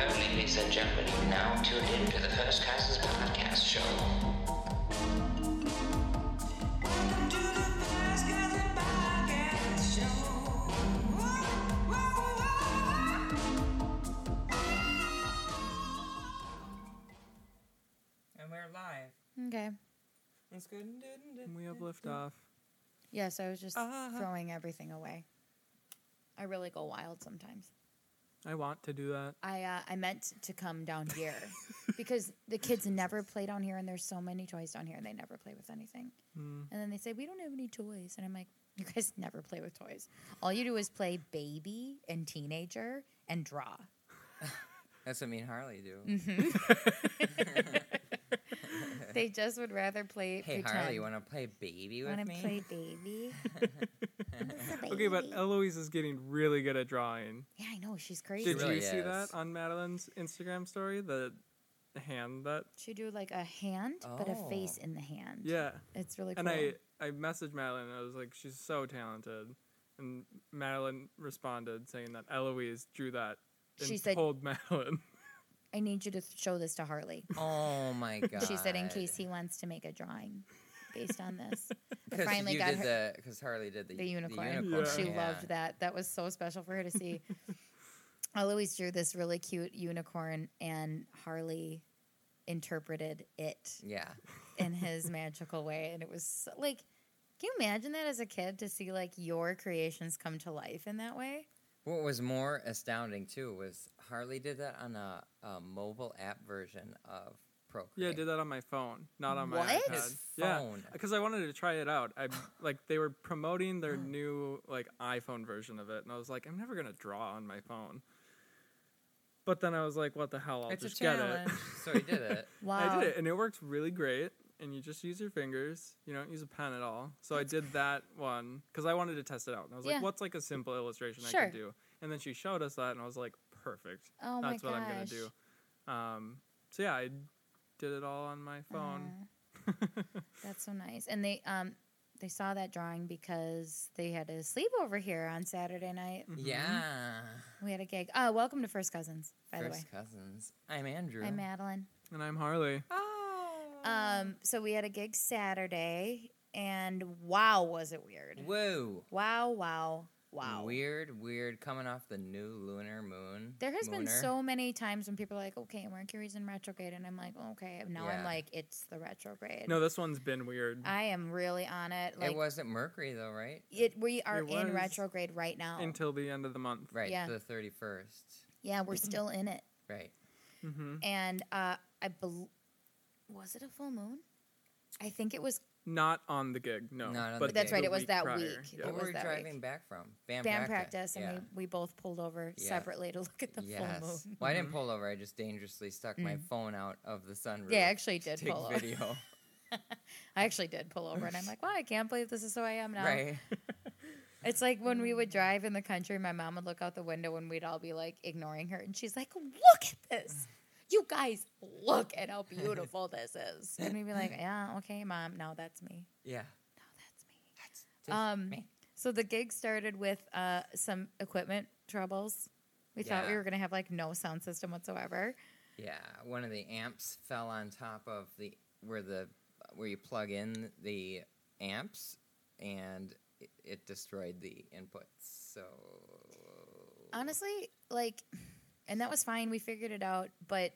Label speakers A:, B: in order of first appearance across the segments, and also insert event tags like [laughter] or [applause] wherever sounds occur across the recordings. A: and gentlemen, you've now tuned in to the First Cousins Podcast Show.
B: And we're live.
C: Okay.
B: It's good.
D: We have liftoff.
C: Yes, I was just
B: Uh-huh.
C: throwing everything away. I really go wild sometimes.
D: I want to do that.
C: I uh, I meant to come down here because the kids never play down here, and there's so many toys down here, and they never play with anything. And then they say we don't have any toys, and I'm like, you guys [laughs] never play with toys. All you do is play baby and teenager and draw.
B: That's what me and Harley do.
C: Mm-hmm. They just would rather play.
B: Hey,
C: pretend.
B: Harley, you want to play baby with
C: Wanna
B: me?
C: play baby? It's a
D: Okay, but
C: baby.
D: Eloise is getting really good at drawing.
C: yeah, I know she's crazy.
D: Did
B: really
D: you see
B: is.
D: that on Madeline's Instagram story? The hand that
C: She do like a hand, but a face
B: Oh.
C: in the hand.
D: yeah.
C: it's really cool.
D: And I I messaged Madeline. I was like, she's so talented. And Madeline responded saying that Eloise drew that. And
C: She said-
D: told [laughs] Madeline.
C: I need you to th- show this to Harley.
B: [laughs] Oh my god.
C: [laughs] She said, in case he wants to make a drawing based on
D: [laughs]
C: this. I
B: Because
C: finally
B: you
C: got
B: did
C: her
B: the because Harley did the,
C: the unicorn.
D: unicorn,
C: She
B: yeah.
C: loved that. That was so special for her to
D: [laughs]
C: see. Eloise drew this really cute unicorn, and Harley interpreted it
B: Yeah.
C: in
D: [laughs]
C: his magical way. And it was so, like, can you imagine that as a kid to see like your creations come to life in that way?
B: What was more astounding too was Harley did that on a, a mobile app version of Procreate.
D: Yeah, I did that on my phone, not on my
C: What?
D: iPad.
B: His
D: Yeah,
B: phone.
D: because I wanted to try it out.
B: [sighs]
D: I like they were promoting
B: Mm.
D: their new like iPhone version of it, and I was like, I'm never gonna draw on my phone. But then I was like, what the hell? I'll
B: It's a
D: just get it. [laughs]
B: challenge. so he did it.
C: Wow.
D: I did it, and it worked really great. And you just use your fingers. You don't use a pen at all. So I did that one because I wanted to test it out. And I was
C: Yeah.
D: like, what's like a simple illustration I
C: Sure.
D: could do? And then she showed us that, and I was like, perfect.
C: Oh my
D: That's what I'm gonna
C: gosh.
D: do. Um, so yeah, I did it all on my phone.
C: Uh-huh. That's so nice. And they um they saw that drawing because they had a sleepover here on Saturday night.
D: Mm-hmm.
B: Yeah.
C: We had a gig. Oh, welcome to First Cousins, by
B: First cousins. I'm Andrew.
C: the way. I'm Madeline.
D: And I'm Harley.
E: Oh.
C: Um, so we had a gig Saturday, and wow, was it weird?
B: Whoa.
C: Wow, wow, wow.
B: Weird, weird. Coming off the new lunar moon.
C: There has been
B: Mooner.
C: so many times when people are like, "Okay, Mercury's in retrograde," and I'm like, "Okay." Now
B: Yeah.
C: I'm like, "It's the retrograde."
D: No, this one's been weird.
C: I am really on it. Like
B: it wasn't Mercury though, right?
C: it- we are
D: It
C: in
D: was
C: retrograde right now.
D: Until the end of the month.
B: Right.
C: Yeah.
B: The thirty first.
C: yeah, we're still in it.
B: Right.
D: Mm-hmm.
C: and uh, I bel was it a full moon? I think it was
D: Not on the gig, no.
B: Not on
D: but
B: the That's gig. right,
C: it was
D: week
C: that
D: prior,
C: week.
D: yeah.
C: It
B: What
C: was
B: were we
C: that
B: driving
C: week.
B: back from? Band,
C: band practice, and
B: yeah.
C: we, we both pulled over
B: Yeah.
C: separately to look at the
B: yes.
C: full moon. Mm.
B: Well, I didn't pull over. I just dangerously stuck my phone out of the sunroof.
C: Yeah, I actually did
B: to take
C: pull over. [laughs]
B: video.
C: I actually did pull over, and I'm like, "Wow, I can't believe this is who I am now."
B: right.
C: It's like when we would drive in the country, my mom would look out the window, and we'd all be like ignoring her, and she's like, "Look at this." You guys, look at how beautiful this is. And we'd be
B: [laughs]
C: like, yeah, okay, mom, now that's me. Oh,
B: Yeah.
C: That's me.
B: Just
C: Um,
B: me.
C: So the gig started with uh, some equipment troubles. We thought we
B: Yeah.
C: were going to have like no sound system whatsoever.
B: Yeah. One of the amps fell on top of the where the where you plug in the amps, and it, it destroyed the inputs. So
C: Honestly, like, and that was fine. We figured it out, but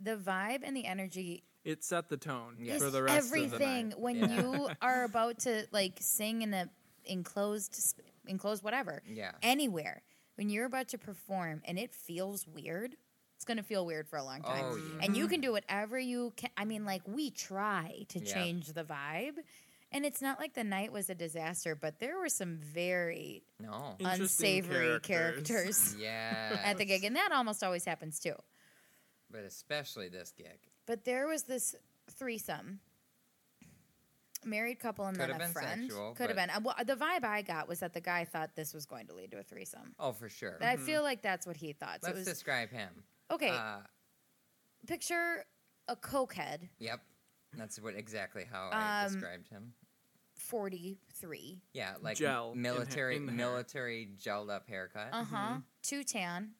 C: the vibe and the energy
D: It set the tone
B: Yeah.
D: for
C: is
D: the rest of the
C: everything
D: night.
C: when
B: Yeah.
D: [laughs]
C: you are about to like sing in a enclosed sp- enclosed whatever
B: Yeah.
C: anywhere when you're about to perform and it feels weird it's going to feel weird for a long time
B: Oh, yeah.
C: and you can do whatever you can i mean like we try to
B: Yeah.
C: change the vibe and it's not like the night was a disaster but there were some very [laughs]
B: no.
D: Interesting
C: unsavory
D: characters.
C: characters
B: Yeah.
C: at the gig and that almost always happens too
B: but especially this gig.
C: But there was this threesome. Married couple and
B: Could
C: then
B: have
C: a
B: been
C: friend.
B: sexual,
C: Could have
B: but-
C: been. Uh, Well, the vibe I got was that the guy thought this was going to lead to a threesome.
B: Oh, for sure.
C: And I feel like that's what he thought. So it
B: Let's
C: was
B: describe him.
C: okay.
B: Uh,
C: picture a cokehead,
B: yep. That's what exactly how I
C: Um,
B: described him.
C: forty-three.
B: Yeah, like
D: Gel in ha-
B: military
D: in the hair.
C: Uh-huh.
B: Uh-huh.
D: Mm-hmm.
B: military gelled up haircut.
C: Uh huh. Two tan.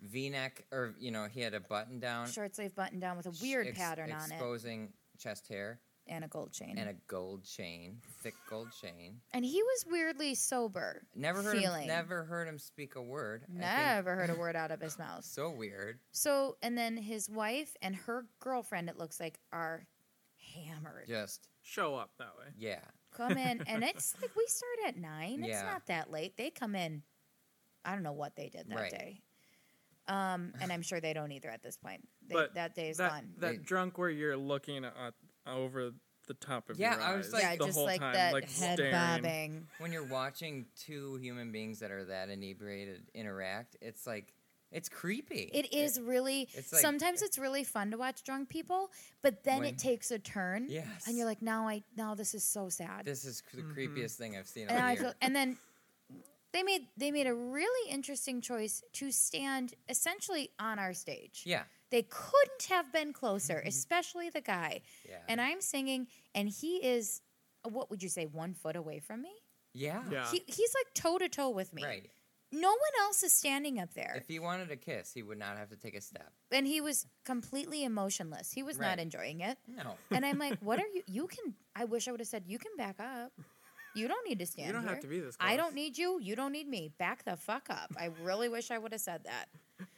B: V-neck, or you know, he had a button down,
C: Short sleeve button down with a weird
B: ex-
C: pattern on it
B: exposing chest hair
C: and a gold chain.
B: and a gold chain, thick gold chain.
C: And he was weirdly sober.
B: Never heard,
C: feeling.
B: him, never heard him speak a word. I think
C: Never heard a word out of
B: [laughs]
C: his mouth.
B: So weird.
C: So, and then his wife and her girlfriend, it looks like, are hammered.
B: Just
D: Show up that way.
B: yeah,
C: Come in,
B: [laughs]
C: and it's like we start at nine. It's
B: Yeah.
C: not that late. They come in. I don't know what they did that
B: Right.
C: day. Um, and I'm sure they don't either at this point. They,
D: But
C: that day is
D: that
C: gone.
D: that
B: Wait.
D: drunk where you're looking at, over the top of
B: Yeah,
D: your
B: I was
D: eyes
B: like-
C: yeah,
D: the
C: just
D: whole
C: like
D: time,
C: that
D: like
C: head
D: staring.
C: bobbing.
B: when you're watching two human beings that are that inebriated interact, it's like it's creepy.
C: It is really.
B: it's like-
C: sometimes it's really fun to watch drunk people, but then
B: When-
C: it takes a turn.
B: Yes.
C: And you're like, now I now this is so sad.
B: This is
D: Mm-hmm.
B: cr- the creepiest thing I've seen.
C: and
B: all
C: I
B: year.
C: feel, and then they made they made a really interesting choice to stand essentially on our stage.
B: yeah, Mm-hmm.
C: They couldn't have been closer, especially the guy.
B: yeah,
C: And I'm singing, and he is what would you say one foot away from me?
B: yeah,
D: Yeah.
C: He, he's like toe to toe with me.
B: Right.
C: No one else is standing up there,
B: If he wanted a kiss, he would not have to take a step.
C: and he was completely emotionless. He was
B: Right.
C: not enjoying it.
B: No.
C: And I'm like, what are you? You can. I wish I would have said, you can back up. You don't need to stand.
D: don't have
C: here.
D: to be this
C: I
D: close."
C: don't need you. You don't need me. Back the fuck up. I really wish I would have said that.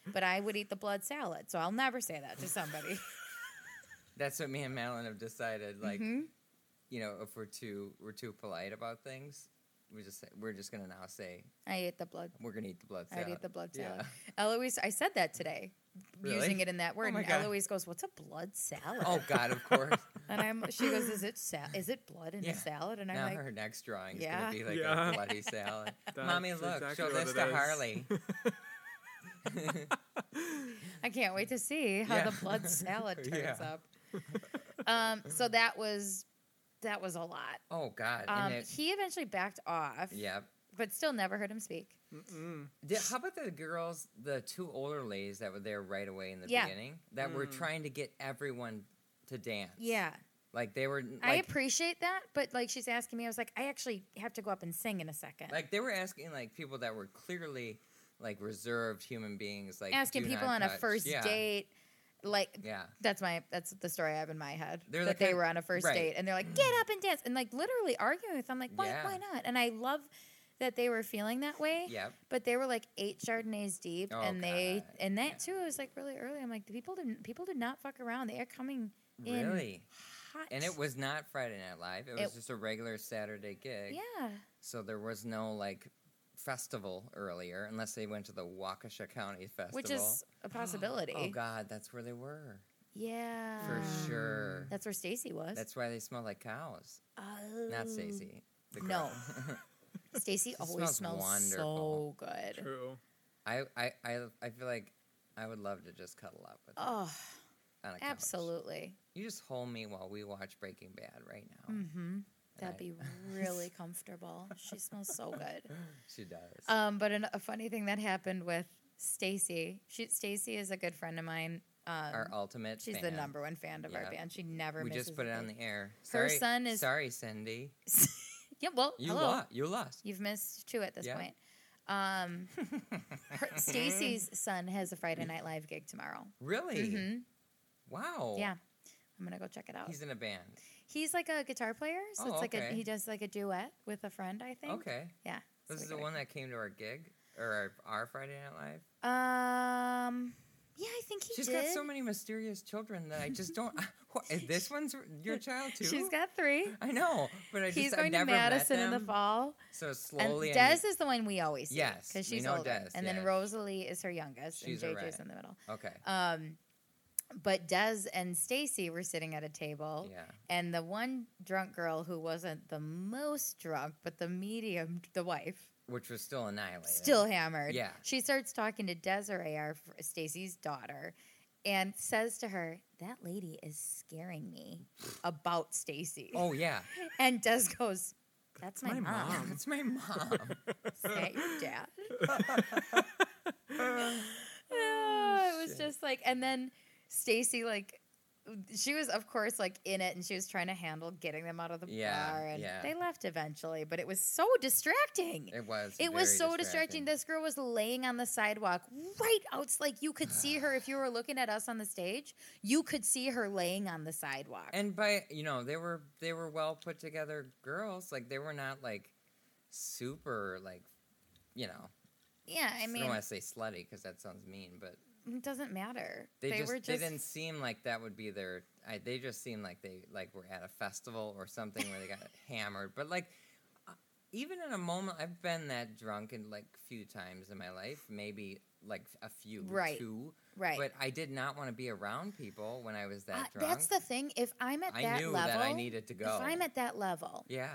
C: But I would eat the blood salad, so I'll never say that to somebody.
B: That's what me and Madeline have decided. Like,
C: Mm-hmm.
B: you know, if we're too we're too polite about things, we just say, we're just gonna now say
C: I ate the blood.
B: we're gonna eat the blood
C: I
B: salad.
C: would eat the blood salad.
B: Yeah.
C: Eloise, I said that today,
B: Really?
C: using it in that word.
B: Oh my
C: and
B: God.
C: Eloise goes, "What's a blood salad?"
B: [laughs] Oh
C: [laughs]
B: God, of course.
C: And I'm, she goes, "Is it sal- Is it blood in
B: Yeah.
C: a salad?" And I'm
B: now
C: like,
B: her next drawing is
C: Yeah.
B: gonna be like
D: Yeah.
B: a
C: [laughs]
B: bloody salad.
D: That's
B: Mommy, look,
D: exactly
B: show
D: what
B: this
D: it
B: to
D: is.
B: Harley.
D: [laughs]
B: [laughs]
C: I can't wait to see how
B: Yeah.
C: the blood
B: [laughs]
C: salad turns
B: Yeah.
C: up. Um, so that was that was a lot.
B: Oh God.
C: Um,
B: and it,
C: he eventually backed off,
B: yeah.
C: but still never heard him speak.
B: Did, how about the girls, the two older ladies that were there right away in the
C: Yeah.
B: beginning, that were trying to get everyone to dance?
C: Yeah,
B: Like they were. Like,
C: I appreciate that, but like she's asking me, I was like, I actually have to go up and sing in a second.
B: like they were asking like people that were clearly like reserved human beings like
C: asking
B: do
C: people
B: not
C: on a
B: touch.
C: first
B: Yeah,
C: date, like
B: yeah
C: That's my that's the story I have in my head.
B: They're
C: that
B: the
C: they
B: kind-
C: were on a first
B: right.
C: date and they're like, get up and dance and like literally arguing with them like, why
B: Yeah.
C: why not? And I love that they were feeling that way.
B: Yep.
C: But they were like eight Chardonnays deep
B: Oh,
C: and they
B: God.
C: and that too was like really early. I'm like, the people didn't people did not fuck around. They are coming in
B: really
C: hot.
B: and it was not friday night live it was
C: It-
B: just a regular saturday gig
C: Yeah.
B: so there was no like festival earlier unless they went to the waukesha county festival
C: Which is a possibility.
B: oh god that's where they were
C: Yeah.
B: for sure
C: That's where Stacy was.
B: that's why they smell like cows
C: oh.
B: not stacy the girl. [laughs]
C: No. [laughs] Stacy always
B: smells
C: smells
B: wonderful.
C: so good.
D: True.
B: I, I i i feel like i would love to just cuddle up with her
C: Oh,
B: on a couch.
C: absolutely.
B: You just hold me while we watch Breaking Bad right now.
C: Mm.
B: And
C: Mm-hmm. That'd be
B: [laughs]
C: really comfortable. She smells so good.
B: She does.
C: Um, but an, a funny thing that happened with Stacy. She Stacy is a good friend of mine. Um,
B: our ultimate.
C: she's the
B: fan.
C: number one fan of
B: Yeah.
C: our band. She never.
B: We
C: misses
B: just put
C: a
B: it on
C: thing.
B: the air. Sorry,
C: son is-
B: sorry, Cindy.
C: [laughs] Yeah. Well,
B: You
C: hello.
B: lost. You lost.
C: You've missed two at this
B: Yeah.
C: point.
B: [laughs]
C: Um, her, Stacy's son has a Friday Night Live gig tomorrow.
B: Really?
C: Mhm.
B: Wow.
C: Yeah. I'm gonna go check it out.
B: He's
C: He's,
B: in a band.
C: like a guitar player, so
B: Oh,
C: it's like
B: okay.
C: a, he does like a duet with a friend, I think.
B: Okay.
C: Yeah. so
B: This
C: we
B: is the
C: gotta-
B: one that came to our gig or our, our Friday Night Live.
C: Um. Yeah, I think he
B: She's
C: did.
B: got so many mysterious children that I
C: [laughs]
B: just don't. [laughs] Wha- this one's your child too.
C: She's got three.
B: [gasps] I know, but I just
C: He's
B: I've
C: going to
B: never met
C: Madison in the
B: them.
C: fall.
B: So
C: And
B: slowly, I
C: Des
B: knew-
C: is the one we always see.
B: Yes,
C: because
B: we
C: she's
B: know
C: older.
B: Des,
C: and then
B: yes.
C: Rosalie is her youngest,
B: She's a
C: and JJ's
B: rat.
C: in the middle.
B: okay.
C: Um, but Des and Stacy were sitting at a table,
B: Yeah.
C: and the one drunk girl who wasn't the most drunk, but the medium, the wife,
B: Which was still annihilated.
C: still [laughs] hammered.
B: Yeah.
C: She starts talking to Desiree, our fr- Stacy's daughter, and says to her, "That lady is scaring me about Stacy."
B: Oh yeah.
C: And Des goes, "That's my,
D: my
C: mom. [laughs]
D: mom."
B: That's my mom.
C: Is that your
B: [laughs]
C: dad?" Oh, it was just like, and then Stacy like she was, of course, like in it, and she was trying to handle getting them out of the
B: Yeah,
C: bar, and
B: yeah.
C: they left eventually. But it was so distracting.
B: [laughs] It was.
C: It was
B: very
C: so distracting. This girl was laying on the sidewalk right out. Like you could see her if you were looking at us on the stage. You could see her laying on the sidewalk.
B: and by you know they were they were well put together girls. Like they were not like super like you know.
C: yeah, I
B: I
C: mean,
B: don't want to say slutty because that sounds mean, but
C: it doesn't matter.
B: they,
C: They,
B: just,
C: were just
B: they didn't seem like that would be their. I, they just seemed like they like were at a festival or something where
C: [laughs]
B: they got hammered. But like, uh, even in a moment, I've been that drunk in like few times in my life, maybe like a few,
C: Right,
B: two.
C: right.
B: But I did not want to be around people when I was that
C: Uh,
B: drunk.
C: that's the thing. If I'm at
B: I
C: that
B: knew
C: level,
B: that I needed to go.
C: if I'm at that level,
B: yeah,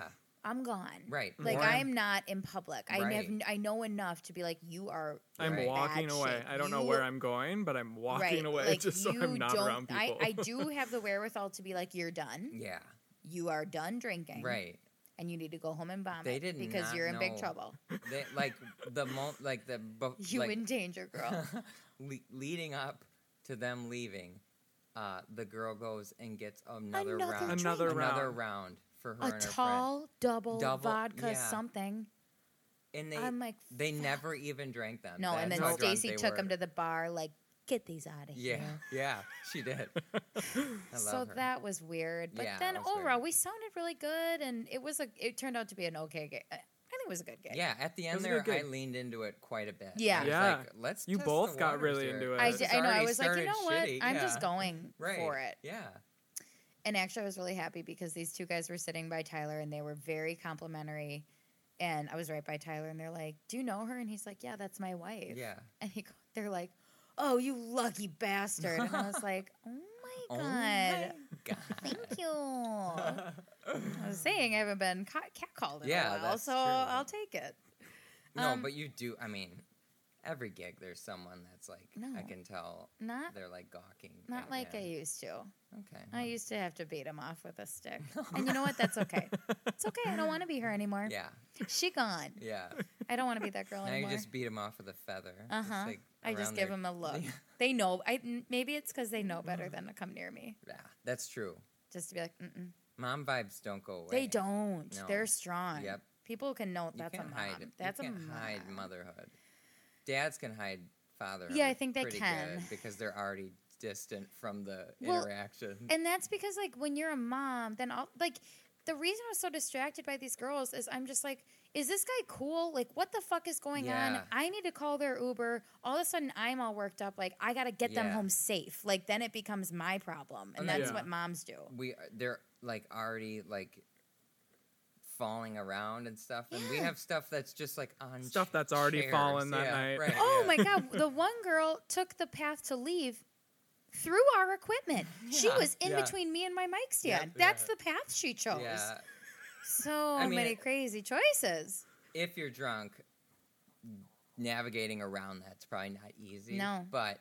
C: I'm gone.
B: right.
C: Like
B: Or
C: I'm not in public. I have,
B: Right.
C: I know enough to be like, you are.
D: I'm
B: Right.
D: walking
C: bad
D: away.
C: shape.
D: I don't know
C: You-
D: where I'm going, but I'm walking
C: right,
D: away
C: like,
D: [laughs] just so
C: you
D: I'm not
C: don't-
D: around
C: I,
D: people. [laughs]
C: I do have the wherewithal to be like, you're done.
B: Yeah,
C: You are done drinking.
B: right.
C: And you need to go home and vomit.
B: They did
C: because
B: not
C: you're in big
B: know.
C: trouble. [laughs]
B: They, like the mo- like the bu-
C: You
B: like,
C: in danger,
D: [laughs]
B: [laughs]
C: girl.
B: Le- leading up to them leaving, uh, the girl goes and gets another,
C: Another
B: round,
D: Another drink. round.
B: round for her
C: A
B: and her friend.
C: tall double,
B: Double-
C: vodka
B: yeah.
C: something.
B: And they
C: I'm like,
B: they
C: fuck.
B: never even drank them.
C: No, and
B: That's
C: then
B: how drunk
C: Stacy
B: they
C: took
B: were.
C: him to the bar. Like, get these out of
B: Yeah,
C: here.
B: [laughs] yeah,
C: [laughs]
B: she did. I love
C: So
B: her.
C: that was weird. But
B: Yeah,
C: then
B: that was
C: overall,
B: weird.
C: we sounded really good, and it was a. It turned out to be an okay gig. uh, I I think it was a good gig.
B: yeah, at the end
D: was a
B: there,
D: good
B: I
D: gig.
B: leaned into it quite a bit.
C: Yeah.
B: I was
D: Yeah.
B: like, let's.
D: You
B: test the
D: both got
B: waters
D: really
B: here.
D: into it.
C: I
D: This
C: did,
B: It's
C: I know. I
B: already
C: was like, you
B: started
C: know what?
B: shitty,
C: I'm
B: yeah,
C: just going
B: [laughs] right,
C: for it.
B: Yeah,
C: And actually, I was really happy because these two guys were sitting by Tyler, and they were very complimentary. And I was right by Tyler, and they're like, "Do you know her?" And he's like, "Yeah, that's my wife." [laughs]
B: yeah.
C: And he, go- they're like, "Oh, you lucky bastard!" And I
B: [laughs]
C: was like, "Oh my
B: Oh
C: god,
B: my God.
C: thank you." I was saying I haven't been ca- catcalled in
B: Yeah,
C: a while,
B: that's
C: so
B: true.
C: I'll take it.
B: No,
C: Um,
B: but you do. I mean, every gig there's someone that's like I
C: No.
B: can tell
C: Not
B: they're like gawking.
C: not
B: at
C: like
B: you. Uh-huh.
C: I used to.
B: Okay.
C: I used to have to beat him off with a
B: [laughs]
C: stick. And you know what? That's okay. It's okay. I don't want to be her anymore.
B: yeah,
C: She gone. [laughs]
B: yeah.
C: I don't want to be that girl
B: now you
C: anymore.
B: just beat him off with a feather. It's
C: uh huh.
B: like
C: I just
B: around
C: give
B: their-
C: him a
B: [laughs]
C: look. They know. I n- maybe it's because they know better
B: Mm-hmm.
C: than to come near me.
B: Yeah, that's true.
C: Just to be like, mm mm.
B: Mom vibes don't go away.
C: They don't.
B: No.
C: They're strong.
B: Yep.
C: People can know
B: You
C: that's a
B: can't
C: mom.
B: hide it.
C: That's
B: you
C: a
B: can't
C: mom.
B: hide motherhood. Dads can hide fatherhood.
C: Yeah, I think they
B: pretty
C: can.
B: good because they're already distant from the
C: Well,
B: interaction.
C: And that's because like when you're a mom, then all like the reason I was so distracted by these girls is I'm just like, is this guy cool? Like what the fuck is going on?
B: Yeah.
C: I need to call their Uber. All of a sudden I'm all worked up, like I gotta get them
B: Yeah.
C: home safe. Like then it becomes my problem. And
B: And then-
C: that's
D: Yeah.
C: what moms do.
B: we they're like already like falling around and stuff and we
C: Yeah.
B: have stuff that's just like on
D: Stuff
B: ch-
D: that's already
B: chairs.
D: fallen that
B: Yeah,
D: night.
B: right,
C: Oh
B: yeah.
C: my god, [laughs] the one girl took the path to leave through our
B: [laughs]
C: equipment. She
B: Yeah.
C: was in
B: Yeah.
C: between me and my mic stand.
B: Yep.
C: That's
B: Yeah.
C: the path she chose.
B: yeah
C: So
B: I mean,
C: many
B: it-
C: crazy choices.
B: if you're drunk navigating around that's probably not easy
C: No.
B: but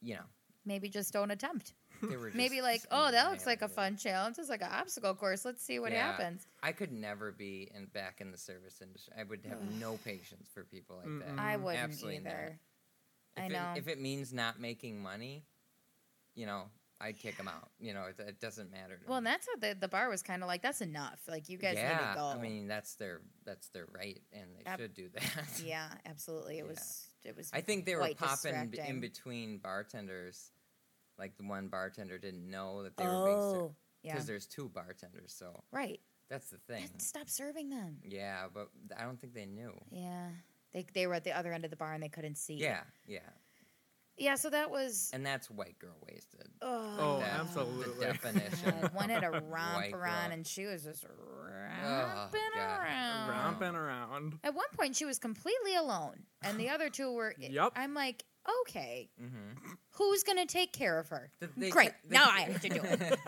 B: you
D: [laughs]
B: know
C: Maybe just don't attempt.
B: they were
C: Maybe
B: just
C: like, oh, that looks like a
B: manly.
C: fun challenge. It's like an obstacle course. Let's see what
B: Yeah.
C: happens.
B: i could never be in back in the service industry i would have
C: [sighs]
B: no patience for people like that
D: Mm-mm.
C: I wouldn't
B: Mm-hmm. absolutely not.
C: either.
B: if
C: I
B: it,
C: know.
B: if it means not making money you know i'd kick them out you know it, it doesn't matter to
C: Well, and
B: me.
C: that's what the, the bar was kind of like. That's enough. Like you guys need to go.
B: I mean that's their that's their right, and they
C: Ab-
B: should do that.
C: [laughs] yeah, absolutely. It
B: Yeah.
C: was. It was.
B: [laughs] I think they were
C: quite
B: popping b- in
C: distracting.
B: between bartenders. Like the one bartender didn't know that they were being
C: Oh,
B: because
C: yeah.
B: there's two bartenders, so
C: Right.
B: that's the thing. Mm.
C: That- Stop serving them.
B: Yeah, but th- I don't think they knew.
C: Yeah. They, they were at the other end of the bar and they couldn't see.
B: Yeah, yeah,
C: Yeah, so that was.
B: and that's white girl wasted.
D: Oh,
B: That's
D: absolutely.
B: The [laughs] definition.
C: God, [laughs] one
B: [laughs]
C: had a
B: White
C: romp around
B: girl.
C: and she was just
B: Oh, God.
C: romping around.
D: Romping around.
C: At one point, she was completely alone, and the other two were.
D: [sighs] Yup.
C: I'm like, okay,
B: mm-hmm.
C: who's going to take care of her?
B: Th- they
C: Great.
B: kept- [laughs]
C: Now I have to do it.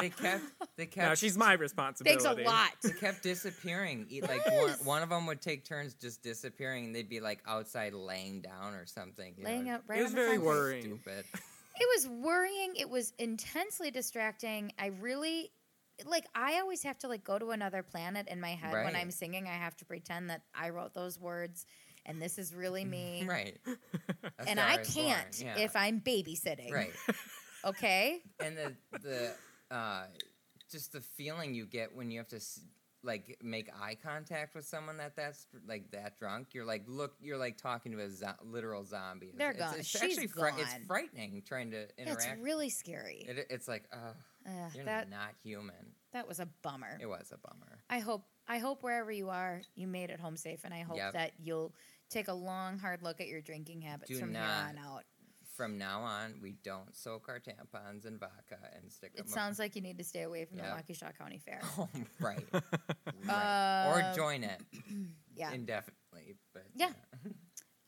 B: they kept. They kept.
D: Now she's my responsibility.
C: Thanks a lot.
B: They kept disappearing. E-
C: [laughs]
B: Like one,
C: Yes.
B: one of them would take turns just disappearing, and they'd be like outside laying down or something. you know,
C: Laying
B: it's
C: out right
D: it was
C: on the
D: very
C: concrete.
D: worrying.
C: [laughs]
B: Stupid. [laughs]
C: It was worrying. It was intensely distracting. I really. Like I always have to like go to another planet in my head when
B: Right.
C: I'm singing. I have to pretend that I wrote those words, and this is really me.
B: Mm-hmm. [laughs]
D: [laughs]
B: Right. A
C: and
B: Star
C: I
B: is Born,
C: can't [laughs]
B: yeah.
C: if I'm babysitting.
B: right.
C: Okay.
B: and the the uh, just the feeling you get when you have to s- like make eye contact with someone that that's like that drunk. You're like look, you're like talking to a zo- literal zombie.
C: They're
B: it's,
C: gone.
B: It's
C: She's
B: actually fri- it's
C: gone.
B: frightening trying to
C: That's
B: interact.
C: really scary.
B: it, it's like oh,
C: Ugh,
B: you're
C: that
B: not human.
C: that was a bummer.
B: It was a bummer.
C: I hope I hope wherever you are, you made it home safe, and I hope
B: Yep.
C: that you'll take a long, hard look at your drinking habits
B: Do
C: from
B: not
C: here on out.
B: From now on, we don't soak our tampons in vodka and stick
C: It
B: them.
C: sounds like you need to stay away from
B: Yep.
C: the Waukesha County Fair.
B: up. right. [laughs]
C: [laughs]
B: right.
C: Um,
B: or join it
C: Yeah.
B: indefinitely. But uh,
C: Yeah.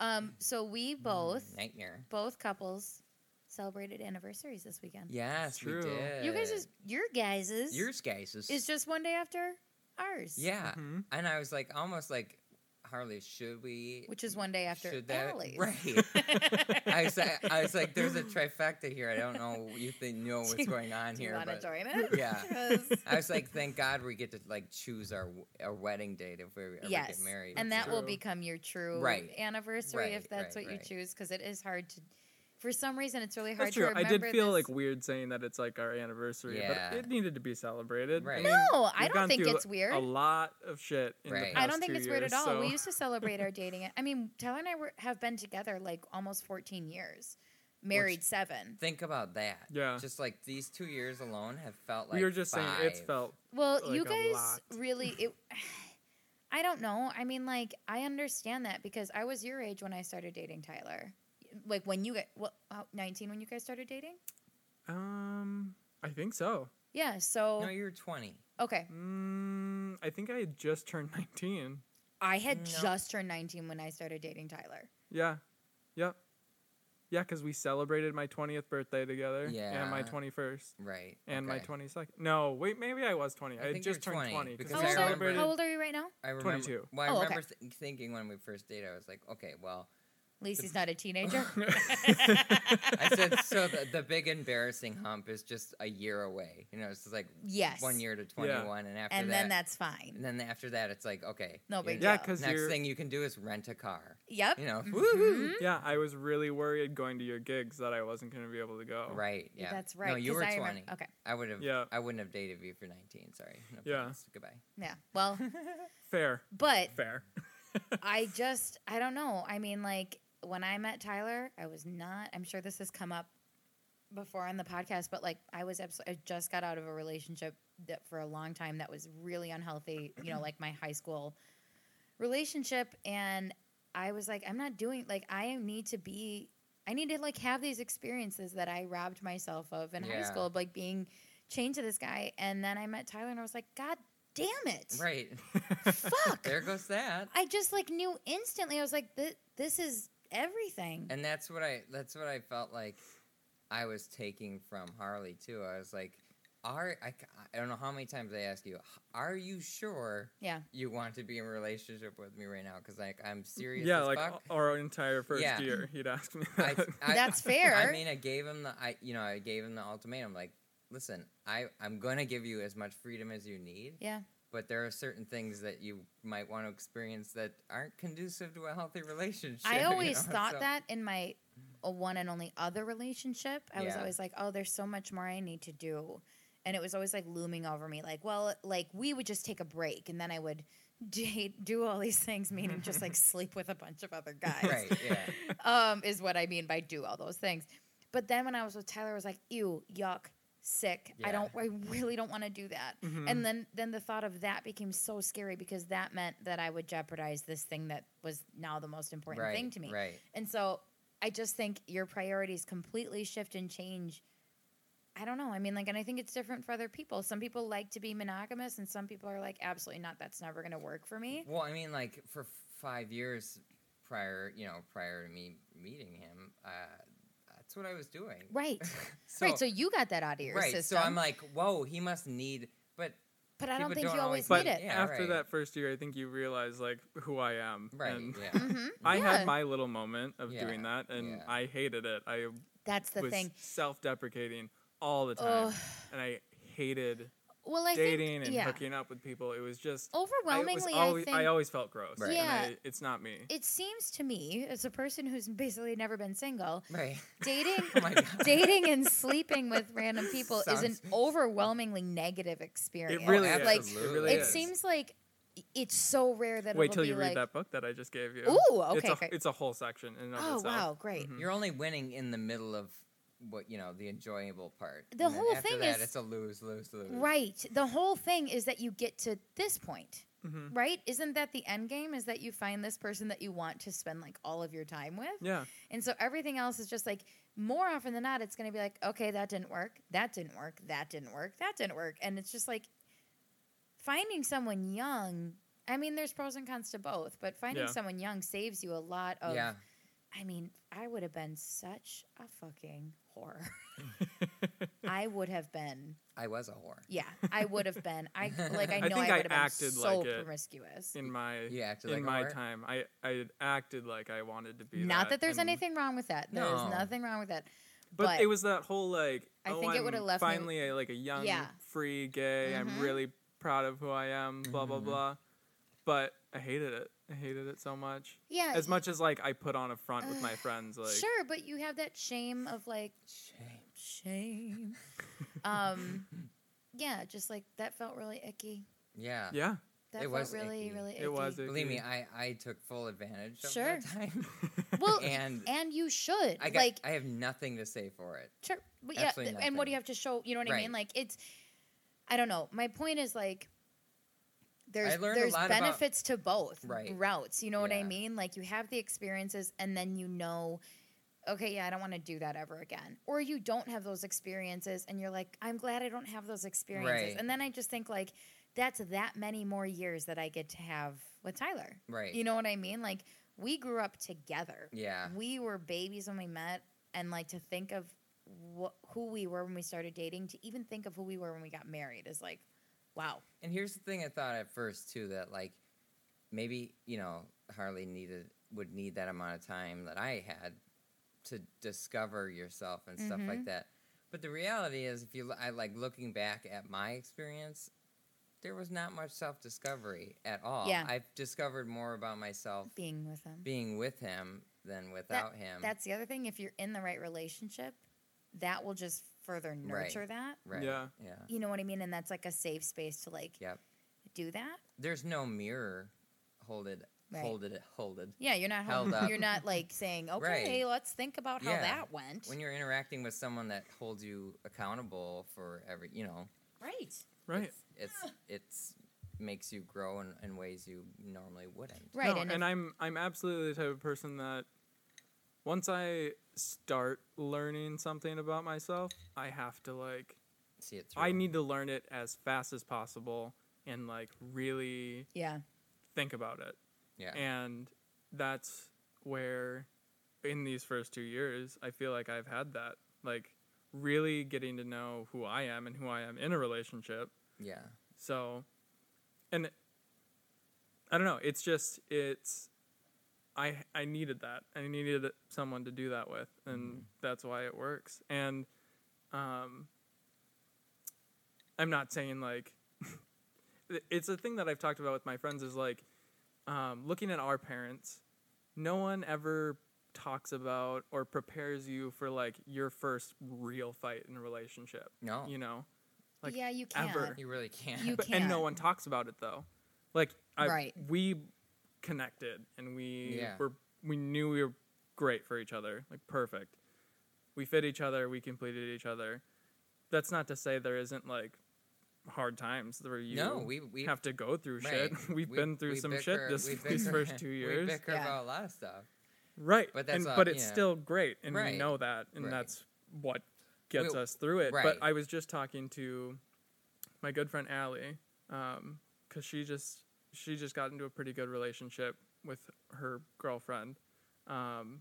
C: Um. So we
B: Mm,
C: both
B: nightmare.
C: both couples celebrated anniversaries this weekend.
B: Yes,
D: true.
B: we did.
C: You guys is your guys's
B: yours guys is,
C: is just one day after ours.
B: yeah.
D: Mhm.
B: And I was like, almost like Harley, should we?
C: Which is one day after
B: should that
C: Allie's.
B: [laughs] right?
C: [laughs]
B: I was like, I was like, there's a trifecta here. I don't know you think
C: [laughs]
B: know
C: Do
B: what's
C: you-
B: going on
C: Do you
B: here,
C: want to
B: but
C: join it?
B: [laughs]
C: [laughs]
B: yeah.
C: 'Cause-
B: I
C: [laughs]
B: was like, thank God we get to like choose our w- our wedding date if we ever
C: yes.
B: get married.
C: And that will
D: True.
C: become your true
B: Right.
C: anniversary if
B: Right,
C: that's
B: right,
C: what you
B: right.
C: choose because it is hard to. For some reason, it's really hard
D: That's true.
C: to
D: I
C: remember.
D: did feel
C: this.
D: like weird saying that it's like our anniversary,
B: Yeah.
D: but it needed to be celebrated.
B: Right.
C: No, I
D: we've
C: don't
D: gone
C: think
D: through
C: it's weird.
D: A lot of shit. In the
B: Right.
D: past
C: I don't think
D: two
C: it's weird at
D: years,
C: all.
D: So.
C: We used to celebrate our dating. I mean, Tyler and I were, have been together like almost 14 years, married seven.
B: Think about that.
D: Yeah.
B: Just like these two years alone have felt like
D: we were just saying it's
B: five.
D: felt
C: Well,
D: like
C: you
D: a
C: guys
D: lot. [laughs]
C: really. It, [sighs] I don't know. I mean, like, I understand that because I was your age when I started dating Tyler. Like when you get what uh, 19 when you guys started dating?
D: um I think so.
C: Yeah. So
B: No, you're 20.
C: okay,
D: Mm, I think I had just turned [laughs] 19.
C: I had
B: No.
C: just turned 19 when I started dating Tyler.
D: Yeah. Yep. Yeah, because we celebrated my 20th birthday together and my
B: Yeah.
D: 21st
B: Right.
D: and
B: okay.
D: my 22nd. No, wait, maybe I was 20.
B: I
D: I, had
B: think you were
D: just turned
B: 20,
D: 20 because
C: How
B: because
D: we
B: I
C: old, are,
D: celebrated.
C: how old are you right now?
B: I remember,
D: 22.
B: Well, I
C: Oh, okay.
B: remember th- thinking when we first dated, I was like, okay, well,
C: At least he's not a teenager.
D: [laughs]
B: [laughs] I said, so the, the big embarrassing hump is just a year away. You know, it's just like
C: yes.
B: one year to 21. And after
C: and
B: that,
C: then that's fine.
B: and then after that, it's like, okay.
C: No
B: you
C: big
B: know,
D: yeah,
C: deal. Mm-hmm.
D: because
B: Next
D: you're.
B: thing you can do is rent a car.
C: Yep.
B: You know, woohoo.
D: Yeah, I was really worried going to your gigs that I wasn't going to be able to go.
B: Right. Yeah.
C: Oh, That's right.
B: No, you
C: 'cause
B: were
C: I
B: 20.
C: remem- okay.
B: I would have.
D: Yeah.
B: I wouldn't have dated you if you're 19. Sorry. No
D: Yeah.
B: offense. Goodbye.
C: Yeah. [laughs] Well,
D: Fair.
C: but
D: Fair.
C: I just I don't know. I mean, like when I met Tyler, I was not. I'm sure this has come up before on the podcast, but like I was absolutely. I just got out of a relationship that for a long time that was really unhealthy. You know, like my high school relationship, and I was like, I'm not doing. Like I need to be. I need to like have these experiences that I robbed myself of in high
B: Yeah.
C: school, of, like being chained to this guy. And then I met Tyler, and I was like, God damn it!
B: Right.
C: Fuck!
B: there goes that.
C: I just like knew instantly. I was like, this, this is everything.
B: And that's what I that's what I felt like I was taking from Harley too. I was like, are I, I don't know how many times I ask you, are you sure
C: yeah.
B: you want to be in a relationship with me right now? Because like I'm serious.
D: Yeah,
B: as
D: like
B: fuck.
D: o- our entire first
B: Yeah.
D: year, he'd ask me.
B: [laughs] I-
D: [laughs] That.
B: [laughs] I-
C: That's fair.
B: I mean, I gave him the I you know I gave him the ultimatum. Like, listen, I I'm gonna give you as much freedom as you need.
C: Yeah.
B: But there are certain things that you might want to experience that aren't conducive to a healthy relationship. [laughs]
C: I
B: you
C: always
B: know,
C: thought
B: so- [laughs]
C: that in my uh, one and only other relationship, I was
B: Yeah.
C: always like, oh, there's so much more I need to do. And it was always like looming over me. Like, well, like we would just take a break and then I would [laughs] date, do all these things, meaning just
B: [laughs]
C: like sleep with a bunch of other guys.
B: Right. Yeah.
C: um, is what I mean by do all those things. But then when I was with Tyler, I was like, ew, yuck, sick. I
B: Yeah. Mm-hmm.
C: don't, I really don't want to do that. And then, then the thought of that became so scary because that meant that I would jeopardize this thing that was now the most [laughs] important
B: right.
C: thing to me.
B: Right.
C: And so I just think your priorities completely shift and change. I don't know. I mean, like, and I think it's different for other people. Some people like to be monogamous, and some people are like, absolutely not. That's never going to work for me.
B: Well, I mean, like for f- five years prior, you know, prior to me meeting him, uh, that's what I was doing.
C: [laughs]
B: [laughs]
C: Right.
B: So,
C: right. So you got that out of your
B: right.
C: system.
B: So I'm like, whoa, he must need. But
C: but I don't
B: people
C: think you
B: don't
C: always
B: always
C: need
D: but
C: it.
B: Yeah,
D: after
B: right.
D: that first year, I think you realize like who I am.
B: right,
D: and
B: yeah,
C: [laughs] Mm-hmm.
D: I
C: Yeah.
D: had my little moment of doing
B: Yeah,
D: that, and
B: yeah.
D: I hated it. I
C: That's the
D: was
C: thing.
D: self-deprecating all the time,
C: Ugh.
D: and I hated
C: Well, I
D: dating
C: think
D: and
C: yeah.
D: hooking up with people. It was just I was
C: Overwhelmingly, I,
D: always,
C: think
D: always felt gross.
B: Right.
D: and
C: Yeah.
D: I- it's not me.
C: it seems to me, as a person who's basically never been single,
B: Right. [laughs]
D: [laughs]
C: dating,
B: Oh my God.
C: dating and sleeping with random people is an
B: Sounds-
C: overwhelmingly negative experience.
D: It really
B: Oh,
D: is.
C: Like
D: it really
C: it
D: is.
C: seems like it's so rare that
D: Wait
C: it'll
D: till
C: be
D: you
C: like,
D: read that book that I just gave you.
C: Ooh,
D: It's
C: okay,
D: a,
C: great.
D: it's a whole section. In and of
C: Oh
D: itself. Mm-hmm.
C: wow, great.
B: You're only winning in the middle of what you know the enjoyable part.
C: The
B: And then
C: whole
B: after
C: thing
B: that,
C: is-
B: it's a lose lose lose.
C: Right. The whole thing is that you get to this point. [laughs]
D: Mhm.
C: Right? Isn't that the end game? Is that you find this person that you want to spend like all of your time with?
D: Yeah.
C: And so everything else is just like more often than not, it's going to be like, okay, that didn't work. That didn't work. That didn't work. That didn't work. And it's just like finding someone young. I mean, there's pros and cons to both, but finding
D: Yeah.
C: someone young saves you a lot of.
B: Yeah.
C: I mean, I would have been such a fucking whore.
D: [laughs]
C: I would have been.
B: I was a whore.
C: Yeah, I would have been. I like. I
D: [laughs] I
C: know I,
D: think I
C: would have been
D: acted
C: so
D: like it.
C: promiscuous.
D: In my
B: You acted
D: in
B: like a
D: my
B: whore?
D: time, I I acted like I wanted to be.
C: Not that there's
D: and-
C: anything wrong with that. There's
B: No.
C: nothing wrong with that.
D: But,
C: but-
D: it was that whole like.
C: I
D: oh,
C: think it
D: I'm
C: would've left me-
D: finally a, like a young,
C: Yeah.
D: free gay.
C: Mhm.
D: I'm really proud of who I am. Blah blah
B: Mm-hmm.
D: blah. But I hated it. I hated it so much.
C: Yeah,
D: As
C: y-
D: much as like I put on a front with my
C: Ugh.
D: friends, like
C: sure, but you have that shame of like
B: Shame.
C: shame. um,
B: [laughs]
C: yeah, just like that felt really icky.
B: Yeah.
D: yeah,
C: That
B: It
C: felt
B: was
C: really,
B: icky.
C: really icky.
D: it was.
B: Believe me,
D: icky.
B: I, I took full advantage of
C: Sure.
B: that time. [laughs]
C: Well, and
B: And-
C: you should
B: I got,
C: like
B: I have nothing to say for it.
C: Sure. But yeah,
B: Absolutely
C: th- and what do
B: nothing.
C: you have to show? You know what I mean?
B: Right.
C: Like it's, I don't know. My point is like, there's
B: learned a
C: there's
B: lot about-
C: benefits to both
B: Right.
C: routes. You know what I
B: Yeah.
C: mean? Like you have the experiences, and then you know, okay, yeah, I don't want to do that ever again. Or you don't have those experiences, and you're like, I'm glad I don't have those experiences.
B: Right.
C: And then I just think like, that's that many more years that I get to have with Tyler.
B: Right.
C: You know what I mean? Like we grew up together
B: Yeah.
C: we were babies when we met and like to think of wh- who we were when we started dating to even think of who we were when we got married is like wow
B: And here's the thing I thought at first too that like maybe, you know, Harley needed would need that amount of time that I had to discover yourself and stuff
C: Mhm.
B: like that. But the reality is if you l- I like looking back at my experience, there was not much self-discovery at all.
C: Yeah.
B: I've discovered more about myself
C: being with them
B: being with him than without him.
C: that's the other thing if you're in the right relationship that will just further nurture that
B: right.
D: Yeah.
B: Yeah.
C: you know what i mean and that's like a safe space to like
B: Yep.
C: do that
B: There's no mirror hold it
C: Right.
B: hold it hold it.
C: yeah you're not
B: Held
C: held
B: up.
C: you're not like saying okay let's think about how
B: Yeah.
C: that went
B: When you're interacting with someone that holds you accountable for every, you know,
C: right
D: right.
B: it's
C: [sighs]
B: it's, it's makes you grow in, in ways you normally wouldn't.
C: right
D: No,
C: and,
D: and,
C: if-
D: I'm I'm absolutely the type of person that once I start learning something about myself, I have to like
B: See it through.
D: I need to learn it as fast as possible and like really
C: yeah
D: think about it.
B: yeah.
D: And that's where in these first 2 years, I feel like I've had that like really getting to know who I am and who I am in a relationship
B: yeah.
D: so, and I don't know. It's just it's I I needed that. I needed it- someone to do that with, and that's why it works. And um, I'm not saying like [laughs] it- it's a thing that I've talked about with my friends is like um, looking at our parents. No one ever talks about or prepares you for like your first real fight in a relationship.
B: No.
D: You know, like,
C: yeah you can
D: ever.
B: You really can't.
C: You-
D: but, and no
C: can't.
D: one talks about it though. Like I,
C: Right.
D: we connected and we
B: Yeah.
D: were we knew we were great for each other, like perfect. We fit each other, we completed each other. That's not to say there isn't like hard times where you
B: No, we- we-
D: have to go through
B: [laughs] Right.
D: shit. [laughs] We've
B: We-
D: been through
B: we
D: some
B: bicker-
D: shit this,
B: we
D: [laughs] these
B: bicker- [laughs]
D: first two years.
B: We bicker
C: Yeah.
B: about a lot of stuff.
D: Right.
B: But that's
D: and,
B: all-
D: but it's
B: yeah.
D: still great and
B: Right.
D: we know that and
B: Right.
D: that's what gets
B: Well,
D: us through it.
B: right.
D: But I was just talking to my good friend Allie um, cuz she just she just got into a pretty good relationship with her girlfriend. Um,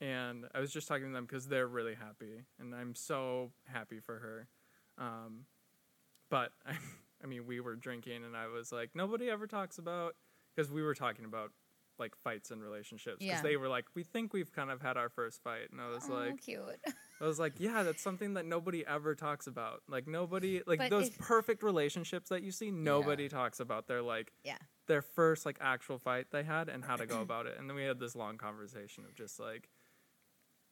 D: and I was just talking to them cuz they're really happy and I'm so happy for her. Um, but [laughs] I, I mean, we were drinking and I was like, nobody ever talks about because we were talking about like fights and relationships because
C: Yeah.
D: they were like, we think we've kind of had our first fight, and I was
C: oh,
D: like,
C: cute.
D: I was like, yeah, that's something that nobody ever talks about. Like nobody, like
C: But
D: those
C: if-
D: perfect relationships that you see, nobody talks about their like
C: yeah.
D: their first like actual fight they had and how
C: [clears throat]
D: to go about it. And then we had this long conversation of just like,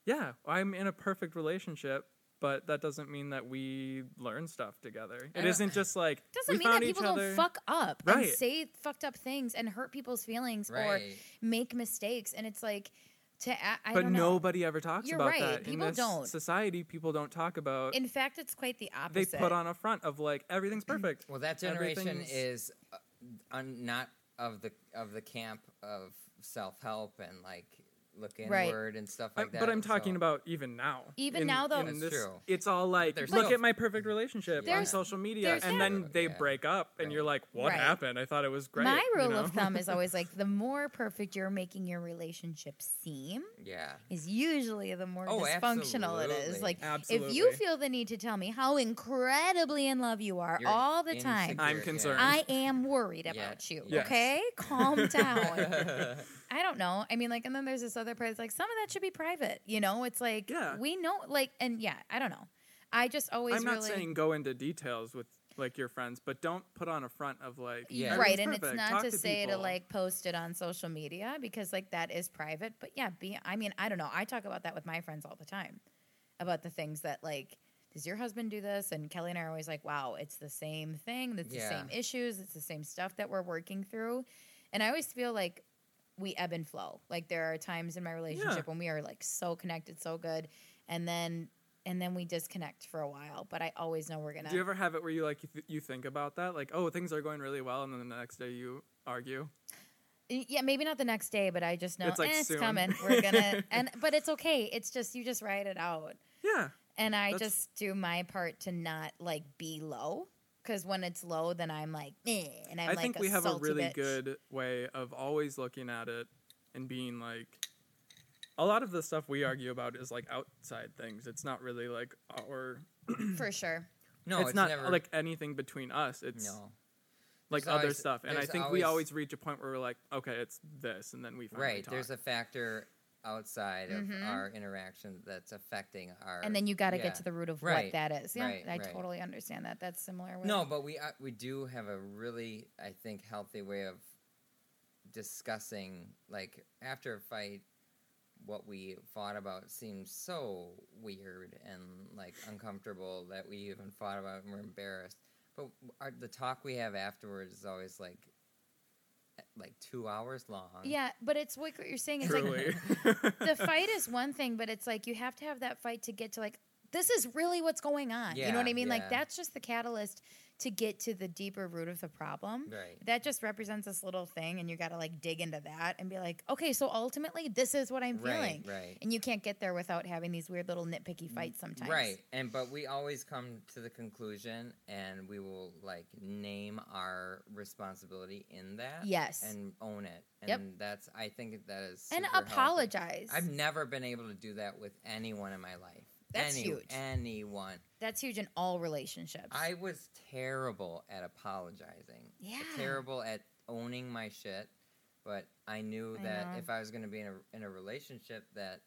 D: yeah, I'm in a perfect relationship, but that doesn't mean that we learn stuff together. It
B: don't-
D: isn't just like
C: [laughs] Doesn't
D: we
C: mean
D: found
C: that
D: each
C: people
D: other.
C: don't fuck up and
D: Right.
C: say fucked up things and hurt people's feelings or
B: Right.
C: make mistakes. And it's like to a- I
D: but
C: don't know.
D: nobody ever talks
C: You're
D: about
C: right,
D: that. in
C: people
D: this
C: don't.
D: society, people don't talk about.
C: In fact, it's quite the
D: they
C: opposite.
D: put on a front of like
C: [clears throat]
D: everything's perfect.
B: Well, that generation
D: Everything's-
B: is uh, un, not of the of the camp of self help and like look
C: Right.
B: inward and stuff like
D: I'm-
B: that.
D: but I'm talking
B: so-
D: about even now.
C: Even
D: In-
C: now, though-
D: in
B: That's
D: this-
B: true.
D: it's all like,
B: There's
D: look
B: still-
D: at my perfect relationship on
B: There's-
D: social media,
C: there's
D: and
C: that.
D: then they
B: Yeah.
D: break up, and
B: Right.
D: you're like, what
C: Right.
D: happened? I thought it was great.
C: My
D: you
C: rule
D: know?
C: of thumb is always like the more perfect you're making your relationship seem
B: Yeah.
C: is usually the more
B: Oh,
C: dysfunctional it
B: absolutely.
C: is. Like if
D: Absolutely.
C: you feel the need to tell me how incredibly in love you are
B: You're
C: all the time,
B: insecure,
D: I'm
B: yeah. [laughs]
D: concerned.
C: I am worried
B: Yeah.
C: about you.
D: Yes.
C: Okay? Calm
D: [laughs]
C: down. I don't know. I mean, like, and then there's this other part. It's like some of that should be private. You know, it's like
D: Yeah.
C: we know, like, and yeah, I don't know. I just always
D: [laughs] I'm not
C: really
D: saying go into details with like your friends, but don't put on a front of like,
B: Yeah.
C: right,
D: "Everything's
C: and it's
D: perfect,
C: not
D: talk
C: to, say to
D: people."
C: like post it on social media because like that is private. But yeah, be I mean, I don't know. I talk about that with my friends all the time about the things that like. Does your husband do this? And Kelly and I are always like, wow, it's the same thing. That's
B: Yeah.
C: the same issues. It's the same stuff that we're working through. And I always feel like we ebb and flow. Like there are times in my relationship when we are like so connected, so good, and then and then we disconnect for a while. But I always know we're gonna.
D: Do you ever have it where you like you, th- you think about that, like, oh, things are going really well, and then the next day you argue?
C: Y- Yeah, maybe not the next day, but I just know
D: It's,
C: it's,
D: like,
C: eh, it's
D: soon.
C: coming. We're
D: [laughs]
C: gonna and but it's okay. It's just you just ride it out.
D: Yeah,
C: And I
D: That's-
C: just do my part to not like be low. Cause when it's low, then I'm like, eh, and I'm
D: I
C: like,
D: think we have a
C: salty
D: really
C: bitch.
D: good way of always looking at it and being like a lot of the stuff we argue about is like outside things. It's not really like our
C: for sure.
B: [laughs] No,
D: it's, not
B: never,
D: like anything between us. It's
B: no.
D: like
B: There's
D: other
B: always-
D: stuff. And I
B: there's
D: think
B: always-
D: we always reach a point where we're like, okay, it's this and then we finally
B: Right.
D: talk.
B: There's a factor outside
C: Mhm.
B: of our interaction that's affecting our.
C: And then you got to
B: yeah.
C: get to the root of
B: Right,
C: what that is. Yeah,
B: right,
C: I
B: right.
C: totally understand that. That's similar. With,
B: No, but we uh, we do have a really I think healthy way of discussing like after a fight what we fought about seems so weird and like uncomfortable that we even fought about and we're embarrassed. But our, the talk we have afterwards is always like eh, like 2 hours long.
C: yeah, but it's like what you're saying. It's like
D: truly.
C: the fight is one thing, but it's like you have to have that fight to get to like this is really what's going on. you know what
B: Yeah,
C: I mean?
B: yeah.
C: Like that's just the catalyst to get to the deeper root of the problem.
B: Right.
C: That just represents this little thing and you got to like dig into that and be like, "Okay, so ultimately this is what I'm
B: Right,
C: feeling."
B: right. Mm,
C: And you can't get there without having these weird little nitpicky fights sometimes.
B: Right. And but we always come to the conclusion and we will like name our responsibility in that.
C: Yes.
B: And own it. And
C: Yep.
B: that's I think that is
C: And
B: super healthy.
C: apologize.
B: I've never been able to do that with anyone in my life.
C: That's
B: Any-
C: huge.
B: Anyone.
C: That's huge in all relationships.
B: I was terrible at apologizing.
C: Yeah.
B: Terrible at owning my shit, but I knew
C: I
B: that
C: know.
B: if I was going to be in a in a relationship that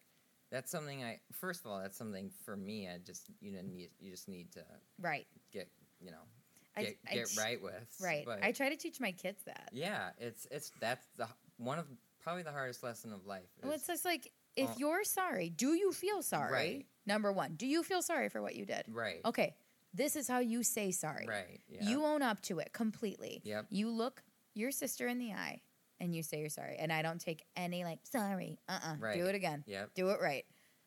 B: that's something I first of all that's something for me I just you know need, you just need to
C: right.
B: get you know
C: I-
B: get,
C: I
B: get
C: t-
B: right with
C: Right.
B: But
C: I try to teach my kids that.
B: yeah, it's it's that's the h- one of probably the hardest lesson of life.
C: Well,
B: is-
C: Oh, it's just like if
B: Uh,
C: you're sorry, do you feel sorry?
B: Right.
C: Number one, do you feel sorry for what you did?
B: right,
C: Okay, this is how you say sorry.
B: right, yeah.
C: Oh, You own up to it completely.
B: Yep.
C: You look your sister in the eye and you say you're sorry. And I don't take any like sorry. Uh uh
B: Right.
C: Do it again.
B: Yep.
C: Do it right.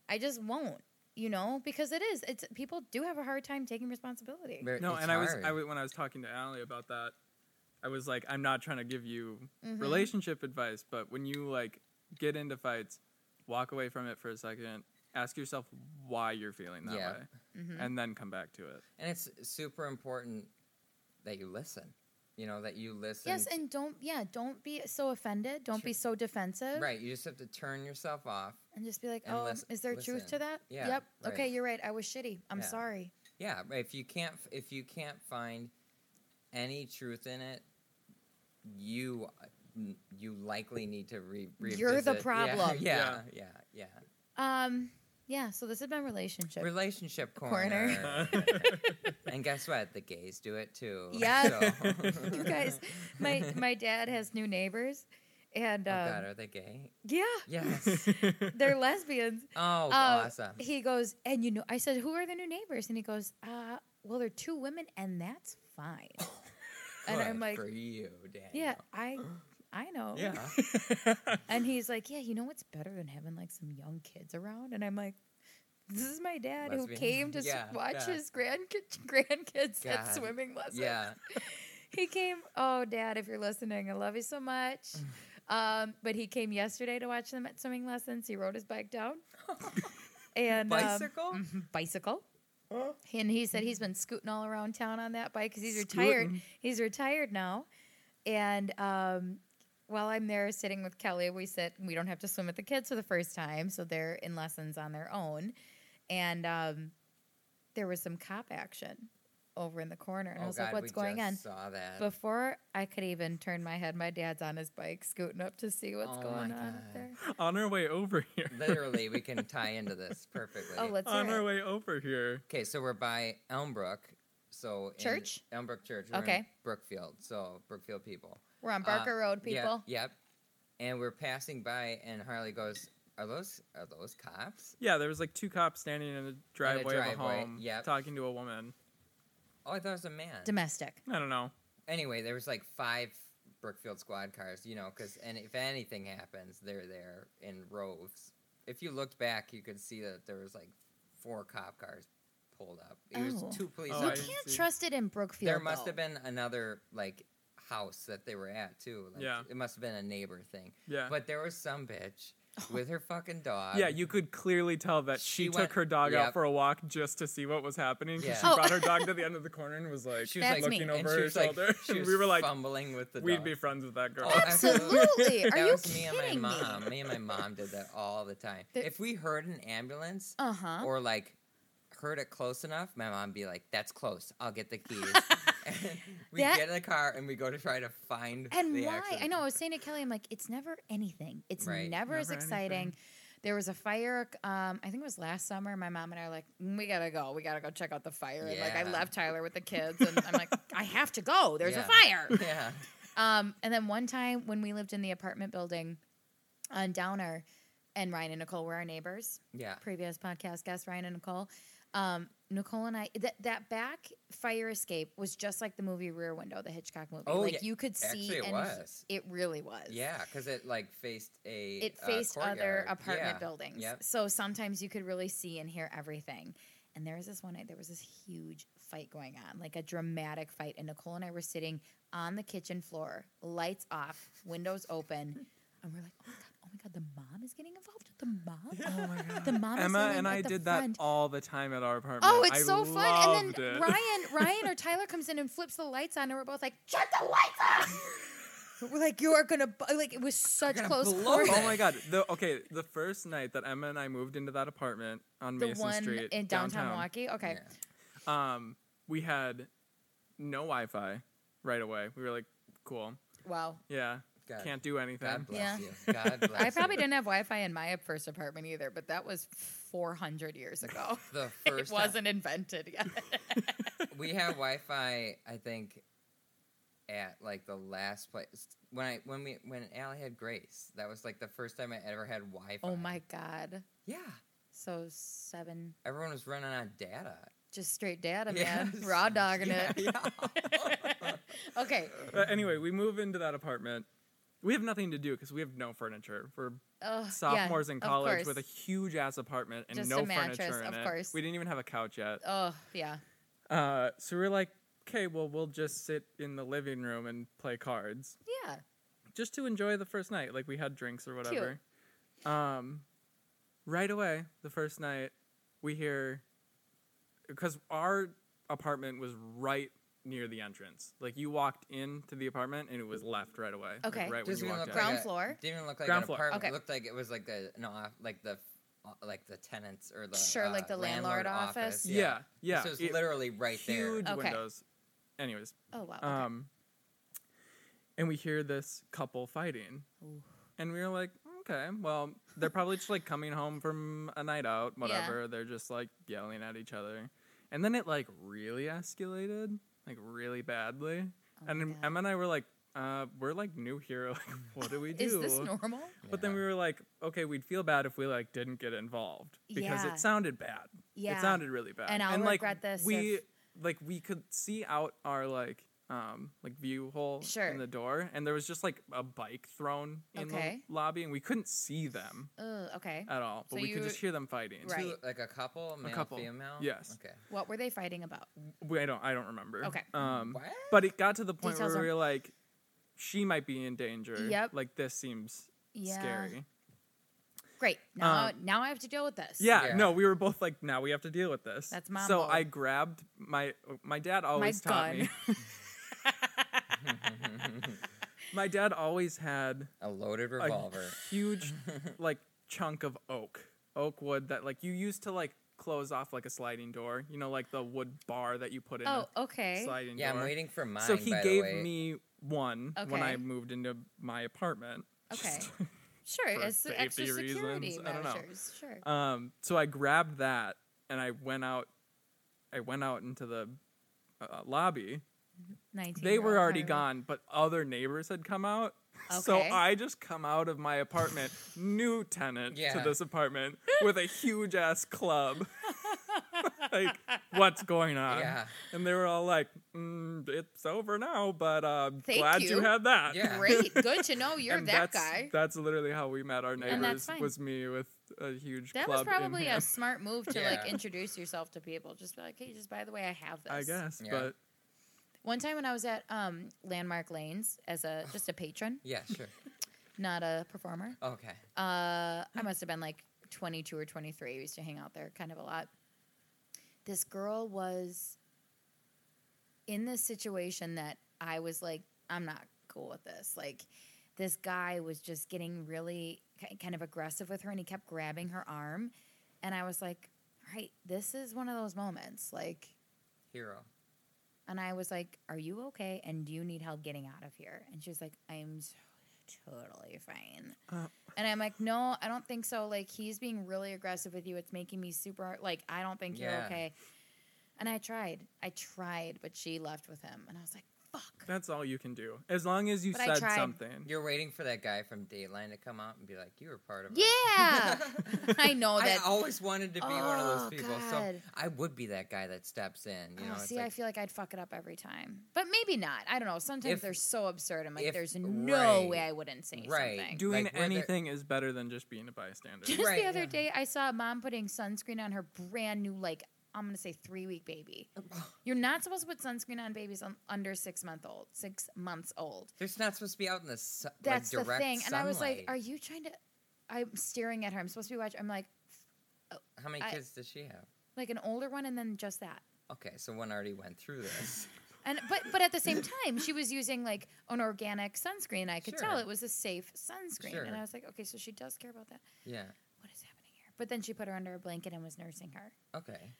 C: I just won't. You know, because it is. It's people do have a hard time taking responsibility.
B: Ver-
D: [laughs]
B: [laughs]
D: No,
B: it's
D: and I was,
B: hard.
D: I was when I was talking to Allie about that, I was like, I'm not trying to give you
C: Mm-hmm.
B: Mm-hmm.
D: relationship advice, but when you like get into fights, walk away from it for a second, ask yourself why you're feeling that
B: Yeah. Mm-hmm.
D: way, and then come back to it.
B: and it's super important that you listen. You know that you listen.
C: Yes,
B: to-
C: and don't yeah, don't be so offended. Don't be so defensive.
B: Right. You just have to turn yourself off.
C: And just be like,
B: And
C: oh,
B: lis-
C: is there truth to
B: listen.
C: that?
B: Yeah,
C: yep.
B: right.
C: Okay, you're right. I was shitty. I'm
B: Yeah.
C: sorry.
B: Yeah. right, If you can't, f- if you can't find any truth in it, you n- you likely need to re- revisit.
C: You're the
B: Yeah, [laughs]
C: problem.
B: Yeah, yeah, yeah.
C: Um, yeah. So this has been relationship.
B: Relationship
C: Corner.
B: corner. [laughs] and guess what? The gays do it too.
C: Yeah.
B: So.
C: [laughs] [laughs] you guys, my my dad has new neighbors, and
B: Oh
C: um,
B: God, are they [laughs] gay?
C: yeah,
B: Yes.
C: they're lesbians.
B: [laughs] Oh,
C: Um,
B: awesome.
C: He goes, and you know, I said, who are the new neighbors? And he goes, uh, well, they're two women, and that's
B: [laughs]
C: fine. and I'm
B: Good
C: like,
B: for you, Daniel.
C: yeah, I, I know.
B: Yeah.
C: And he's like, yeah, you know what's better than having like some young kids around? And I'm like. This is my dad who
B: Lesbian.
C: came to s-
B: [laughs] Yeah,
C: watch
B: yeah.
C: his grandkids [laughs] grandkids at
B: God.
C: swimming lessons.
B: yeah.
C: He came. Oh, Dad, if you're listening, I love you so much.
B: Mm.
C: Um, but he came yesterday to watch them at swimming lessons. He rode his bike
B: [laughs]
C: down. and um,
B: Bicycle?
C: bicycle. And he said he's been scooting all around town on that bike because he's retired.
D: Scootin'.
C: He's retired now. And um, while I'm there sitting with Kelly, we sit. We don't have to swim with the kids for the first time, so they're in lessons on their own. And um, there was some cop action over in the corner, and I
B: oh
C: was
B: God,
C: like, "What's
B: we
C: going
B: just
C: on?"
B: Saw that.
C: Before I could even turn my head, my dad's on his bike scooting up to see what's
B: Oh
C: going on
B: my
C: up
B: God.
C: there.
D: On our way over here.
B: [laughs] Literally, we can tie
C: [laughs]
B: into this perfectly.
C: Oh, let's
D: [laughs] On
C: hear
D: our
C: it.
D: way over here.
B: Okay, so we're by Elmbrook. So in
C: Church?
B: Elmbrook Church. we're in
C: Okay.
B: Brookfield. So Brookfield people.
C: We're on
B: Uh,
C: Barker Road,
B: yeah,
C: people.
B: yep. And we're passing by, and Harley goes, "Are those are those cops?"
D: Yeah, there was like two cops standing in a driveway, of a
B: driveway,
D: home
B: yep.
D: talking to a woman.
B: Oh, I thought it was a man.
C: Domestic.
D: I don't know.
B: anyway, there was like five Brookfield squad cars, you know, because and if anything happens, they're there in rows. If you looked back, you could see that there was like four cop cars pulled up. It
C: Oh.
B: was two police.
D: Oh,
C: you
D: I
B: officers.
D: didn't
C: can't
D: see-
C: trust it in Brookfield.
B: there must
C: though.
B: have been another like house that they were at too. Like,
D: Yeah.
B: it must have been a neighbor thing.
D: Yeah.
B: but there was some
C: [laughs]
B: bitch with her fucking dog.
D: yeah, you could clearly tell that she,
B: she
D: took
B: went-
D: her dog out
B: yep.
D: for a walk just to see what was happening. 'cause
B: Yeah.
D: She
C: Oh.
D: brought
B: [laughs]
D: her dog to the end of the corner and was like
B: She was
C: That's
B: like
C: me.
D: looking
B: and
D: over
B: she
D: her
B: was like,
D: shoulder. [laughs]
B: she was
D: we were like,
B: fumbling with the
D: we'd
B: dog.
D: be friends with that girl.
B: Oh,
C: Absolutely. Are
B: that
C: you
B: was me
C: kidding
B: and my
C: me?
B: mom. Me and my mom did that all the time.
C: The-
B: if we heard an ambulance
C: Uh huh.
B: or like heard it close enough, my mom be like, "That's close. I'll get
C: [laughs]
B: the keys." [laughs] we
C: That-
B: get in the car and we go to try to find
C: And
B: the
C: why?
B: accident.
C: I know. I was saying to Kelly, I'm like, it's never anything. It's
B: Right.
C: never, as
D: Never
C: exciting.
D: anything.
C: There was a fire. Um, I think it was last summer. My mom and I were like, "Mm, we gotta go. We gotta go check out the fire. And like, I
B: Yeah.
C: left Tyler with the kids, and I'm
B: [laughs]
C: like, I have to go. There's a
B: Yeah.
C: fire.
B: Yeah.
C: Um, and then one time when we lived in the apartment building on Downer, and Ryan and Nicole were our neighbors.
B: Yeah.
C: Previous podcast guests, Ryan and Nicole. Um, Nicole and I, that that back fire escape was just like the movie Rear Window, the Hitchcock movie.
B: Oh,
C: like
B: yeah.
C: you could see,
B: Actually, it
C: and
B: was.
C: it really was.
B: Yeah, because it like faced a
C: it
B: uh,
C: faced other
B: courtyard.
C: apartment
B: Yeah.
C: buildings.
B: Yep.
C: So sometimes you could really see and hear everything. And there was this one night, there was this huge fight going on, like a dramatic fight. And Nicole and I were sitting on the kitchen floor, lights off, windows
B: [laughs]
C: open. And we're like, oh my God, oh my God, the mom is getting involved. The mom? Oh my God. The mom is
D: Emma
C: yelling
D: and
C: at
D: I
C: the
D: did
C: friend.
D: that all the time at our apartment.
C: Oh, it's
D: I
C: so fun! And then
D: loved it.
C: Ryan, Ryan or Tyler comes in and flips the lights on, and we're both like, "Shut the lights
D: [laughs]
C: on!" we're like, "You are gonna bu-" like." It was such
B: gonna
C: close.
B: blow
C: quarters.
D: [laughs] Oh my god! The, okay, the first night that Emma and I moved into that apartment on
C: the
D: Mason
C: one
D: Street
C: in downtown, Milwaukee. Okay,
B: Yeah.
D: um, we had no Wi-Fi right away. We were like, cool,
C: wow.
D: [laughs] yeah,
B: God-
D: can't do anything.
B: God bless
C: Yeah.
B: you. God
C: [laughs]
B: bless
C: I probably
B: you.
C: didn't have Wi-Fi in my first apartment either, but that was 400 years
D: [laughs]
C: ago. [laughs]
B: The first
C: it
B: time-
C: wasn't invented yet. [laughs]
B: we had Wi-Fi. I think at like the last place when I when we when Allie had Grace. That was like the first time I ever had Wi-Fi.
C: oh my god!
B: Yeah,
C: So seven,
B: everyone was running on data.
C: just straight
D: [laughs]
C: data, man,
B: Yes.
C: [laughs] raw dogging
B: Yeah,
C: it.
B: yeah.
C: Okay.
D: But anyway, we move into that apartment. We have nothing to do because we have no furniture. We're
C: Ugh, yeah,
D: sophomores in
C: of
D: college with a
C: course.
D: huge ass apartment and
C: Just
D: no
C: a mattress,
D: furniture in
C: of
D: it.
C: course.
D: We didn't even have a couch yet.
C: Oh yeah.
D: Uh, so we were like, okay, well, we'll just sit in the living room and play cards
C: Yeah.
D: just to enjoy the first night. Like we had drinks or whatever. Um, right away, the first night, we hear because our apartment was right near the entrance. Like you walked into the apartment and it was left right away. like,
C: Okay.
D: right
B: Doesn't
D: when you
B: even look
D: walked in.
C: Ground
B: a-
C: floor?
B: Didn't even look like
D: Ground
B: an
D: floor.
B: apartment.
C: Okay.
B: Looked like it was like the no, off- like the uh, like the tenants or the
C: Sure,
B: uh,
C: like the landlord office.
D: yeah, yeah.
B: So it's
D: it-
B: literally right
D: huge
C: Okay.
D: windows. Anyways,
C: Oh wow. Okay.
D: um, and we hear this couple fighting. And we were like, okay, well, they're probably just like coming home from a night out, whatever. They're just like yelling at each other. And then it like really escalated, like really badly.
C: Oh my
D: and
C: God.
D: Emma and I were like, uh, we're like new here. [laughs] Like, what do we do?
C: Is this normal?
D: But then
B: Yeah.
D: we were like, okay, we'd feel bad if we like didn't get involved because
C: Yeah.
D: it sounded bad.
C: Yeah.
D: It sounded really bad.
C: And I'll
D: like,
C: regret this
D: We
C: if-
D: like we could see out our like um like view hole
C: Sure.
D: in the door and there was just like a bike thrown in
C: Okay.
D: the lobby and we couldn't see them
C: Ugh, okay.
D: at all, but
C: So
D: we could
C: you-
D: just hear them fighting.
C: Right.
B: Two, like a couple, male,
D: couple,
B: female.
D: yes.
B: Okay.
C: What were they fighting about?
D: We, I don't I don't remember.
C: Okay.
D: Um
B: What?
D: but it got to the point
C: Details
D: where we
C: are-
D: were like she might be in danger.
C: Yep.
D: Like this seems
C: Yeah.
D: scary. Um,
C: Great. Now, now I have to deal with this.
D: Yeah,
B: Yeah.
D: no, we were both like, now we have to deal with this.
C: That's mom
D: So
C: mode.
D: I grabbed my my dad always
C: gun.
D: taught me. [laughs] my dad always had
B: A loaded
D: a
B: revolver. [laughs]
D: huge like chunk of oak, oak wood that like you used to like close off like a sliding door. You know, like the wood bar that you put in
C: Oh,
D: a
C: okay.
D: sliding
B: yeah,
D: door.
B: I'm waiting for mine.
D: so he
B: by the
D: gave
B: way.
D: me one when I
C: Okay.
D: moved into my apartment.
C: Okay. Sure.
D: [laughs] For
C: As the extra
D: safety
C: security
D: reasons, I don't know.
C: measures. Sure.
D: Um, so I grabbed that and I went out. I went out into the uh, lobby.
C: 19
D: They were
C: year-old
D: already
C: Harvey.
D: gone, but other neighbors had come out. So
C: Okay.
D: I just come out of my apartment, new tenant to
B: Yeah.
D: this apartment, with a huge ass club. [laughs] like, what's going on?
B: Yeah.
D: And they were all like, mm, "It's over now," but uh,
C: Thank
D: glad you.
C: you.
D: had that.
C: [laughs]
B: Yeah.
D: [laughs]
C: Great. Good to know you're
D: And
C: that
D: that's,
C: guy.
D: That's literally how we met our
C: And that's
D: neighbors.
C: fine.
D: Was me with a huge
C: That was
D: club. in
C: probably a
D: hand.
C: smart move to
B: Yeah.
C: like introduce yourself to people. Just be like, hey, just by the way, I have this.
D: I guess,
B: Yeah.
D: but
C: One time when I was at um, Landmark Lanes as a just a patron,
B: Yeah, sure.
C: not a performer.
B: Okay.
C: Uh, I must have been like 22 or 23. We used to hang out there kind of a lot. This girl was in this situation that I was like, I'm not cool with this. Like, this guy was just getting really ki- kind of aggressive with her and he kept grabbing her arm. And I was like, all right, this is one of those moments. Like,
B: Hero.
C: and I was like, Are you okay? And do you need help getting out of here? And she was like, I'm so- totally fine.
D: Uh.
C: and I'm like, No, I don't think so. Like, he's being really aggressive with you. It's making me super, like, I don't think you're
B: Yeah.
C: okay. And I tried. I tried, but she left with him. And I was like, Fuck.
D: that's all you can do. As long as you
C: But I
D: said
C: tried.
D: something.
B: You're waiting for that guy from Dateline to come out and be like, "You were part of."
C: [laughs]
B: us."
C: yeah. [laughs] I know
B: I
C: that.
B: always wanted to be one of
C: Oh,
B: those people, so
C: God.
B: I would be that guy that steps in. You
C: oh,
B: know, it's
C: see, I
B: like,
C: feel like I'd fuck it up every time. But maybe not. I don't know. Sometimes
B: If-
C: they're so absurd. I'm like,
B: if-
C: There's no
B: right.
C: way I wouldn't say
B: Right.
C: something.
B: Do-
D: Doing
B: Like, where they're-
D: anything is better than just being a bystander.
C: Just
B: Right,
C: the other
B: yeah.
C: day, I saw a mom putting sunscreen on her brand new, like, I'm going to say three week
B: [sighs]
C: baby. You're not supposed to put sunscreen on babies un- under six month old, six months old.
B: they're not supposed to be out in the su- like,
C: That's the
B: direct
C: thing. And I was like,
B: sunlight.
C: are you trying to? I'm staring at her. I'm supposed to be watching. I'm like,
B: "How many
C: I-
B: kids does she have?"
C: like an older one and then just that.
B: Okay, so one already went
C: [laughs]
B: through this.
C: And but but at the
B: [laughs]
C: same time, she was using like an organic sunscreen. I could tell
B: Sure.
C: it was a safe sunscreen. And
B: Sure.
C: I was like, okay, so she does care about that.
B: yeah.
C: What is happening here? But then she put her under a blanket and was nursing her.
B: Okay.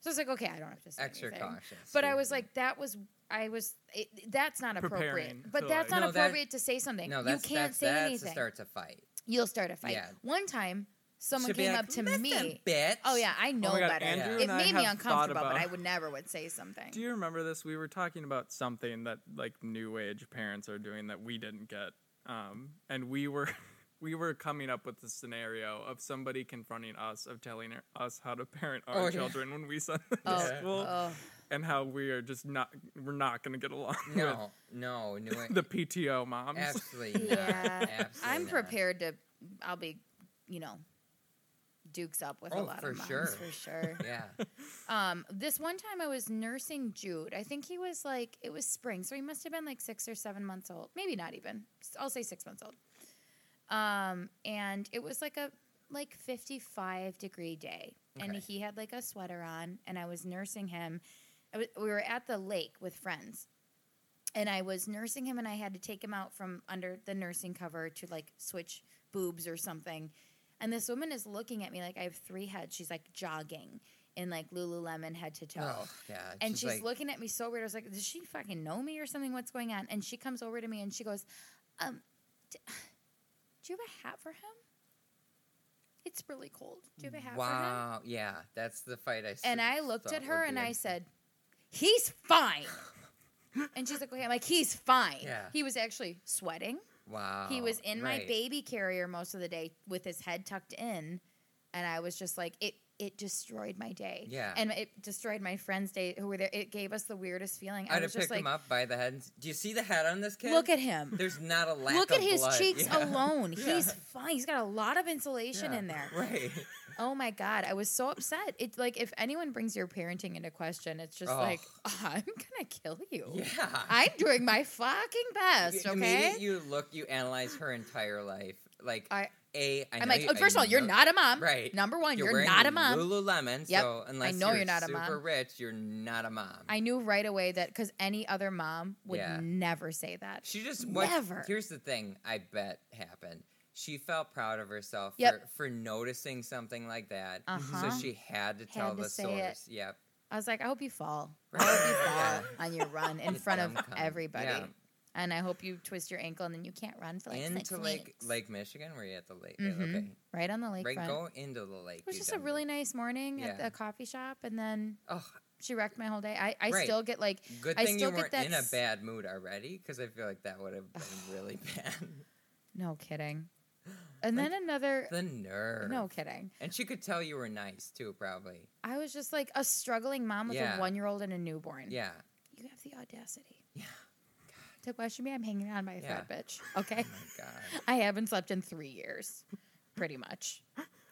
C: So I was like, okay, I don't have to say
B: Extra
C: anything.
B: cautious.
C: But
B: you-
C: I was
B: you-
C: like, that was I was it, that's not appropriate.
D: Preparing
C: But
D: to,
C: that's
D: like-
C: not
B: No, that-
C: appropriate to say something.
B: no, that's
C: you can't
B: that's,
C: say
B: that's
C: anything.
B: to start to fight.
C: You'll start a fight.
B: Yeah.
C: One time, someone
B: Should be
C: came
B: like,
C: up to
B: "Listen,
C: me.
B: bitch.
C: Oh yeah, I know
D: God,
C: better.
D: Andrew
C: It
D: and I
C: made me
D: have thought
C: uncomfortable, but
D: about-
C: I would never would say something.
D: Do you remember this? We were talking about something that like new age parents are doing that we didn't get, um, and we were [laughs] we were coming up with the scenario of somebody confronting us of telling her- us how to parent our
B: Oh, yeah.
D: children when
B: [laughs]
D: we send them to
C: oh,
D: school,
C: oh,
D: and how we are just not we're not going to get along
B: No, no, no.
C: [laughs]
D: with the PTO moms.
B: absolutely not.
C: yeah.
B: [laughs] Absolutely
C: I'm
B: not.
C: prepared to. I'll be, you know, dukes up with a
B: Oh,
C: lot
B: for
C: of moms
B: sure.
C: for sure. [laughs]
B: Yeah.
C: Um, this one time I was nursing Jude. I think he was like, it was spring, so he must have been like six or seven months old. Maybe not even. S- I'll say six months old. Um, and it was like a like 55 degree day, and
B: Okay.
C: he had like a sweater on, and I was nursing him. I wa- we were at the lake with friends, and I was nursing him, and I had to take him out from under the nursing cover to like switch boobs or something. And this woman is looking at me like I have three heads. She's like jogging in like Lululemon head to toe.
B: Oh, God.
C: And she's,
B: like,
C: looking at me so weird. I was like, does she fucking know me or something? What's going on? And she comes over to me and she goes, um, d- [sighs] do you have a hat for him? It's really cold. Do you have a hat for him?
B: Wow. Yeah, that's the fight I.
C: And
B: s-
C: I looked
B: thought
C: at her
B: would
C: and
B: be
C: I
B: a-
C: said, he's fine. and she's like, okay. I'm like, he's fine.
B: Yeah.
C: He was actually sweating.
B: "Wow."
C: He was in my
B: Oh, right.
C: baby carrier most of the day with his head tucked in, and I was just like, it. It destroyed my day.
B: Yeah.
C: and it destroyed my friends' day who were there. It gave us the weirdest feeling. I
B: I'd
C: was just
B: have picked
C: like,
B: him up by the head. and s- Do you see the head on this kid?
C: look at him.
B: There's not a lack.
C: Look at
B: of
C: his
B: blood.
C: cheeks
B: [laughs] Yeah.
C: alone.
B: Yeah.
C: He's fine. He's got a lot of insulation
B: Yeah,
C: in there.
B: Right.
C: Oh my god, I was so upset. It's like if anyone brings your parenting into question, it's just
B: Oh.
C: like [laughs] I'm gonna kill you.
B: Yeah. [laughs]
C: I'm doing my fucking best.
B: You-
C: Okay.
B: immediate you look, you analyze her entire life. Like
C: I-
B: a, I know
C: I'm like,
B: you,
C: oh,
B: I
C: first of all, you're
B: know-
C: not a mom.
B: Right.
C: Number one, you're,
B: wearing
C: not a mom.
B: Lululemon.
C: Yep.
B: So
C: I
B: unless
C: know
B: you're,
C: you're not a
B: super
C: mom.
B: rich, you're not a mom.
C: I knew right away that because any other mom would
B: Yeah.
C: never say that.
B: she just what,
C: Never.
B: Here's the thing. I bet happened. She felt proud of herself
C: Yep.
B: for, for noticing something like that.
C: Uh-huh.
B: So she had to tell
C: to
B: the
C: say
B: source.
C: it.
B: Yep.
C: I was like, I hope you fall. I
B: [laughs] Right.
C: hope you
B: Yeah.
C: fall on your run in
B: You
C: front of
B: dumb cunt.
C: everybody.
B: Yeah.
C: And I hope you twist your ankle and then you can't run for like six
B: into Lake
C: weeks.
B: Lake Michigan, were you at the lake?
C: Mhm.
B: Okay.
C: right on the lake
B: Right,
C: front.
B: go into the lake.
C: it was
B: you
C: just a
B: dumb
C: really
B: bitch.
C: nice morning at
B: Yeah.
C: the coffee shop, and then
B: Oh,
C: she wrecked my whole day. I, I
B: Right.
C: still get like
B: good
C: I
B: thing you
C: still get
B: weren't in a
C: that s-
B: bad mood already, because I feel like that would have been
C: [sighs]
B: really bad. [laughs]
C: no
B: [gasps]
C: kidding. And then another
B: the nerve.
C: no kidding.
B: And she could tell you were nice too, probably.
C: I was just like a struggling mom with
B: Yeah.
C: a one year old and a newborn.
B: Yeah.
C: You have the audacity.
B: Yeah.
C: To question me, I'm hanging on by a
B: Yeah.
C: thread, bitch. Okay.
B: Oh
C: [sighs]
B: my God.
C: I haven't slept in three years, pretty much.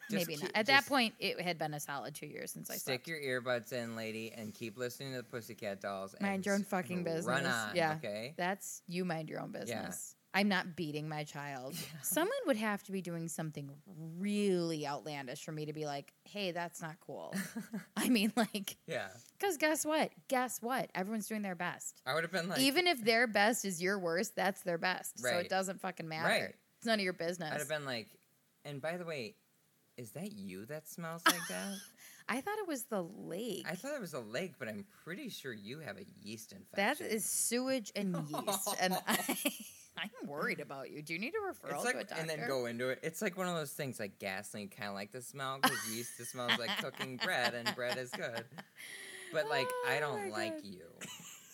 B: Just
C: Maybe
B: keep-
C: not. At that
B: just
C: point, it had been a solid two years since I
B: Stick
C: slept.
B: your earbuds in, lady, and keep listening to the Pussycat Dolls. and
C: mind your own
B: s-
C: fucking business.
B: Run on,
C: yeah.
B: okay?
C: That's you mind your own business. I'm not beating my child. Someone would have to be doing something really outlandish for me to be like, hey, that's not
B: [laughs]
C: cool. I mean, like,
B: Yeah.
C: because guess what? Guess what? Everyone's doing their best.
B: I would have been like,
C: Even if their best is your worst, that's their best. So it
B: Right.
C: doesn't fucking matter.
B: Right.
C: It's none of your
B: I'd
C: business.
B: have been like, and by the way, is that you that smells
C: [laughs]
B: like that?
C: I thought it was the lake.
B: I thought it was a lake, but I'm pretty sure you have a yeast
C: That
B: infection.
C: is sewage and
B: [laughs]
C: yeast, and I, [laughs] I'm worried about you. Do you need a referral
B: It's
C: to a
B: like,
C: doctor?
B: and then go into it. It's like one of those things, like gasoline. Kind of like the smell because yeast it smells like cooking bread, and bread is good. But like,
C: [laughs]
B: I
C: Oh
B: don't
C: my
B: like
C: God.
B: you.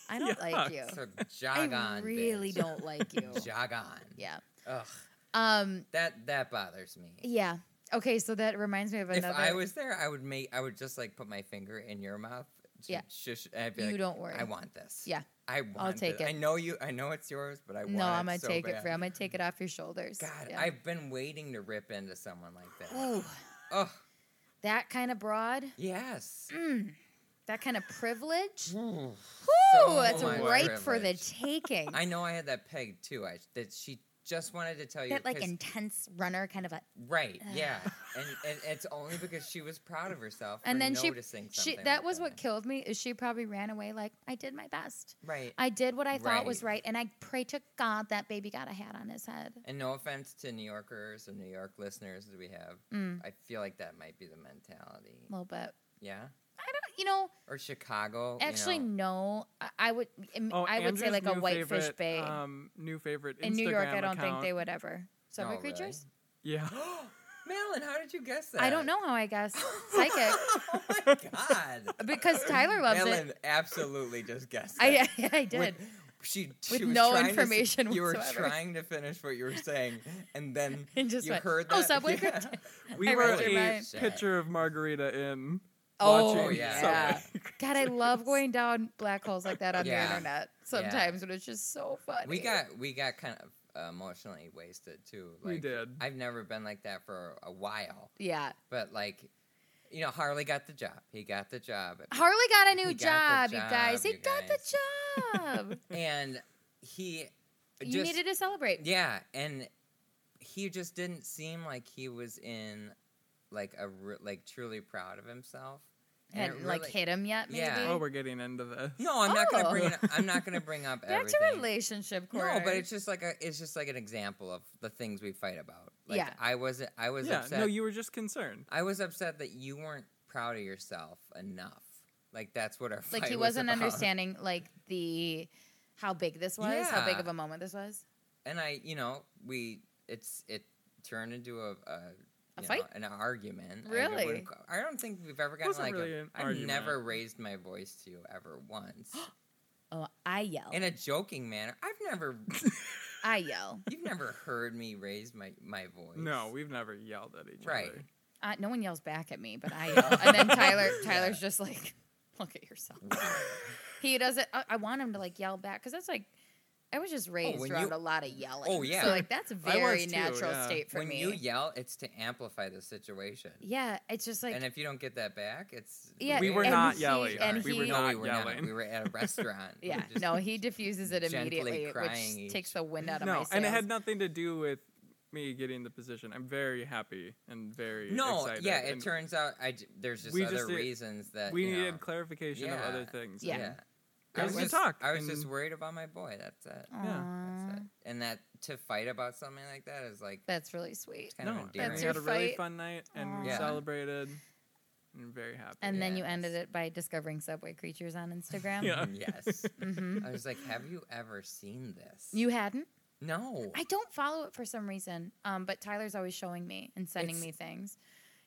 C: I don't like
D: Yuck.
B: [laughs]
C: you.
B: So jog
C: I
B: on.
C: really
B: bitch.
C: don't like
B: [laughs]
C: you.
B: Jog on.
C: yeah.
B: Ugh,
C: Um.
B: that that bothers me.
C: Yeah. Okay. So that reminds me of another.
B: If I was there, I would make. I would just like put my finger in your mouth. sh-
C: Yeah.
B: Shush, and I'd be
C: You
B: like,
C: don't worry.
B: I want this.
C: Yeah.
B: I want.
C: take
B: this. I
C: it.
B: know you. I know it's yours, but I want.
C: no,
B: it
C: I'm gonna
B: so
C: take it.
B: bad.
C: For, I'm gonna take it off your shoulders.
B: God,
C: Yeah.
B: I've been waiting to rip into someone like that.
C: Ooh,
B: Oh,
C: that kind of broad,
B: yes.
C: that kind of privilege. Ooh,
B: Ooh.
C: that's
D: much
C: ripe for the
B: privilege.
C: taking.
B: Oh I know I had that peg too. I that she just wanted to tell you
C: that like
B: 'cause-
C: intense runner kind of a
B: right, yeah, and, and it's only because she was proud of herself for
C: and then she,
B: noticing
C: she
B: something
C: that
B: like
C: was what killed me is she probably ran away like i did my best
B: right.
C: i did what i thought was
B: Right.
C: right and i pray to god that baby got a hat on his head
B: and no offense to New Yorkers or New York listeners that we have,
C: Mm.
B: I feel like that might be the mentality.
C: a little bit i
B: Yeah,
C: don't you know
B: or Chicago. you
C: actually
B: know.
C: no I- i would
D: [laughs] Oh,
C: i would say
D: Andrew's
C: like a
D: new
C: whitefish
D: favorite,
C: bay
D: Um, new favorite
C: in new york i don't think they
D: would.
C: would ever summer
B: Oh, really?
C: creatures [gasps]
D: Yeah. [laughs]
B: Malin, how did you guess that?
C: i don't know how i
B: [laughs]
C: guess psychic
B: oh my
C: [laughs]
B: god.
C: because tyler loves
B: Ellen
C: it
B: absolutly just guessed.
C: I, [laughs]
B: that.
C: I did
B: With- she, she
C: With
B: was
C: no
B: trying to say-
C: information
B: you were
C: whatsoever.
B: trying to finish what you were saying, and then
C: [laughs] And just
B: you
C: went,
B: heard that.
C: "Oh, Subway
B: [laughs] Yeah.
C: Crypt."
D: We
C: I
D: were
C: wrote your
D: a
C: mind.
D: picture of Margarita in.
C: Oh,
D: watching
B: yeah.
D: Subway.
C: God, I love going down black holes like that on
B: Yeah.
C: the internet sometimes, but it's just so funny.
B: We got we got kind of uh, emotionally wasted too.
D: We
B: Like,
D: did.
B: I've never been like that for a while,
C: yeah.
B: but like, you know, Harley got the job. He got
C: [laughs]
B: the job,
C: Harley got a new
B: He
C: job,
B: got the
C: you guys.
B: job,
C: He
B: you
C: got the
B: [laughs]
C: job.
B: and he.
C: you
B: just,
C: needed to celebrate.
B: Yeah, and he just didn't seem like he was in like a re- like truly proud of himself. And
C: Hadn't
B: it
C: like
B: really-
C: hit him yet, maybe.
B: Yeah.
D: Oh, we're getting into this.
B: No, I'm not gonna
C: Oh.
B: bring. It, I'm not gonna
C: [laughs]
B: bring up
C: Back to
B: everything.
C: relationship corner.
B: No, but it's just like a. It's just like an example of the things we fight about. Like
C: Yeah.
B: I wasn't. I was
D: yeah.
B: upset.
D: No, you were just concerned.
B: I was upset that you weren't proud of yourself enough. Like that's what our fight
C: Like he
B: was
C: wasn't
B: about.
C: understanding like the how big this was, how big
B: Yeah.
C: of a moment this was.
B: And I, you know, we it's it turned into a. a
C: A
B: you know,
C: fight?
B: an argument. I
C: Really?
B: wouldn't ca- I, don't think we've ever gotten
D: Wasn't
B: like.
D: really
B: a,
D: an
B: I've
D: argument.
B: never raised my voice to you ever once
C: [gasps] Oh, I yell.
B: in a joking manner. I've
C: [laughs]
B: never.
C: I yell.
B: you've never heard me raise my my voice.
D: No, we've never yelled at each
B: Right.
D: other.
C: Uh, no one yells back at me, but I yell. And
B: [laughs]
C: then Tyler, Tyler's just like, look at yourself. he doesn't. I, I want him to like yell back because that's like, I was just raised
B: Oh, when
C: around
B: you-
C: a lot of yelling.
B: Oh, yeah.
C: So like that's a
D: was
C: very
D: too,
C: natural
D: yeah.
C: state for
B: when
C: me.
B: you yell, it's to amplify the situation.
C: yeah, it's just like
B: and if you don't get that back, it's
C: Yeah,
D: We were
C: and
D: not
C: he-
D: yelling.
C: and
D: we were
C: he-
B: no,
D: not
B: we were
D: yelling.
B: not. We were at a restaurant.
C: [laughs]
B: We
C: yeah,
B: just-
C: no, he diffuses it
B: gently
C: immediately,
B: crying
C: which
B: each-
C: takes the wind out of my
D: no,
C: sails.
D: and it had nothing to do with me getting the position. I'm very happy and very
B: No,
D: excited
B: yeah. It
D: and
B: turns out I j- there's just
D: We
B: other
D: just did-
B: reasons that
D: we
B: you
D: needed
B: know,
D: clarification of
B: Yeah.
D: other things.
C: Yeah.
B: I was
D: We
B: just,
D: talk
B: I was just
D: and-
B: worried about my boy. That's it.
C: Aw,
B: That's it. And that to fight about something like that is like
C: that's really sweet.
B: kind of
D: no,
B: endearing.
C: That's
D: we
C: your
D: had a really
C: fight.
D: fun night and we
B: Aw. Yeah.
D: celebrated. And I'm very happy.
C: And then you
B: Yes.
C: ended it by discovering subway creatures on Instagram.
D: Yeah.
B: [laughs]
D: [laughs]
B: yes,
C: hmm
B: I was like, have you ever seen this?
C: You hadn't.
B: no.
C: I don't follow it for some reason. Um, but Tyler's always showing me and sending
B: It's-
C: me things.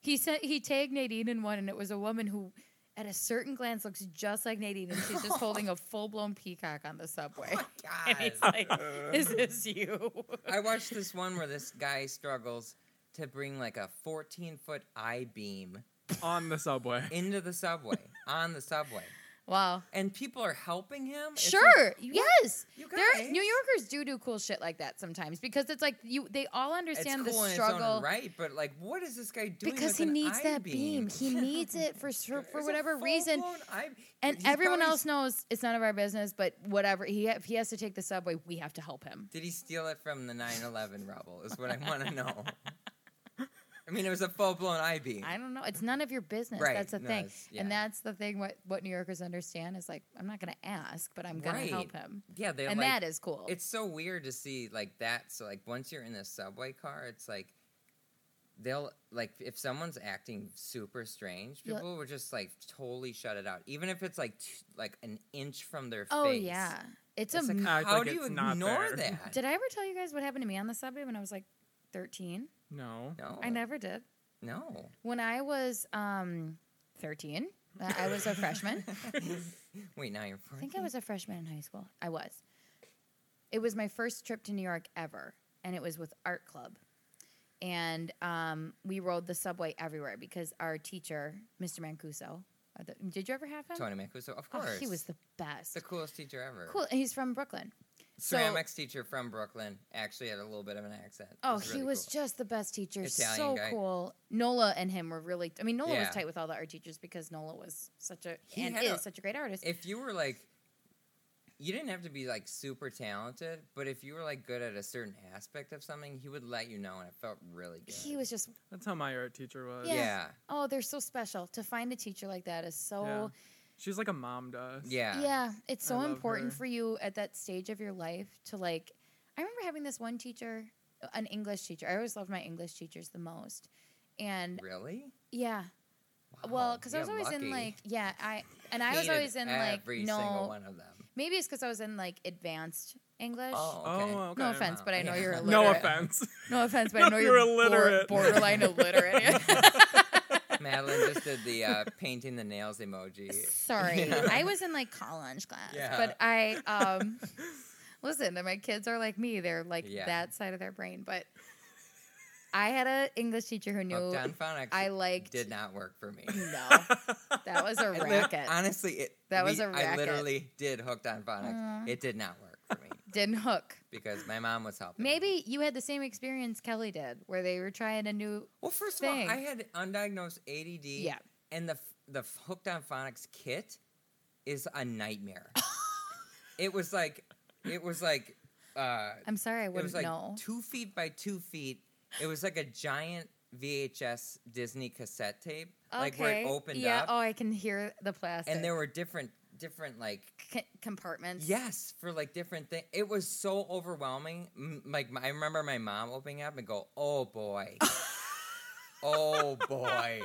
C: He sent he tagged Nadine in one, and it was a woman who, at a certain glance, looks just like Nadine, and she's just holding
B: [laughs]
C: a full blown peacock on the subway.
B: Oh my
C: And [laughs] he's
B: God.
C: like, "Is this you?"
B: I watched this one where this guy struggles to bring like a 14 foot I beam
D: on the subway.
B: [laughs] into
C: [laughs]
B: the subway on the subway,
C: wow.
B: and people are helping him. [laughs] It's like,
C: Sure. yes.
B: you
C: There,
B: guys,
C: New Yorkers do do cool shit like that sometimes because it's like you they all
B: it's
C: understand
B: cool
C: the
B: in its own
C: struggle
B: right? But like, what is this guy doing?
C: because
B: with
C: he
B: an
C: needs that
B: I-beam?
C: beam. He needs it
B: [laughs]
C: for for
B: There's
C: for
B: a
C: whatever reason.
B: full-blown I-
C: And
B: He's
C: everyone
B: probably-
C: else knows it's none of our business, but whatever. He, if he has to take the subway, we have to help him.
B: Did he steal it from the 9/11 rebel? Is what I want to know. I mean, it was a full blown I beam.
C: I don't know. It's none of your business.
B: Right.
C: That's the
B: No,
C: thing.
B: it's-
C: And
B: yeah.
C: that's the thing what, what New Yorkers understand is like, I'm not going to ask, but I'm going
B: Right.
C: to help him.
B: Yeah, they
C: And
B: like,
C: that is cool.
B: it's so weird to see like that. So like once you're in the subway car, it's like they'll like if someone's acting super strange,
C: You'll-
B: people will just like totally shut it out, even if it's like t- like an inch from their
C: oh,
B: face.
C: yeah. It's,
B: it's
C: a.
B: like
C: m-
D: Act
B: how
D: like
B: do you
D: it's not
B: ignore
D: there.
C: [laughs]
B: that?
C: did I ever tell you guys what happened to me on the subway when I was like 13?
D: No.
B: no,
C: I never did. [laughs]
B: No, [laughs]
C: When I was um, 13, uh, I was a freshman.
B: wait, now you're.
C: I think I was a freshman in high school. I was. It was my first trip to New York ever, and it was with art club. And um, we rode the subway everywhere because our teacher, Mr. Mancuso, uh, the- did you ever have him?
B: Tony Mancuso, of
C: Oh,
B: course.
C: he was the best.
B: the coolest teacher ever.
C: cool. and He's from Brooklyn. So-
B: ceramics teacher from Brooklyn. Actually, had a little bit of an accent. It
C: Oh, he
B: really
C: was
B: cool.
C: just the best teacher.
B: Italian
C: so
B: guy.
C: cool. Nola and him were really. I mean, Nola was
B: Yeah.
C: tight with all the art teachers because Nola was such a
B: He
C: and
B: had
C: is
B: a-
C: such a great artist.
B: if you were like you didn't have to be like super talented but if you were like good at a certain aspect of something he would let you know and it felt really good
C: he was just
D: That's how my art teacher was.
B: yeah
C: Yeah.
B: yeah,
C: oh, they're so special. To find a teacher like that is so.
D: Yeah. She's like a mom to us.
C: Yeah, it's
D: I
C: so
D: love
C: important
D: her.
C: for you at that stage of your life to like. I remember having this one teacher, uh, an English teacher. I always loved my English teachers the most, and
B: really
C: yeah,
B: wow.
C: well, because I was
B: you're
C: always in
B: lucky.
C: like yeah, I and I was
B: Hated
C: always in like
B: every single
C: no,
B: one of them
C: maybe it's because I was in like advanced English.
B: oh okay,
D: Oh, okay.
C: No offense,
B: Wow.
C: but I know
B: Yeah.
C: you're illiterate.
D: No offense. [laughs]
C: No offense, but I
D: No,
C: know
D: you're
C: you're,
D: illiterate.
C: Bor- borderline illiterate. [laughs]
B: madeline just did the uh, painting the nails emoji
C: Sorry,
B: Yeah.
C: I was in like college class,
B: Yeah.
C: but
B: [laughs]
C: I um, listen. then My kids are like me; they're like
B: Yeah.
C: that side of their brain. But I had an English teacher who knew
B: Uptown phonics
C: I liked.
B: did not work for me
C: [laughs]
B: [laughs]
C: No, that was a
B: I lit-
C: racket.
B: honestly it
C: That was a
B: i
C: racket.
B: literally did hooked on phonics
C: Aw.
B: it did not work
C: [laughs]
B: for me
C: Didn't hook.
B: because my mom was helping me.
C: Maybe you had the same experience Kelly did, where they were trying a new.
B: Well, first
C: thing.
B: of all, I had undiagnosed ADD.
C: Yeah.
B: And the f- the f- hooked on phonics kit is
C: [laughs]
B: a nightmare. it was like it was like uh,
C: I'm sorry, I
B: it
C: wouldn't
B: was like
C: know.
B: two feet by two feet. It was like a giant VHS Disney cassette tape, like where it opened
C: yeah.
B: up,
C: Oh, I can hear the plastic.
B: and there were different different like.
C: c- compartments.
B: Yes, for like different things. It was so overwhelming. M- Like my- I remember
C: [laughs]
B: my mom opening up and go, "Oh boy, oh boy."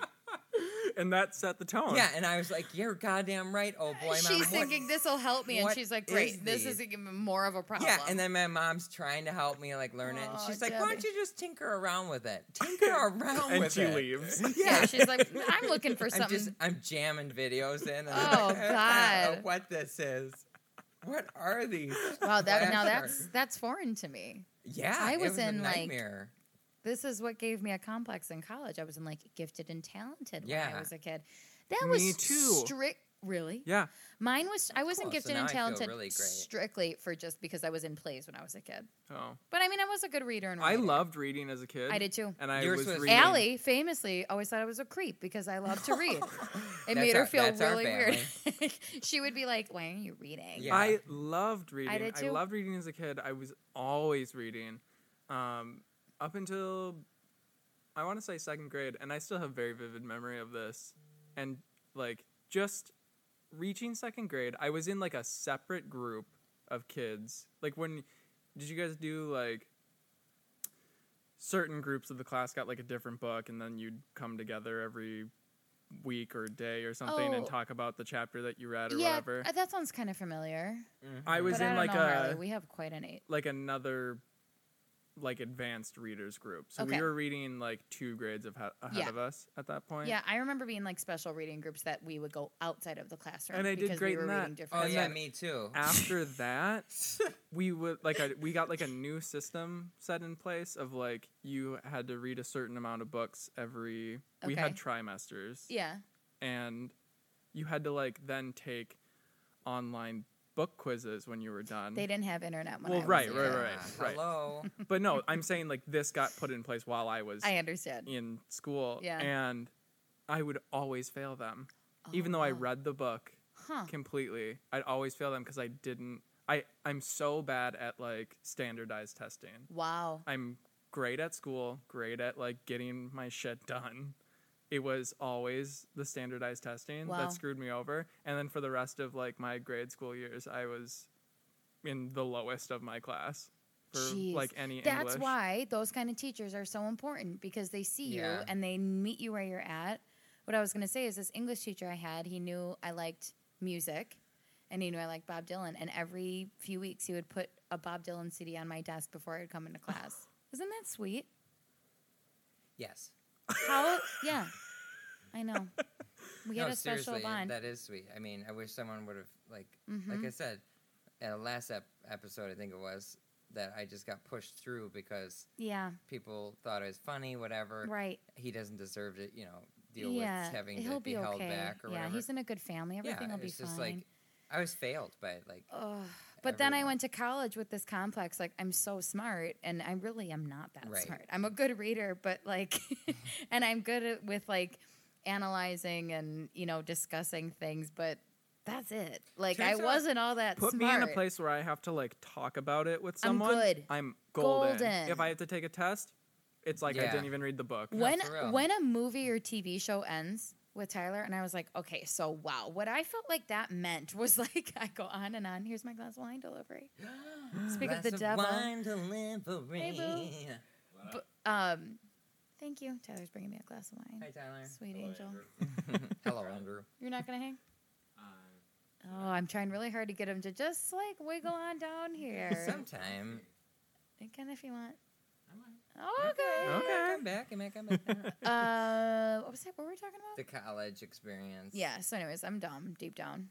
D: and that set the tone.
B: Yeah, and I was like, "You're goddamn right, oh
C: [laughs]
B: boy, mom."
C: she's
B: what-
C: thinking this will help me, and
B: what
C: she's like,
B: is
C: "Great, this
B: the-
C: is even more of a problem."
B: Yeah, and then my mom's trying to help me like learn it, and
C: Aw,
B: she's like, "Why don't
C: Debbie.
B: you just tinker around with it?
C: [laughs]
B: Tinker around
D: and
B: with
D: she
B: it."
D: leaves.
B: [laughs]
C: yeah, she's like, "I'm looking for
B: I'm
C: something."
B: just I'm jamming videos in. And
C: Oh,
B: I'm like, [laughs] I don't know
C: God.
B: what this is? What are these?
C: wow, that
B: Why
C: now
B: are-
C: that's that's foreign to me.
B: yeah.
C: I
B: it
C: was
B: was, a
C: in, like,
B: nightmare.
C: This is what gave me a complex in college. I was in like gifted and talented when I
B: Yeah.
C: was a kid. That
D: Me
C: was
D: too.
C: strict. Really?
D: Yeah.
C: Mine was. I wasn't
B: Cool, so
C: gifted
B: now
C: and
B: I feel
C: talented
B: really great.
C: strictly for just because I was in plays when I was a kid.
D: Oh,
C: But I mean, I was a good reader and
D: I
C: writer.
D: loved reading as a kid.
C: I did too.
D: And I
B: Yours
D: was
B: was-
D: reading.
C: Allie famously always thought I was a creep because I loved
B: [laughs]
C: to read. It made
B: That's
C: her
B: our-
C: feel
B: that's our
C: really weird. [laughs] she would be like, "Why aren't you reading?"
B: Yeah.
D: I loved reading. I,
C: did too.
D: loved reading as a kid. I was always reading, um, up until I want to say second grade, and I still have very vivid memory of this. And like just reaching second grade, I was in like a separate group of kids. Like when did you guys do like certain groups of the class got like a different book, and then you'd come together every week or day or something and
C: Oh.
D: talk about the chapter that you read or
C: Yeah,
D: whatever.
C: uh, that sounds kind of familiar.
D: I was
C: but I
D: in
C: don't
D: like
C: know, Harley.
D: a
C: We have quite an eight.
D: like another like advanced readers group. So we
C: Okay.
D: were reading like two grades of ha- ahead
C: Yeah.
D: of us at that point.
C: Yeah, I remember being like special reading groups that we would go outside of the classroom.
D: And I did
C: because
D: great
C: we were
D: in that.
C: reading different.
B: Oh yeah,
D: then-
B: me too.
C: [laughs]
D: After that, we would like a, we got like a new system set in place of like you had to read a certain amount of books every. We had
C: Okay.
D: trimesters.
C: Yeah.
D: and you had to like then take online book quizzes when you were done.
C: They didn't have internet when
D: Well,
C: I was
D: right,
C: a
D: right,
C: kid.
D: right,
B: Yeah,
D: right.
B: Hello.
D: But no, I'm saying like this got put in place while I was
C: I understand.
D: in school
C: Yeah.
D: and I would always fail them. Even though I read the book
C: Oh. Huh.
D: completely, I'd always fail them because I didn't I I'm so bad at like standardized testing.
C: Wow.
D: I'm great at school, great at like getting my shit done. It was always the standardized testing
C: Wow.
D: that screwed me over. And then for the rest of like my grade school years, I was in the lowest of my class for
C: Jeez.
D: like any
C: That's
D: English.
C: why those kind of teachers are so important because they see you
B: Yeah.
C: and they meet you where you're at. What I was going to say is this English teacher I had, he knew I liked music and he knew I liked Bob Dylan. And every few weeks he would put a Bob Dylan CD on my desk before I'd come into
D: [laughs]
C: class. Isn't that sweet?
B: [laughs] Yes.
C: How? Yeah. I
B: [laughs]
C: know. We
B: no,
C: had a special
B: seriously,
C: bond. Mm-hmm.
B: that is sweet. I mean, I wish someone would have like, like I said, in the last ep- episode, I think it was that I just got pushed through because
C: yeah.
B: people thought I was funny, whatever.
C: Right.
B: He doesn't deserve to, you know, deal
C: Yeah.
B: with having
C: He'll
B: to be,
C: be
B: held
C: okay.
B: back or
C: yeah.
B: whatever.
C: He's in a good family. Everything will be
B: it's
C: fine.
B: just like I was failed by like
C: Ugh. But then I
B: everyone.
C: went to college with this complex. Like, I'm so smart, and I really am not that
B: Right.
C: smart. I'm a good reader, but
B: [laughs]
C: like, [laughs] and I'm good at, with like analyzing and, you know, discussing things, but that's it. Like,
B: Turns
C: I
B: out-
C: wasn't all that
D: Put
C: smart.
D: me in a place where I have to like talk about it with
C: I'm
D: someone.
C: good.
D: I'm golden.
C: Golden.
D: If I have to take a test, it's like I
B: Yeah.
D: didn't even read the book.
C: when
B: for real.
C: when a movie or TV show ends with Tyler, and I was like, okay, so wow, what I felt like that meant was [laughs] like I go on and on. Here's my glass of wine delivery. [gasps] Speak of
B: glass
C: the devil.
B: wine delivery.
C: Hey, boo. Um, thank you. Tyler's bringing me a glass of wine.
B: [laughs] Hi Tyler.
C: Sweet angel.
B: [laughs]
C: [laughs]
B: Hello Andrew.
C: You're not gonna hang. Oh, I'm trying really hard to get him to just like wiggle on down here.
B: Sometime
C: Again, if you want. Okay.
B: I might come back. I might come back.
D: [laughs]
C: Uh, what was that? What were we talking
B: the
C: about?
B: college experience.
C: Yeah. So, anyways, I'm dumb deep
B: [laughs]
C: down.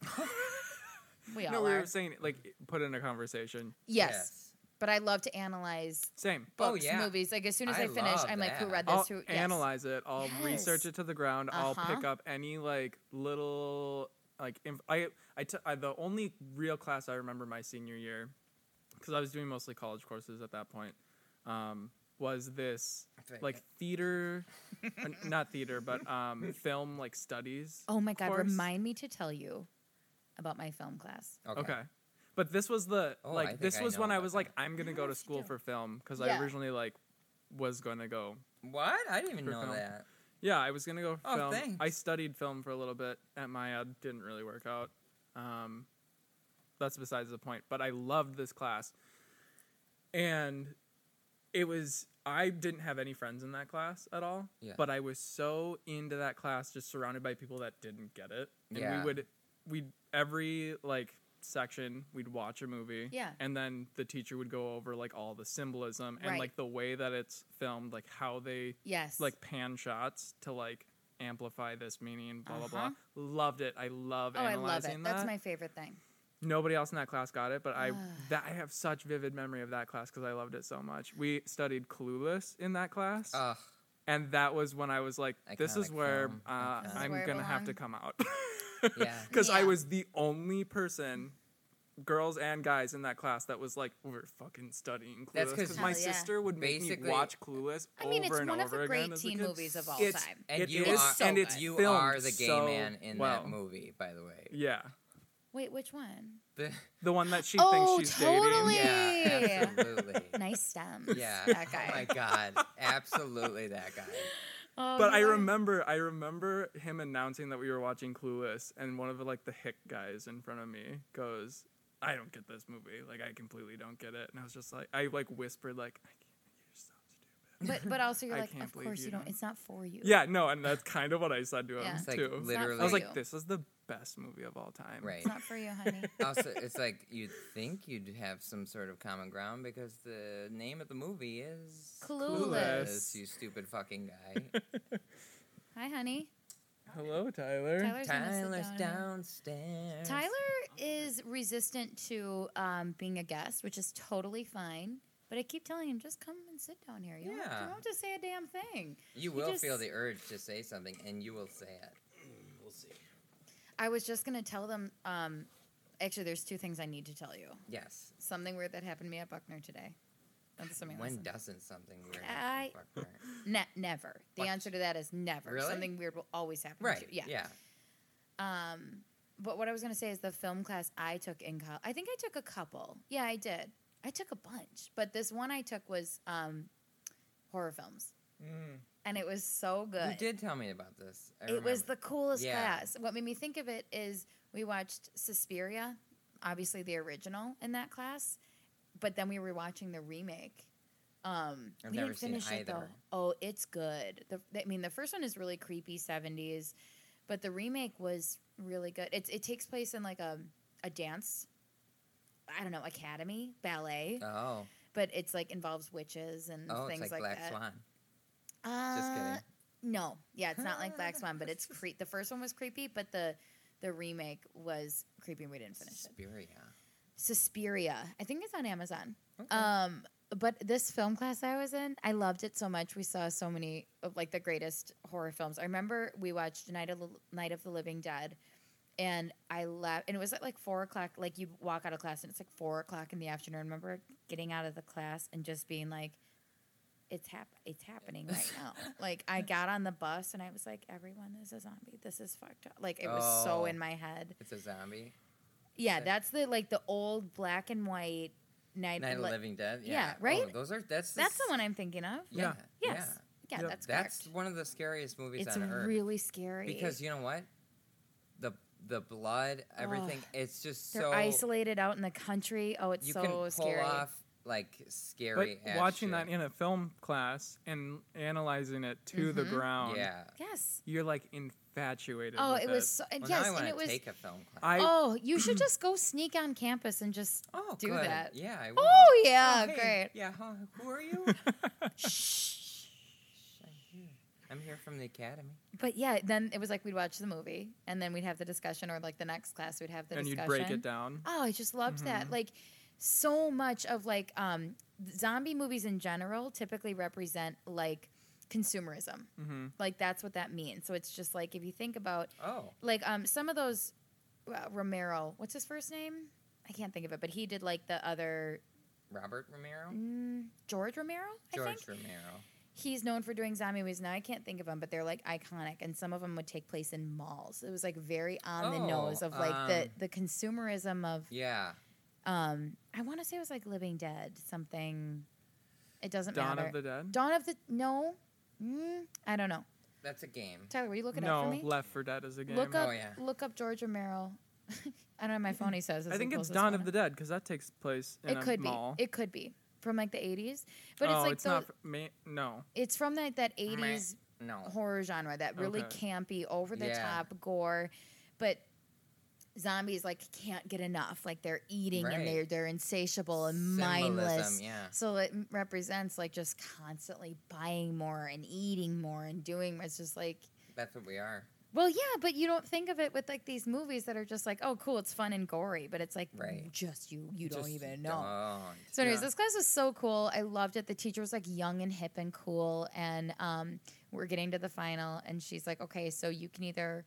C: We all
D: no, we
C: are.
D: were saying like put in a conversation.
C: yes. but I love to analyze
D: Same.
B: Oh,
C: books,
B: yeah.
C: movies. Like as soon as I,
B: I
C: finish,
B: love
C: I'm like, who
B: that.
C: read this?
D: I'll
C: who yes.
D: analyze it. I'll research
C: Yes.
D: it to the ground. I'll pick
C: Uh-huh.
D: up any like little like inf- I I, t- I the only real class I remember my senior year because I was doing mostly college courses at that point um, was this
B: Thank
D: like
B: [laughs]
D: theater uh, not theater but um, film like studies.
C: Oh my god!
D: course.
C: Remind me to tell you about my film class.
B: Okay.
D: Okay. But this was the
B: Oh, I
D: like
B: think
D: this
B: I
D: was
B: know
D: when I
B: about
D: was
B: that.
D: like I'm gonna go to
C: Yes, you
D: school
C: do.
D: for film because I
C: Yeah.
D: originally like was gonna go
B: What? I didn't even
D: For
B: know
D: film. [laughs]
B: that.
D: Yeah, I was gonna go
B: Oh,
D: film. I
B: thanks.
D: studied film for a little bit at my ed. Didn't really work out. Um, that's besides the point. But I loved this class, and it was I didn't have any friends in that class at all.
B: Yeah.
D: But I was so into that class, just surrounded by people that didn't get it. And
B: Yeah.
D: we would we would every like section we'd watch a movie.
C: Yeah.
D: And then the teacher would go over like all the symbolism and
C: Right.
D: like the way that it's filmed, like how they
C: Yes.
D: like pan shots to like amplify this meaning, blah blah
C: Uh-huh.
D: blah. Loved it. I love
C: oh, I love
D: analyzing
C: it.
D: that
C: That's my favorite thing.
D: nobody else in that class got it, but I
C: [sighs] Ah.
D: that I have such vivid memory of that class because I loved it so much. We studied Clueless in that class,
B: Ugh.
D: and that that was when I was like, "This is
B: Uh, Iconic
D: where
B: film.
D: uh,
B: This
C: is
D: I'm
C: where it
D: gonna have to come out," [laughs]
B: Yeah.
D: because I
C: Yeah.
D: was the only person. Girls and guys in that class that was like we're fucking studying Clueless
B: That's 'cause
D: because my
C: Hell yeah.
D: sister would make me
B: Basically-
D: watch Clueless
C: I mean,
D: over
C: it's
D: and
C: one of
D: over
C: the
D: again
C: great
D: as a
C: teen
D: kid.
C: movies of all
D: It's-
C: time.
B: And
D: It
B: you
D: is
B: are
C: so
D: and it's
C: good.
B: you
D: filmed
B: are the gay
D: so
B: man in
D: well.
B: that movie, by the way.
D: Yeah,
C: Wait, which one?
D: [laughs]
C: [laughs]
B: The-
D: the one that she
C: Oh,
D: thinks she's
C: totally.
D: dating.
B: yeah,
C: Wait.
B: absolutely.
C: [laughs] Nice stems.
B: Yeah.
C: That
B: Oh my
C: guy.
B: god. Absolutely that guy.
C: Oh,
D: But
C: you
D: I
C: guys-
D: remember, I remember him announcing that we were watching Clueless, and one of the, like the hick guys in front of me goes, "I don't get this movie. Like, I completely don't get it." And I was just like, I like whispered, like, I can't, "You're so stupid."
C: But but also you're
D: I
C: like,
D: can't
C: of
D: believe
C: course
D: you
C: you don't.
D: don't."
C: It's not for you.
D: Yeah, no,
C: [laughs]
D: and that's kind of what I said to him
C: Yeah. It's
B: It's like
D: too.
C: not
B: literally
D: I was
C: for
D: like,
C: you.
D: "This is the best movie of all time."
B: right.
C: It's not for you, honey.
B: also, it's like you'd think you'd have some sort of common ground because the name of the movie is
C: Clueless.
B: You stupid fucking guy.
C: Hi, honey.
D: Hello, Tyler.
C: Tyler's, gonna
B: Tyler's
C: sit down. and-
B: downstairs.
C: Tyler is resistant to um, being a guest, which is totally fine. But I keep telling him, just come and sit down here. You, don't, have to- you
B: Yeah.
C: don't have to say a damn thing.
B: you will feel
C: just-
B: the urge to say something, and you will say it.
A: We'll see.
C: I was just gonna tell them. Um, actually, there's two things I need to tell you.
B: Yes.
C: Something weird that happened to me at Buckner today. That's something.
B: when
C: listen.
B: doesn't something weird?
C: I-
B: happen,
C: [laughs]
B: Buckner?
C: Ne- never. The
B: What?
C: answer to that is never.
B: Really?
C: Something weird will always happen. To
B: Right.
C: you.
B: Yeah. Yeah.
C: Um, but what I was going to say is the film class I took in college, I think I took a couple. Yeah, I did. I took a bunch, but this one I took was um, horror films, and it was so good.
B: You did tell me about this. I
C: It was
B: remember.
C: the coolest
B: Yeah.
C: class. What made me think of it is we watched Suspiria, obviously the original in that class, but then we were watching the remake. Um,
B: I've
C: we
B: never
C: didn't
B: seen
C: finish it though.
B: either.
C: Oh, it's good. The, I mean, the first one is really creepy '70s, but the remake was really good. It it takes place in like a a dance, I don't know, academy ballet,
B: Oh.
C: but it's like involves witches and
B: Oh, it's
C: things
B: like,
C: like,
B: Black
C: that.
B: Swan.
C: Uh,
B: Just kidding.
C: No, yeah, it's not like
B: [laughs]
C: Black Swan, but it's cre- the first one was creepy, but the the remake was creepy, and we didn't finish it.
B: Suspiria.
C: Suspiria, I think it's on Amazon.
B: Okay.
C: Um, but this film class I was in, I loved it so much. We saw so many of like the greatest horror films. I remember we watched Night of the, Night of the Living Dead, and I left, and it was at like four o'clock. Like you walk out of class, and it's like four o'clock in the afternoon. I remember getting out of the class and just being like, "It's hap- it's happening
B: [laughs]
C: right now." like I got on the bus, and I was like, "Everyone is a zombie. This is fucked up." Like it was so
B: Oh.
C: in my head.
B: It's a zombie.
C: Yeah,
B: Okay.
C: that's the like the old black and white night.
B: Night of the
C: li-
B: Living Dead. Yeah.
C: yeah, right?
B: Oh, those are that's
C: That's the
B: s-
C: one I'm thinking of.
B: Yeah.
C: Yes.
B: Yeah.
C: Yeah,
D: Yep.
C: that's correct.
B: That's one of the scariest movies
C: it's
B: on earth.
C: really scary
B: Because you know what? The the blood, everything. It's just
C: they're
B: so
C: isolated out in the country. Oh, it's
B: you
C: so
B: can pull
C: scary.
B: off like
D: But
B: scary. ass
D: watching that
B: shit.
D: in a film class and analyzing it to the ground,
B: yeah.
C: Yes.
D: you're like infatuated.
C: Mm-hmm. Oh,
D: with
C: it was so,
B: Well,
C: yes,
B: now I
C: and
B: wanna
C: it was.
B: take a film class.
D: I
C: oh, you
B: [clears throat]
C: should just go sneak on campus and just
B: oh,
C: do
B: good.
C: that.
B: Yeah. I will.
C: Oh yeah,
B: hey,
C: great.
B: Yeah. Huh, who
C: [laughs]
B: are you?
D: [laughs]
B: Shh, I'm here. I'm here from the academy.
C: But yeah, then it was like we'd watch the movie and then we'd have the discussion, or like the next class we'd have the
D: and
C: discussion.
D: you'd break it down.
C: Oh, I just loved
B: Mm-hmm.
C: that. Like so much of like um zombie movies in general typically represent like consumerism.
D: Mm-hmm.
C: Like that's what that means. So it's just like if you think about
B: Oh.
C: like um some of those uh, Romero, what's his first name? I can't think of it, but he did like the other
B: Robert Romero.
C: mm, George Romero, I think
B: George Romero.
C: he's known for doing zombie movies. Now I can't think of them, but they're like iconic, and some of them would take place in malls. It was like very on the
B: Oh,
C: nose of like the
B: um,
C: the consumerism of
B: Yeah.
C: um I want to say it was like Living Dead something. It doesn't
D: Dawn
C: matter.
D: of the Dead.
C: Dawn of the no, mm, I don't know.
B: That's a game.
C: Tyler, were you looking up for
D: no,
C: me?
D: Left for Dead is a game.
C: look
B: Oh,
C: up,
B: yeah.
C: look up George Romero. [laughs] I don't know. My phone. He says.
D: I think it's Dawn of the Dead because that takes place in
C: It
D: a
C: could
D: mall.
C: be. It could be. from like the 80s, but
D: oh,
C: it's like
D: it's
C: the,
D: not f- ma- no.
C: it's from like that 80s
B: No.
C: horror genre, that really
D: Okay.
C: campy, over the top gore, but zombies like can't get enough. Like they're eating
B: Right.
C: and they're they're insatiable and mindless.
B: Symbolism, yeah.
C: So it m- represents like just constantly buying more and eating more and doing. It's just like
B: That's what we are.
C: well, yeah, but you don't think of it with like these movies that are just like, oh, cool, it's fun and gory, but it's like
B: Right.
C: just you, you don't
B: Just
C: even know.
B: don't.
C: So, anyways,
D: Yeah.
C: this class was so cool. I loved it. The teacher was like young and hip and cool, and um, we're getting to the final, and she's like, okay, so you can either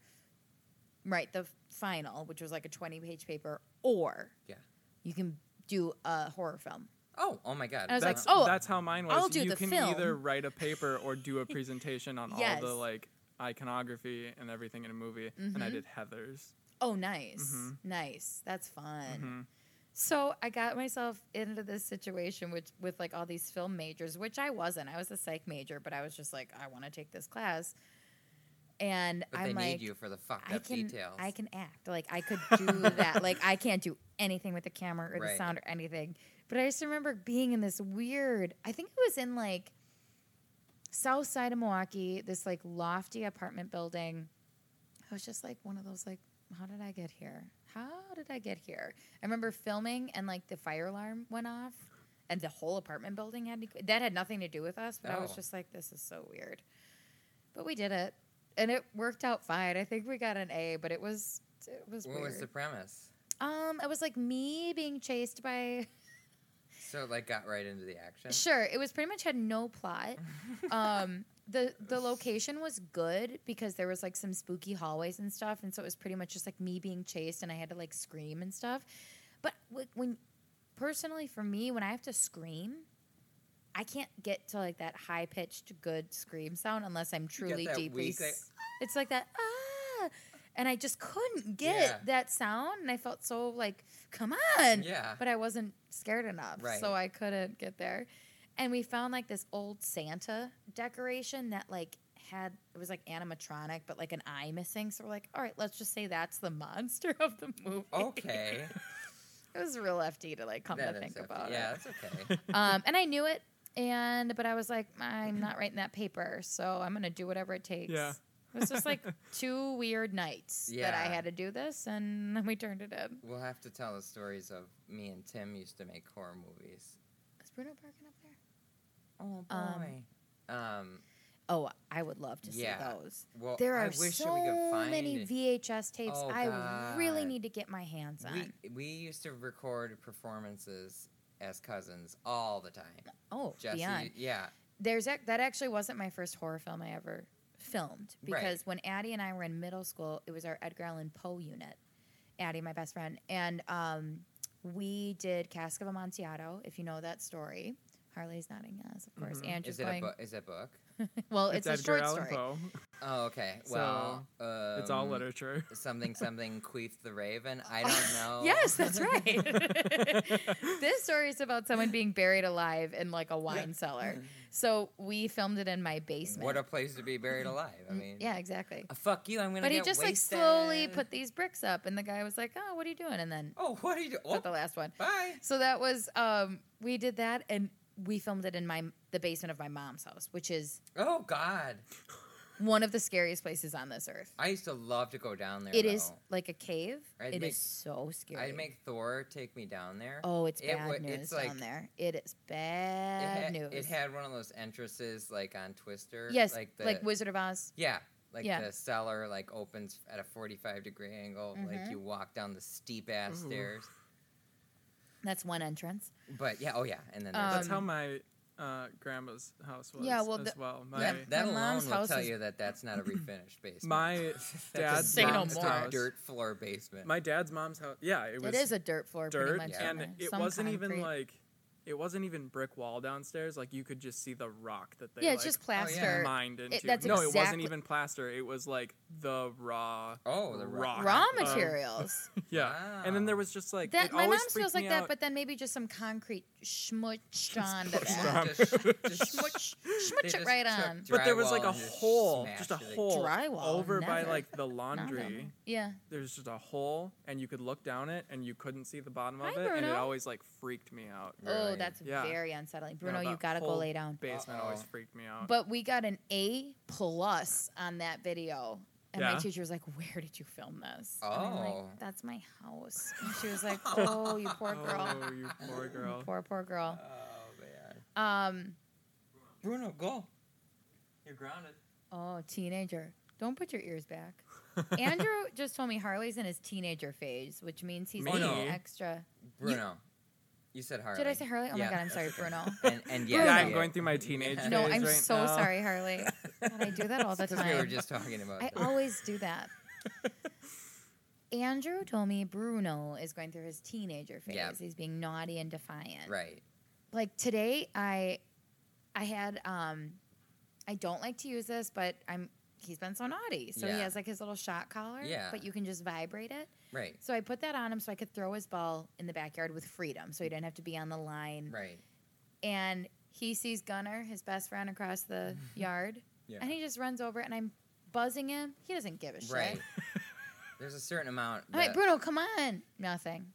C: write the final, which was like a twenty-page paper, or
B: Yeah.
C: you can do a horror film.
B: Oh, oh my God.
C: I was like,
D: That's
C: oh,
D: that's how mine was.
C: I'll do
D: you
C: the
D: can
C: film.
D: either write a paper or
C: [laughs]
D: do a presentation on
C: Yes.
D: all the like iconography and everything in a movie.
C: Mm-hmm.
D: And I did Heather's.
C: Oh, nice,
D: Mhm.
B: Mm-hmm.
C: nice. That's fun.
D: Mhm.
C: So I got myself into this situation which with like all these film majors, which I wasn't. I was a psych major, but I was just like, I want to take this class. And
B: But
C: I'm
B: they
C: like,
B: need you for the fucked
C: I
B: up
C: can
B: details.
C: I can act. Like I could do that. Like I can't do anything with the camera or the
B: Right.
C: sound or anything. But I just remember being in this weird I think it was in like south side of Milwaukee, this like lofty apartment building. I was just like one of those like, how did I get here? How did I get here? I remember filming and like the fire alarm went off and the whole apartment building had to that had nothing to do with us, but I was
B: No.
C: just like, this is so weird. But we did it. And it worked out fine. I think we got an A, but it was it was
B: what
C: weird.
B: was the premise?
C: um, it was like me being chased by
B: So it like got right into the
C: [laughs]
B: action.
C: Sure, it was pretty much had no
B: [laughs]
C: plot. um, the the location was good because there was like some spooky hallways and stuff, and so it was pretty much just like me being chased, and I had to like scream and stuff. But wh- when personally for me, when I have to scream, I can't get to like that high pitched good scream sound unless I'm truly
B: that
C: deeply.
B: weak, like,
C: s- it's like that ah, and I just couldn't get
B: Yeah.
C: that sound, and I felt so like, come on, [laughs]
B: Yeah.
C: but I wasn't scared enough,
B: Right.
C: so I couldn't get there. And we found like this old Santa decoration that like had it was like animatronic, but like an eye missing. So we're like, all right, let's just say that's the monster [laughs] of the movie.
B: Okay.
C: it was real FD to like come
B: That
C: to
B: is
C: think
B: okay.
C: about [laughs]
B: yeah,
C: it.
B: that's okay.
C: Um, and I knew it, and but I was like, I'm not writing that paper, so I'm gonna do whatever it takes.
D: Yeah.
C: It was just like two weird nights that I
B: Yeah.
C: had to do this, and then we turned it in.
B: We'll have to tell the stories of me and Tim used to make horror movies.
C: Is Bruno barking up there?
B: Oh
C: Um,
B: boy. Um,
C: Oh, I would love to
B: Yeah.
C: see those.
B: well,
C: There
B: I
C: are
B: wish
C: so
B: that we could find
C: many VHS tapes
B: Oh,
C: I really
B: God.
C: need to get my hands on.
B: we, we used to record performances as cousins all the time.
C: oh,
B: Jesse,
C: beyond.
B: yeah,
C: There's ac- that actually wasn't my first horror film I ever filmed
B: Right.
C: because when Addie and I were in middle school, it was our Edgar Allan Poe unit. Addie, my best friend, and um, we did Cask of Amontillado. If you know that story, Harley's nodding yes, of course. And
B: Mm-hmm. is
C: she's
B: it a
C: going.
B: book? Is it a book?
C: [laughs] Well, it's, a
D: Edgar
C: short
D: Allan
C: story.
D: Poe. [laughs]
B: Oh, okay. Well, um,
D: It's
C: [laughs]
D: all literature. [laughs]
B: Something something queef the raven. I don't know.
C: Oh, Yes,
B: [laughs]
C: that's right. [laughs] this story is about someone being buried alive in like a wine cellar. So we filmed it in my basement.
B: Mm-hmm. What a place to be buried alive. I mean,
C: Mm, yeah, exactly.
B: Uh, fuck you. I'm gonna.
C: But he
B: get
C: just like
B: wasted.
C: slowly put these bricks up, and the guy was like, "Oh, what are you doing?" And then
B: Oh, what are you doing? Oh,
C: put the last one.
B: bye.
C: So that was um, we did that, and we filmed it in my the basement of my mom's house, which is
B: Oh God,
C: one of the scariest places on this earth.
B: I used to love to go down there.
C: It is
B: though.
C: like a cave. It
B: I'd
C: is
B: make-
C: so scary.
B: I'd make Thor take me down there.
C: oh, it's
B: It
C: bad
B: wa-
C: news
B: it's like-
C: down there. It is
B: it
C: bad
B: had,
C: news.
B: it had one of those entrances like on Twister.
C: Yes, like,
B: like the
C: Wizard of Oz.
B: yeah, like
C: Yeah.
B: the cellar like opens at a forty-five degree angle.
C: Mm-hmm.
B: Like you walk down the steep ass
D: Ooh.
B: stairs.
C: That's one entrance.
B: But yeah, oh yeah, and then
C: Um,
B: there's
D: That's how my uh, grandma's house was
C: Yeah, well,
D: as
C: the-
D: well. My
B: that, that
C: my
B: alone
C: mom's
B: will
C: house
B: tell
C: is-
B: you that that's not a refinished basement. [laughs]
D: my
B: that's
D: dad's
C: Say no
D: mom's
C: more.
D: house.
B: dirt floor basement.
D: My dad's mom's house. Yeah, it was
C: it is a dirt floor, pretty
D: dirt,
C: much.
B: Yeah.
D: and
C: isn't
D: it
C: Some
D: wasn't even
C: concrete.
D: like it wasn't even brick wall downstairs. Like you could just see the rock that they
C: yeah, it's
D: like,
C: just
B: Oh,
C: plaster.
D: mined into.
C: that's
D: no, it wasn't
C: exactly-
D: even plaster. It was like the raw.
B: oh, the rock.
D: rock.
C: Raw
D: Um,
C: materials.
D: Yeah, and then
B: Wow.
D: there was just like
C: that
D: it
C: my mom
D: always
C: feels
D: freaked
C: like
D: me
C: that,
D: out.
C: but then maybe just some concrete schmutched onto
D: [laughs]
C: that.
D: on.
B: Just-
C: [laughs]
B: just-
C: Schmutch,
B: they
C: schmutch it
B: just
C: right
B: took
C: on.
D: But there was
B: drywall
D: like a
B: and just
D: hole,
B: smashed
D: just a
B: it ag-
D: hole
C: Drywall,
D: over by
C: never.
D: like the
C: Not
D: laundry.
C: them. Yeah.
D: There's just a hole, and you could look down it, and you couldn't see the bottom
C: Hi,
D: of it, and it
C: Bruno.
D: always like freaked me out.
B: Really?
C: Oh,
B: tired.
C: that's
D: Yeah.
C: very unsettling. Bruno,
D: No,
C: you
D: that
C: gotta go
D: whole
C: lay down.
D: Basement always
B: Uh-oh.
D: freaked me out.
C: But we got an A plus on that video. And my
D: Yeah?
C: teacher was like, Where did you film this? And I'm like,
B: Oh.
C: That's my house. And she was
D: [laughs]
C: like, Oh, you poor girl.
D: Oh, you
C: [laughs]
D: poor girl.
C: Poor, poor girl.
B: Oh man,
C: Um,
B: Bruno, go. You're grounded.
C: oh, teenager. Don't put your ears
B: [laughs]
C: back. Andrew just told me Harley's in his teenager phase, which means he's
D: Me?
C: eating
B: No.
C: extra.
B: Bruno, you, said Harley.
C: Did I say Harley? Oh
B: Yeah,
C: my God, I'm
B: that's
C: sorry,
B: okay.
C: Bruno.
B: [laughs] And, and yeah,
C: Bruno.
D: yeah, I'm
B: yeah.
D: going through my teenage phase
C: No, I'm
D: right
C: so
D: now.
C: sorry, Harley. God, I do that all
B: [laughs]
C: the
B: That's what we
C: [laughs]
B: were
C: time.
B: just talking about.
C: I
B: that.
C: always do that. Andrew told me Bruno is going through his teenager phase.
B: Yeah.
C: He's being naughty and defiant.
B: [laughs] right.
C: Like today, I, I had um, I don't like to use this, but I'm. He's been so naughty, so he
B: Yeah.
C: has like his little shot collar.
B: Yeah.
C: But you can just vibrate it.
B: Right.
C: So I put that on him so I could throw his ball in the backyard with freedom, so he didn't have to be on the line.
B: Right.
C: And he sees Gunner, his best friend, across
B: [laughs]
C: the yard,
B: Yeah.
C: and he just runs over it, and I'm buzzing him. He doesn't give a shit.
D: [laughs]
B: Right. There's a certain amount.
C: I'm like,
B: that-
C: Bruno, come on. Nothing.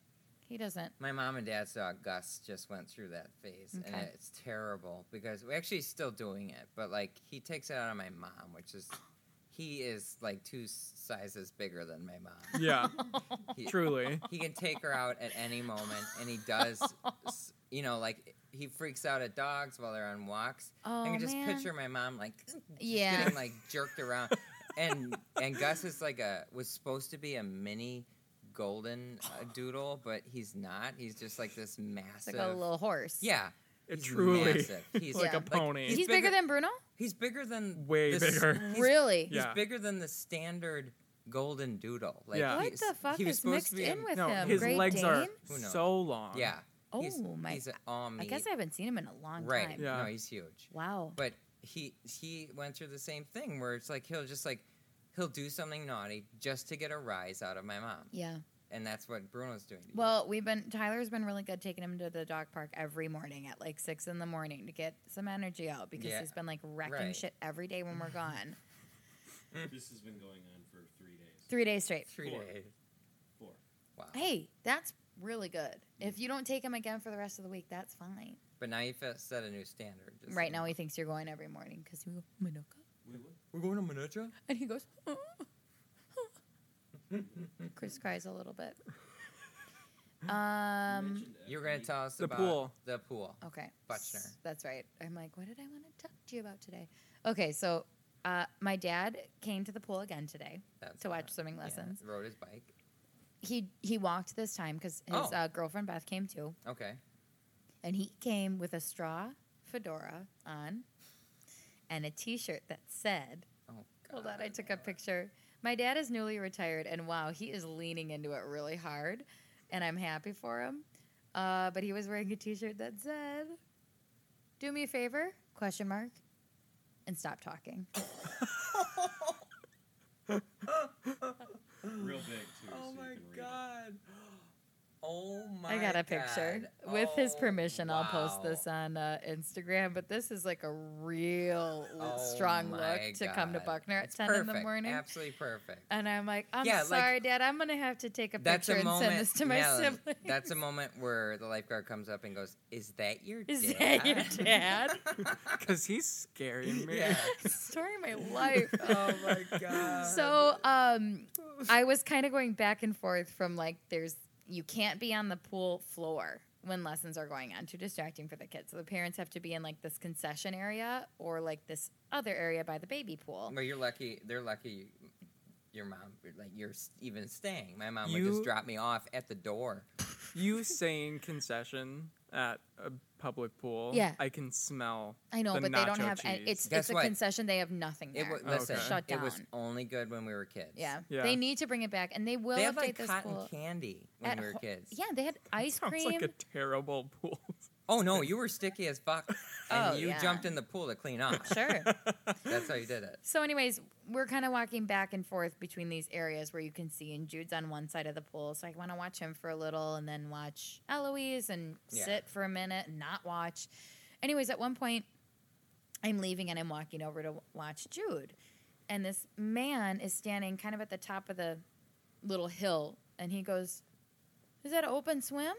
C: He doesn't.
B: My mom and dad's dog Gus just went through that phase, and
C: Okay.
B: it's terrible because we're actually still doing it. But like, he takes it out on my mom, which is he is like two s- sizes bigger than my
C: [laughs]
B: mom.
D: [laughs] Yeah,
B: He,
D: truly.
B: He can take her out at any moment, and he
C: [laughs]
B: does.
C: Oh.
B: s- You know, like he freaks out at dogs while they're on walks.
C: Oh,
B: I can just
C: man.
B: picture my mom like just
C: Yeah.
B: getting like
C: [laughs]
B: jerked around, and and Gus is like a was supposed to be a mini golden uh, doodle, but he's not. He's just like
C: It's
B: this massive.
C: like a little horse.
B: yeah,
D: It
B: he's
D: truly
B: massive. He's
D: like
C: Yeah.
D: a pony.
C: He's,
B: He's
C: bigger,
B: bigger-
C: than Bruno?
B: he's bigger than
D: Way
B: the s-
D: bigger.
B: he's-
C: really?
B: He's
D: Yeah.
B: bigger than the standard golden doodle. Like
D: Yeah.
C: What
B: he's-
C: the fuck
B: he was
C: is
B: supposed
C: mixed
B: to be a-
C: in with
D: no,
C: him?
D: his
C: Great
D: legs
C: Dane?
D: are
B: Who knows?
D: so long.
B: Yeah. he's,
C: Oh, my-
B: He's an all
C: I
B: meat.
C: guess I haven't seen him in a long
B: right.
C: time.
D: Yeah.
B: No, he's huge.
C: Wow.
B: But he he went through the same thing where it's like he'll just like he'll do something naughty just to get a rise out of my mom,
C: yeah.
B: and that's what Bruno's doing. to you.
C: Well, we've been Tyler's been really good taking him to the dog park every morning at like six in the morning to get some energy out because
B: Yeah.
C: he's been like wrecking
B: Right.
C: shit every day when we're gone.
E: This has been going on for three days.
C: Three days straight.
B: three
E: Four.
B: days.
E: Four.
B: Wow.
C: Hey, that's really good. If you don't take him again for the rest of the week, that's fine.
B: But now you fe- set a new standard. Just
C: Right
B: like,
C: now, he thinks you're going every morning because you go, Manuka.
E: We would.
B: we're going to Menucha.
C: And he goes, "Uh,
B: [laughs]
C: Chris cries a little
B: [laughs]
C: bit. Um,
E: mentioned
B: You were going to
E: every-
B: tell us
D: The
B: about
D: pool.
B: the pool.
C: okay.
B: Butchner.
C: S- That's right. I'm like, what did I want to talk to you about today? Okay, so uh, my dad came to the pool again today
B: That's
C: to
B: what-
C: watch swimming
B: yeah,
C: lessons.
B: rode his bike.
C: He he walked this time because his
B: Oh.
C: uh, girlfriend Beth came too.
B: Okay.
C: And he came with a straw fedora on and a t shirt that said,
B: Oh God.
C: Hold on, I took a picture. My dad is newly retired, and wow, he is leaning into it really hard, and I'm happy for him. Uh, but he was wearing a T-shirt that said, "Do me a favor?" Question mark, and stop talking.
B: Oh
E: Real big too.
B: Oh
E: so
B: my
E: you can read it.
B: god. [gasps] Oh my.
C: I got a picture
B: God.
C: with his
B: Oh,
C: permission. I'll post
B: wow.
C: this on uh, Instagram. But this is like a real l-
B: Oh
C: strong look
B: my
C: to come to
B: God.
C: Buckner at
B: It's
C: ten in the
B: perfect.
C: morning.
B: Absolutely perfect.
C: and I'm like, I'm
B: Yeah, like-
C: sorry, Dad. I'm gonna have to take a
B: That's
C: picture
B: a
C: and
B: moment.
C: send this to my
B: Madeline,
C: siblings.
B: That's a moment where the lifeguard comes up and goes, "Is that your
C: Is
B: dad?"
C: that your
D: [laughs]
C: dad? [laughs]
D: Because he's scaring
B: [laughs]
D: me.
B: yeah.
C: story of my
D: [laughs]
C: life.
D: Uh,
B: oh my god.
C: [laughs] So um, I was kind of going back and forth from like, there's you can't be on the pool floor when lessons are going on, too distracting for the kids. So the parents have to be in like this concession area or like this other area by the baby pool.
B: Well, you're lucky. They're lucky. Your mom, like you're s- even staying. My mom would
D: You-
B: just drop me off at the door.
D: [laughs] You saying concession at a public pool.
C: Yeah.
D: I can smell.
C: I know,
D: the
C: but they don't
D: nacho
C: have. Any,
D: cheese.
C: it's
B: Guess
C: it's a
B: what?
C: concession. They have nothing there.
B: It was
D: Oh,
B: listen.
D: okay.
C: Shut
B: It was
C: down.
B: only good when we were kids.
C: yeah.
D: Yeah.
C: they need to bring it back, and they will update
B: they had like
C: this
B: cotton
C: pool.
B: candy when
C: At
B: we were
C: ho-
B: kids.
C: Yeah,
D: [laughs]
C: they had ice
D: Sounds
C: cream.
D: like a terrible
C: [laughs]
D: pool.
B: Oh no, you were sticky as fuck, and
C: Oh,
B: you
C: yeah.
B: jumped in the pool
C: [laughs]
B: to clean off.
D: [laughs]
C: sure.
B: That's how you did it.
C: So, anyways, we're kind of walking back and forth between these areas where you can see, and Jude's on one side of the pool, so I want to watch him for a little, and then watch Eloise and
B: Yeah.
C: sit for a minute and not watch. Anyways, at one point, I'm leaving and I'm walking over to w- watch Jude, and this man is standing kind of at the top of the little hill, and he goes, "Is that an open swim?"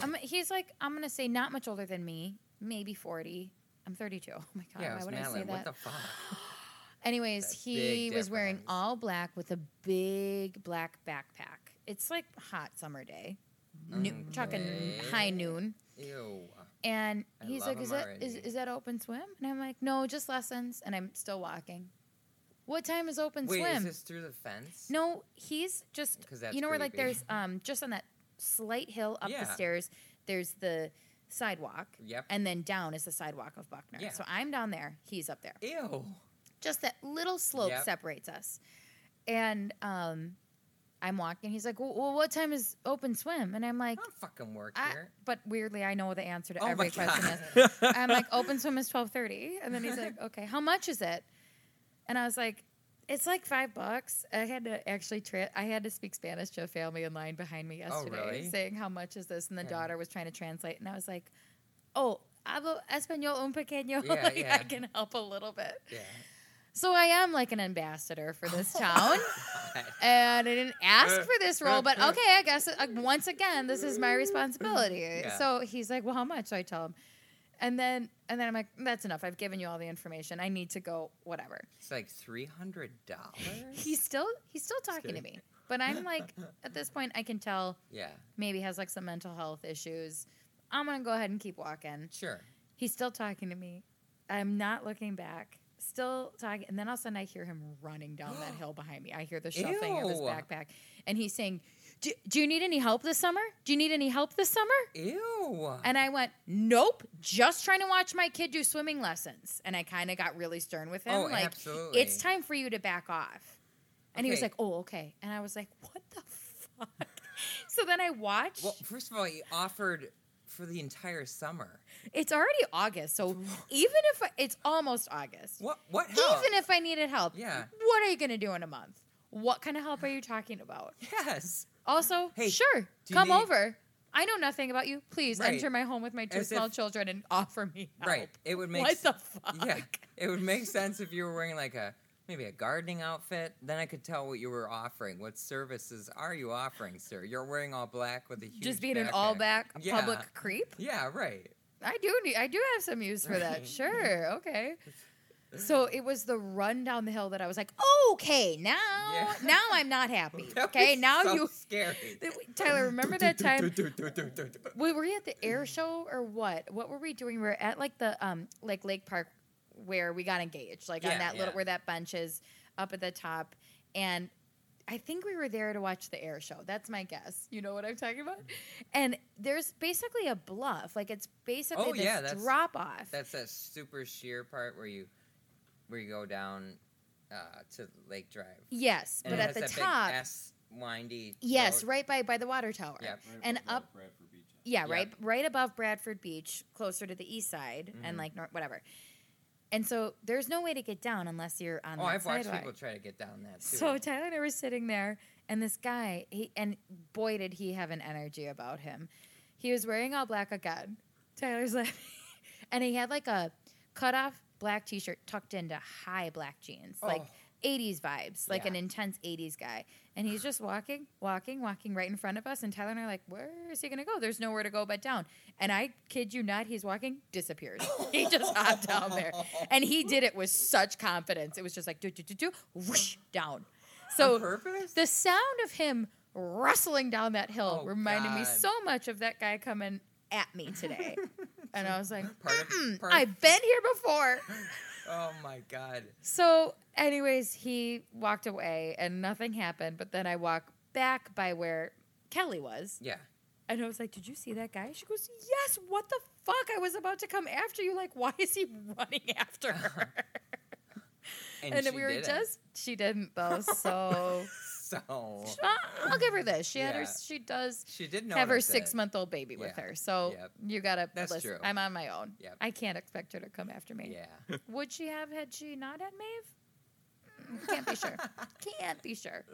C: I'm, he's like, I'm gonna say not much older than me, maybe 40. I'm 32. Oh my god,
B: yeah, it
C: why
B: was
C: would I say
B: Madeline.
C: that?
B: What the fuck?
C: Anyways,
B: That
C: he
B: big
C: was wearing
B: difference.
C: all black with a big black backpack. It's like hot summer day, Noo- talking
B: Mm-hmm. Okay.
C: high noon,
B: Ew.
C: and
B: I
C: he's
B: love
C: like, "Is
B: him
C: that is,
B: already."
C: is that open swim?" And I'm like, "No, just lessons." And I'm still walking. What time is open
B: Wait,
C: swim?
B: is this through the fence?
C: No, he's just
B: 'Cause that's
C: you know where like
B: creepy.
C: there's um just on that slight hill up the
B: Yeah.
C: stairs, there's the sidewalk.
B: Yep.
C: And then down is the sidewalk of Buckner.
B: Yeah.
C: So I'm down there, he's up there.
B: Ew.
C: Just that little slope
B: Yep.
C: separates us. And um I'm walking. He's like, "Well, well, what time is open swim?" And I'm
B: I
C: like,
B: don't fucking work
C: I,
B: here.
C: but weirdly, I know the answer to
B: Oh
C: every
B: my
C: question.
B: God.
C: Is, I'm
B: [laughs]
C: like, open swim is twelve thirty, and then he's like, okay, how much is it? And I was like, it's like five bucks. I had to actually, tra- I had to speak Spanish to a family in line behind me yesterday,
B: Oh, really?
C: saying how much is this, and the
B: Yeah.
C: daughter was trying to translate, and I was like, oh, hablo español un pequeño, [laughs]
B: Yeah,
C: like,
B: yeah.
C: I can help a little bit.
B: Yeah. [laughs]
C: So I am like an ambassador for this town. And I didn't ask for this role, but okay, I guess uh, once again, this is my responsibility.
B: Yeah.
C: So he's like, "Well, how much?" So I tell him, and then and then I'm like, "That's enough. I've given you all the information. I need to go. Whatever."
B: It's like three hundred dollars.
C: [laughs] He's still he's still talking to
B: kidding.
C: me, but I'm like, at this point, I can tell
B: Yeah.
C: maybe has like some mental health issues. I'm gonna go ahead and keep walking.
B: Sure.
C: He's still talking to me. I'm not looking back. Still talking. And then all of a sudden, I hear him running down
B: [gasps]
C: that hill behind me. I hear the shuffling of his
B: Ew.
C: backpack. And he's saying, do, do you need any help this summer? Do you need any help this summer?
B: Ew.
C: And I went, Nope, just trying to watch my kid do swimming lessons. And I kind of got really stern with him.
B: Oh,
C: like,
B: absolutely.
C: it's time for you to back off. And he was
B: Okay.
C: like, Oh, okay. And I was like, What the fuck? [laughs] so then I watched.
B: Well, first of all, he offered for the entire summer.
C: it's already August.
B: [laughs]
C: So even if I, it's almost August.
B: What? What? Hell?
C: Even if I needed help,
B: Yeah.
C: what are you going to do in a month? What kind of help are you talking about?
B: yes.
C: Also,
B: Hey,
C: sure,
B: do you
C: come
B: need-
C: over. I know nothing about you. Please
B: Right.
C: enter my home with my two
B: As
C: small
B: if-
C: children and offer me help.
B: Right. It would make.
C: What
B: s-
C: the fuck? [laughs]
B: Yeah. It would make sense if you were wearing like a maybe a gardening outfit. Then I could tell what you were offering. What services are you offering, sir? You're wearing all black with a huge.
C: Just being an all
B: backpack.
C: back
B: Yeah.
C: public creep.
B: Yeah. Right. [laughs]
C: I do need. I do have some use for that.
B: Right. [laughs]
C: Sure. Okay. So it was the run down the hill that I was like, okay, now,
B: Yeah.
C: now I'm not happy.
B: [laughs] That
C: okay,
B: was
C: now
B: so
C: you, [laughs]
B: Scary.
C: Tyler, remember
B: [laughs]
C: that time
B: time?
C: Wait, were we at the air show or what? What were we doing? We were at like the um like Lake Park where we got engaged, like on
B: Yeah,
C: that little
B: yeah.
C: where that bench is up at the top, and I think we were there to watch the air show. That's my guess. You know what I'm talking about? And there's basically a bluff, like it's basically
B: Oh,
C: this
B: yeah, that's-
C: drop off.
B: That's that super sheer part where you where you go down uh, to Lake Drive.
C: Yes,
B: And
C: but
B: it
C: at
B: has
C: the
B: that
C: top,
B: big S windy.
C: yes,
B: road.
C: right by by the water tower.
B: Yep.
E: Right
C: And
E: above
C: up-
E: Bradford Beach.
C: Yeah,
B: Yep.
C: right, right above Bradford Beach, closer to the east side, and
B: Mhm.
C: like nor- whatever. And so there's no way to get down unless you're on
B: Oh,
C: that
B: I've watched
C: sidewalk.
B: people try to get down that too.
C: so Tyler and I were sitting there, and this guy, he and boy did he have an energy about him. He was wearing all black again. Tyler's [laughs] like, and he had like a cut off black t-shirt tucked into high black jeans, like
B: Oh.
C: 80s vibes, like an
B: Yeah.
C: intense 80s guy. And he's just walking, walking, walking right in front of us. And Tyler and I are like, where is he going to go? There's nowhere to go but down. And I kid you not, he's walking, disappears. [laughs] he just hopped down there.
B: [laughs]
C: And he did it with such confidence. It was just like, do, do, do, do, whoosh, down. So [laughs]
B: On purpose?
C: the sound of him rustling down that hill
B: Oh,
C: reminded me
B: God.
C: so much of that guy coming at me
B: [laughs]
C: today. and I was like,
B: Part of-
C: "Mm-mm,
B: part of-
C: I've been here before.
B: oh my god.
C: So, anyways, he walked away and nothing happened. But then I walk back by where Kelly was.
B: Yeah.
C: And I was like, Did you see that guy? She goes, Yes, what the fuck? I was about to come after you. Like, why is he running [laughs]
B: [laughs]
C: after her?
B: And,
C: and
B: she
C: we were
B: didn't.
C: just, she didn't
B: [laughs]
C: though. So,
B: so
C: I'll I'll give her this. She had her,
B: Yeah.
C: she does
B: she did know
C: have her six month
B: months.
C: old baby with
B: Yeah.
C: her. So,
B: Yep.
C: you gotta
B: That's
C: listen.
B: true.
C: I'm on my own.
B: Yep.
C: I can't expect her to come after me.
B: Yeah.
C: Would she have had she not had Maeve? Mm, Can't be sure. Can't be sure.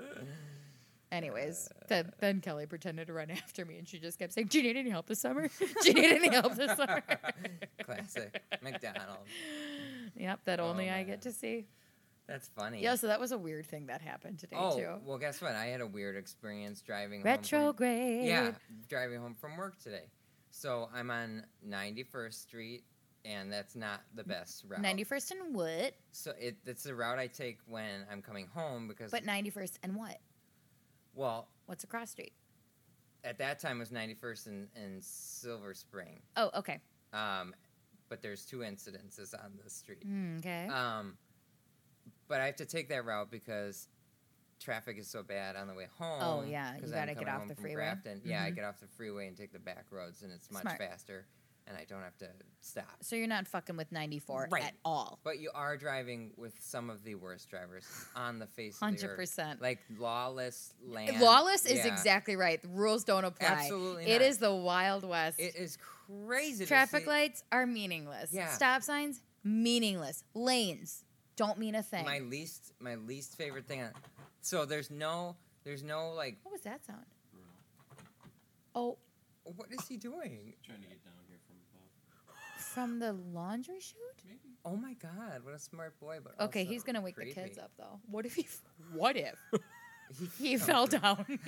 C: Anyways, then, then Kelly pretended to run [laughs] after me, and she just kept saying, "Do you need any help this summer? [laughs] Do you need any help this summer?" [laughs]
B: Classic McDonald's.
C: yep, that
B: Oh,
C: only I
B: man.
C: get to see.
B: That's funny.
C: Yeah, so that was a weird thing that happened today
B: Oh
C: too.
B: well, guess what? I had a weird experience driving home from-
C: Retrograde.
B: Yeah, driving home from work today. So I'm on 91st Street, and that's not the best route.
C: 91st and what?
B: So it, it's the route I take when I'm coming home because,
C: But 91st and what?
B: well,
C: What's a cross street?
B: at that time it was 91st and, and Silver Spring.
C: Oh, okay.
B: Um, but there's two incidences on this street.
C: Mm, Okay.
B: Um, but I have to take that route because traffic is so bad on the way home.
C: Oh, yeah, you
B: 'cause I'm
C: gotta get
B: coming
C: off
B: home
C: the
B: from
C: freeway.
B: Grafton. Yeah, I
C: Mhm.
B: get off the freeway and take the back roads, and it's much
C: Smart.
B: faster, and I don't have to stop.
C: so you're not fucking with 94
B: Right.
C: at all.
B: But you are driving with some of the worst drivers on the face of the earth.
C: 100%.
B: Like lawless land.
C: Lawless is
B: Yeah.
C: exactly right. The rules don't apply.
B: Absolutely
C: It
B: not.
C: is the Wild West.
B: It is crazy. to
C: Traffic
B: see-
C: lights are meaningless.
B: Yeah.
C: Stop signs, meaningless. Lanes don't mean a thing.
B: My least, my least favorite thing. on- So there's no, there's no like,
C: what was that sound?
E: Brutal.
C: Oh,
B: what is he doing?
E: Trying to get down here from above.
C: from the laundry chute?
E: Maybe.
B: Oh my god, what a smart boy! But
C: Okay,
B: also
C: he's gonna wake the kids
B: creepy.
C: up though. What if he? What if
B: [laughs]
C: he
B: fell
C: fell
B: through.
C: down?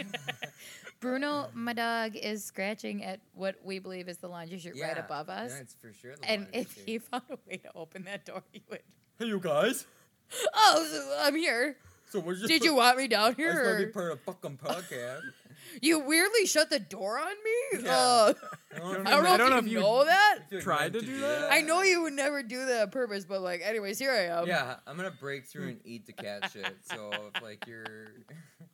C: [laughs] Bruno, my dog, is scratching at what we believe is the laundry chute right
B: Yeah,
C: above us.
B: Yeah, it's for sure. The
C: and
B: laundry
C: if
B: chute.
C: he [laughs] found a way to open that door, he would.
F: Hey, you guys.
C: Oh, so I'm here.
F: So we're just.
C: Did you want me
B: [laughs]
C: down
F: I just wanna be
C: here?
F: part of fucking podcast.
C: You weirdly shut the door on me.
F: Yeah.
B: [laughs]
C: Uh,
F: I don't
C: I don't know,
D: I don't know
C: if
D: if
C: you
D: you-
C: know that.
F: if you
D: Tried
F: meant
D: to do that?
C: I know you would never do that on purpose, but like, anyways, here I am.
B: yeah, I'm gonna break through and eat
C: [laughs]
B: the cat shit. So if like you're, [laughs]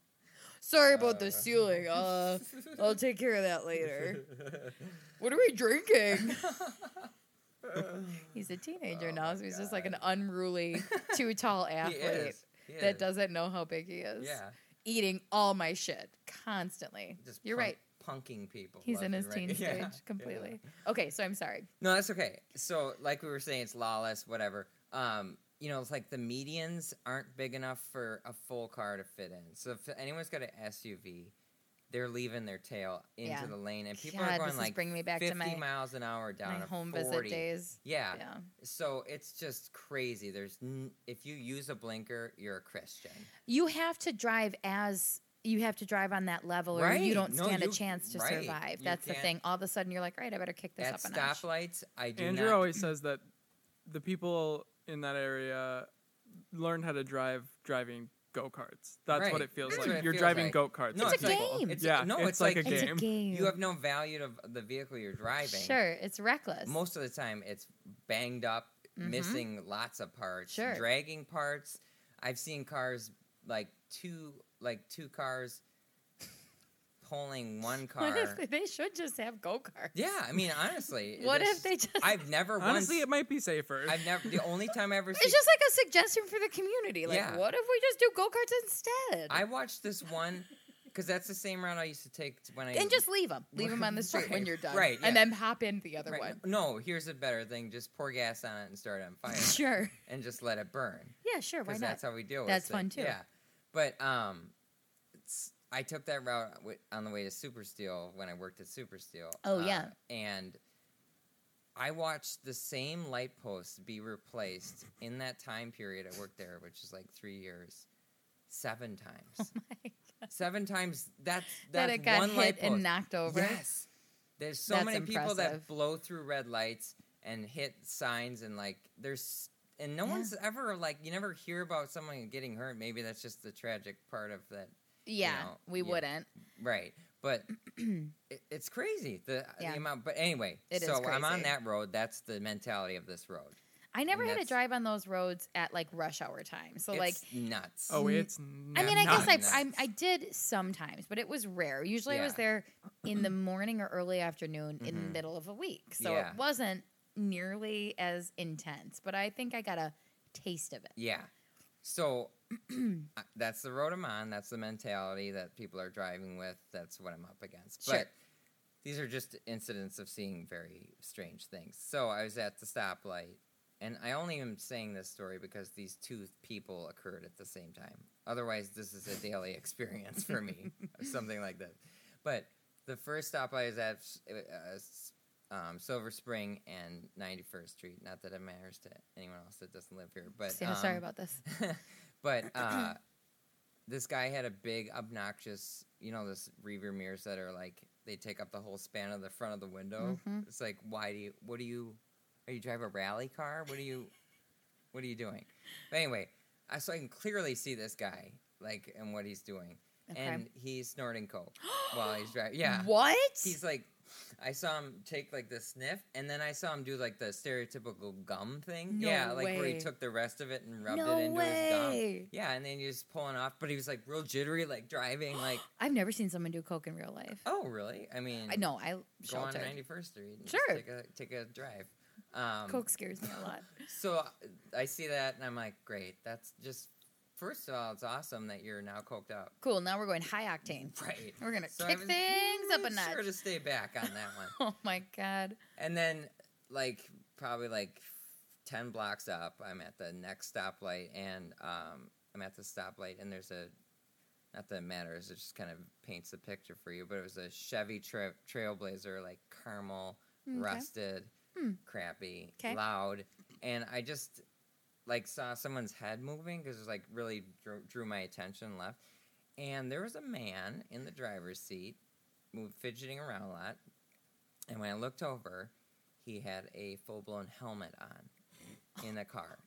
C: Sorry about the
B: Uh.
C: ceiling.
B: [laughs]
C: Uh, I'll take care of that later. What are we drinking?
B: [laughs]
C: he's a teenager
B: Oh
C: now,
B: my
C: so he's just like an
B: [laughs]
C: unruly, too tall
B: he
C: athlete
B: is. He
C: that
B: is.
C: doesn't know how big he is.
B: Yeah,
C: Eating all my shit constantly.
B: just
C: You're
B: punk-
C: right.
B: Punking people.
C: He's
B: left
C: in
B: and
C: his
B: right.
C: teen
B: [laughs] Yeah, yeah.
C: stage completely. Okay, so I'm sorry.
B: No, that's okay. So, like we were saying, it's lawless, whatever. Um, you know, it's like the medians aren't big enough for a full car to fit in. So, if anyone's got an SUV, they're leaving their tail into
C: Yeah.
B: the lane, and people
C: God,
B: are
C: this
B: going
C: is
B: like
C: bringing me back to
B: 50
C: my-
B: miles an hour
C: my
B: down to
C: home
B: 40.
C: visit days.
B: Yeah.
C: Yeah.
B: So it's just crazy. There's n- if you use a blinker, you're a Christian.
C: You have to drive as you have to drive on that level, or you
B: Right.
C: don't
B: No,
C: stand a
B: you-
C: chance to
B: right.
C: survive.
B: You
C: That's the
B: can't-
C: thing. All of a sudden, you're like, right, I better kick this
B: At
C: up a notch.
B: stoplights, I do
D: Andrew
B: not.
D: always says that the people in that area learn how to drive driving go karts. That's
B: Right.
D: what it feels
B: That's
D: like.
B: what it
D: You're
B: feels
D: driving
B: like.
D: go karts.
B: No,
D: with
C: It's a
D: people.
C: game.
B: oh, It's a-
D: yeah,
B: no,
D: it's,
B: it's
D: like,
B: like-
D: a
C: it's
D: game.
C: a game.
B: you have no value to the vehicle you're driving.
C: Sure, it's reckless.
B: Most of the time, it's banged up, missing lots of parts,
C: Mm-hmm. Sure.
B: dragging parts. I've seen cars like two, like two cars pulling one car.
C: [laughs] [laughs] What if they should just have go karts?
B: yeah,
C: [laughs]
B: I mean, honestly,
C: What
B: there's-
C: if they just?
B: I've never
D: Honestly,
B: once.
D: it might be safer.
B: I've never. The only time I ever. see
C: it's just like a suggestion for the community. Like,
B: Yeah.
C: what if we just do go karts instead?
B: I watched this one because that's the same route I used to take t- when I
C: and just leave them. Leave them on the street when
B: [laughs] Right,
C: you're done.
B: right, yeah.
C: And then hop in the other
B: Right, [laughs]
C: one.
B: No, here's a better thing: just pour gas on it and start it on
C: [laughs]
B: fire,
C: Sure.
B: and just let it burn
C: Yeah, sure. Why
B: because
C: not?
B: that's how we deal with it.
C: That's fun, too.
B: Yeah, but um, it's, I took that route wi- on the way to Super Steel when I worked at Super Steel.
C: Oh,
B: uh,
C: yeah.
B: and I watched the same light posts be replaced in that time period I worked there, which is like three years,
C: [laughs]
B: seven times. Seven times. That's
C: Oh that
B: that's
C: it got
B: one light
C: hit
B: post.
C: and knocked over.
B: Yes. There's so
C: That's
B: many people
C: impressive.
B: that blow through red lights and hit signs and like there's and no
C: Yeah.
B: one's ever like you never hear about someone getting hurt. Maybe that's just the tragic part of that,
C: Yeah,
B: know,
C: we
B: yeah.
C: wouldn't.
B: right?
C: [clears throat]
B: But it, it's crazy the,
C: Yeah.
B: the amount. But anyway,
C: It is
B: so I'm
C: crazy.
B: on that road. That's the mentality of this road.
C: I never
B: And
C: had to
B: that's-
C: drive on those roads at like rush hour time. So like,
B: it's nuts.
D: oh, it's.
C: I mean, I guess
B: nuts.
C: I, I I did sometimes, but it was rare. Usually, I was
B: Yeah.
C: there in
B: [clears throat]
C: the morning or early afternoon in the
B: Mhm.
C: middle of a week, so
B: Yeah.
C: it wasn't nearly as intense. But I think I got a taste of it.
B: Yeah. So [clears throat] uh, that's the road I'm on. That's the mentality that people are driving with. That's what I'm up against.
C: Sure.
B: But these are just incidents of seeing very strange things. So I was at the stoplight, and I only am saying this story because these two people occurred at the same time. Otherwise, this is a daily experience for me, or something like that. But the first stop I was at, uh, s- um, Silver Spring and 91st Street. Not that it matters to anyone else that doesn't live here, but
C: Yeah, sorry
B: um,
C: about this.
B: but uh, this guy had a big, obnoxious, you know, this rear mirrors that are like they take up the whole span of the front of the window.
C: Mhm.
B: It's like, why do you? What do you? Are you drive a rally car? What are you? what are you doing? But anyway, I, so I can clearly see this guy like and what he's doing,
C: Okay.
B: and he's snorting coke while he's driving. Yeah,
C: What?
B: he's like. I saw him take like the sniff, and then I saw him do like the stereotypical gum thing.
C: No
B: yeah, like where he
C: way.
B: took the rest of it and rubbed
C: No
B: it into his gum.
C: way.
B: Yeah, and then he was pulling off, but he was like real jittery, like driving,
C: [gasps]
B: like,
C: I've never seen someone do coke in real life.
B: oh, really? I mean,
C: I know. I
B: Go on
C: sheltered.
B: 91st Street and
C: Sure.
B: just take, a, take a drive. Um,
C: Coke scares me a lot.
B: So I see that and I'm like, great. That's just, first of all, it's awesome that you're now coked up.
C: Cool. Now we're going high octane.
B: [laughs] Right.
C: We're gonna
B: So I
C: kick
B: was
C: things up a notch.
B: Sure to stay back on that one.
C: [laughs] Oh my god.
B: And then, like, probably like 10 blocks up, I'm at the next stoplight, and um, I'm at the stoplight, and there's a, not that it matters, it just kind of paints the picture for you, but it was a Chevy tra- Trailblazer, like caramel,
C: Mm, Okay.
B: rusted,
C: Hmm.
B: crappy,
C: 'Kay.
B: loud. And I just, like, saw someone's head moving because it was, like, really drew, drew my attention left. And there was a man in the driver's seat, moved, fidgeting around a lot. And when I looked over, he had a full blown helmet on in a car,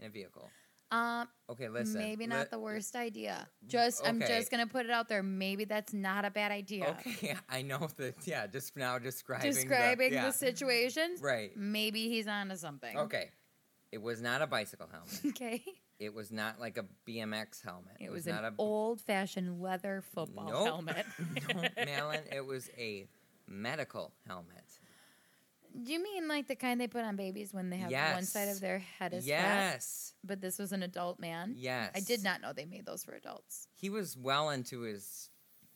B: in a vehicle.
C: Um,
B: Okay, listen.
C: maybe not
B: li- Mm,
C: the worst idea. Just I'm
B: okay.
C: just gonna put it out there. Maybe that's not a bad idea.
B: Okay, [laughs] I know that. Yeah, just now describing.
C: Describing
B: the,
C: the,
B: yeah,
C: situation, Mm,
B: Right.
C: maybe he's onto something.
B: Okay, it was not a bicycle helmet.
C: [laughs] Okay.
B: It was not like a BMX helmet.
C: It was,
B: not
C: an
B: a [laughs]
C: old-fashioned leather football
B: Nope. [laughs]
C: helmet. [laughs]
B: no, Malin. It was a medical helmet.
C: Do you mean like the kind they put on babies when they have one side
B: Yes.
C: of their head is flat?
B: Yes,
C: But this was an adult man.
B: yes.
C: I did not know they made those for adults.
B: He was well into his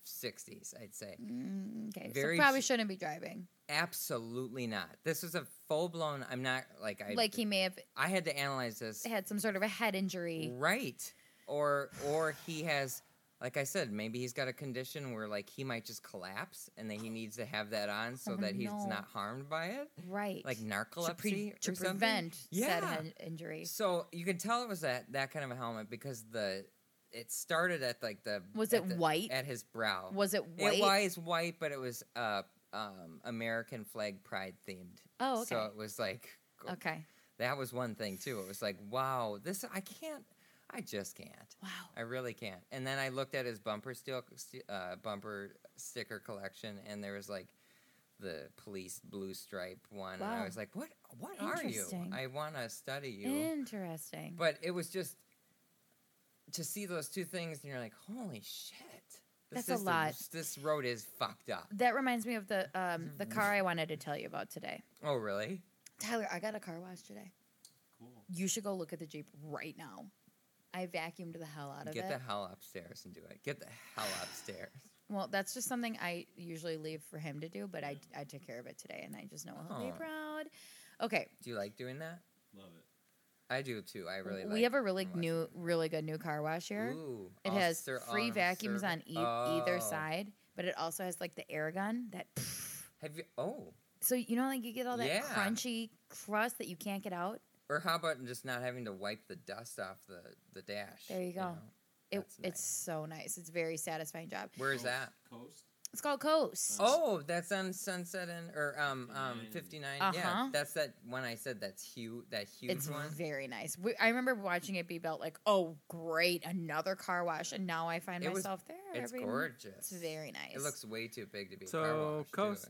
B: sixties, I'd say.
C: Mm, okay,
B: Very
C: so probably
B: ch-
C: shouldn't be driving.
B: Absolutely not. This was a full blown. I'm not like I
C: like he may have
B: I had to analyze this.
C: had some sort of a head injury.
B: Right. Or or he has like I said, maybe he's got a condition where like he might just collapse and
C: [gasps]
B: then he needs to have that on so
C: Oh,
B: that he's
C: no.
B: not harmed by it.
C: Right.
B: Mm. Like narcolepsy
C: to, pre- to
B: or something.
C: prevent said
B: Yeah.
C: head injury.
B: So you can tell it was that that kind of a helmet because the it started at like the
C: Was
B: at
C: it
B: the-
C: white?
B: at his brow.
C: Was it white?
B: It was white, but it was uh um American flag pride themed.
C: Oh,
B: So
C: okay.
B: it was like
C: Okay.
B: that was one thing too. It was like, wow, this I can't I just can't.
C: Wow.
B: I really can't. And then I looked at his bumper steel, st- uh, bumper sticker collection, and there was like the police blue stripe one, and I
C: Wow.
B: was like, "What? What are you?
C: Interesting.
B: I want to study you."
C: Interesting.
B: But it was just to see those two things, and you're like, "Holy shit!"
C: That's a lot.
B: This road is fucked up.
C: that reminds me of the um, the car I wanted to tell you about today.
B: Oh, really?
C: Tyler, I got a car wash today.
E: Cool.
C: You should go look at the Jeep right now. I vacuumed the hell out of
B: Get
C: it.
B: the hell upstairs and do it. Get the hell upstairs.
C: Well, that's just something I usually leave for him to do, but I, I took care of it today, and I just know he'll be
B: Oh.
C: proud. Okay,
B: do you like doing that?
E: Love it.
B: I do too. I really.
C: we
B: like
C: have a really
B: watching
C: new, really good new car wash here.
B: Ooh,
C: It
B: all
C: has
B: ser-
C: free
B: all
C: vacuums
B: serv-
C: on e- either
B: Oh.
C: side, but it also has like the air gun that.
B: Have you? Oh,
C: So you know, like you get all that
B: Yeah.
C: crunchy crust that you can't get out.
B: or how about just not having to wipe the dust off the the dash?
C: There you go.
B: know?
C: It,
B: That's
C: It's so nice. It's a very satisfying job.
B: Where is
E: Coast-
B: that?
E: Coast.
C: It's called Coast.
B: Oh, that's on Sunset and or um um
E: 59.
B: fifty Yeah,
C: Uh-huh.
B: that's that one I said. That's huge. That huge
C: It's
B: one.
C: very nice. We, I remember watching it be built like, oh, great, another car wash, and now I find
B: It was-
C: myself there.
B: it's
C: every m- It's
B: gorgeous.
C: very nice.
B: It looks way too big to be. a car
D: So
B: wash, too.
D: Coast,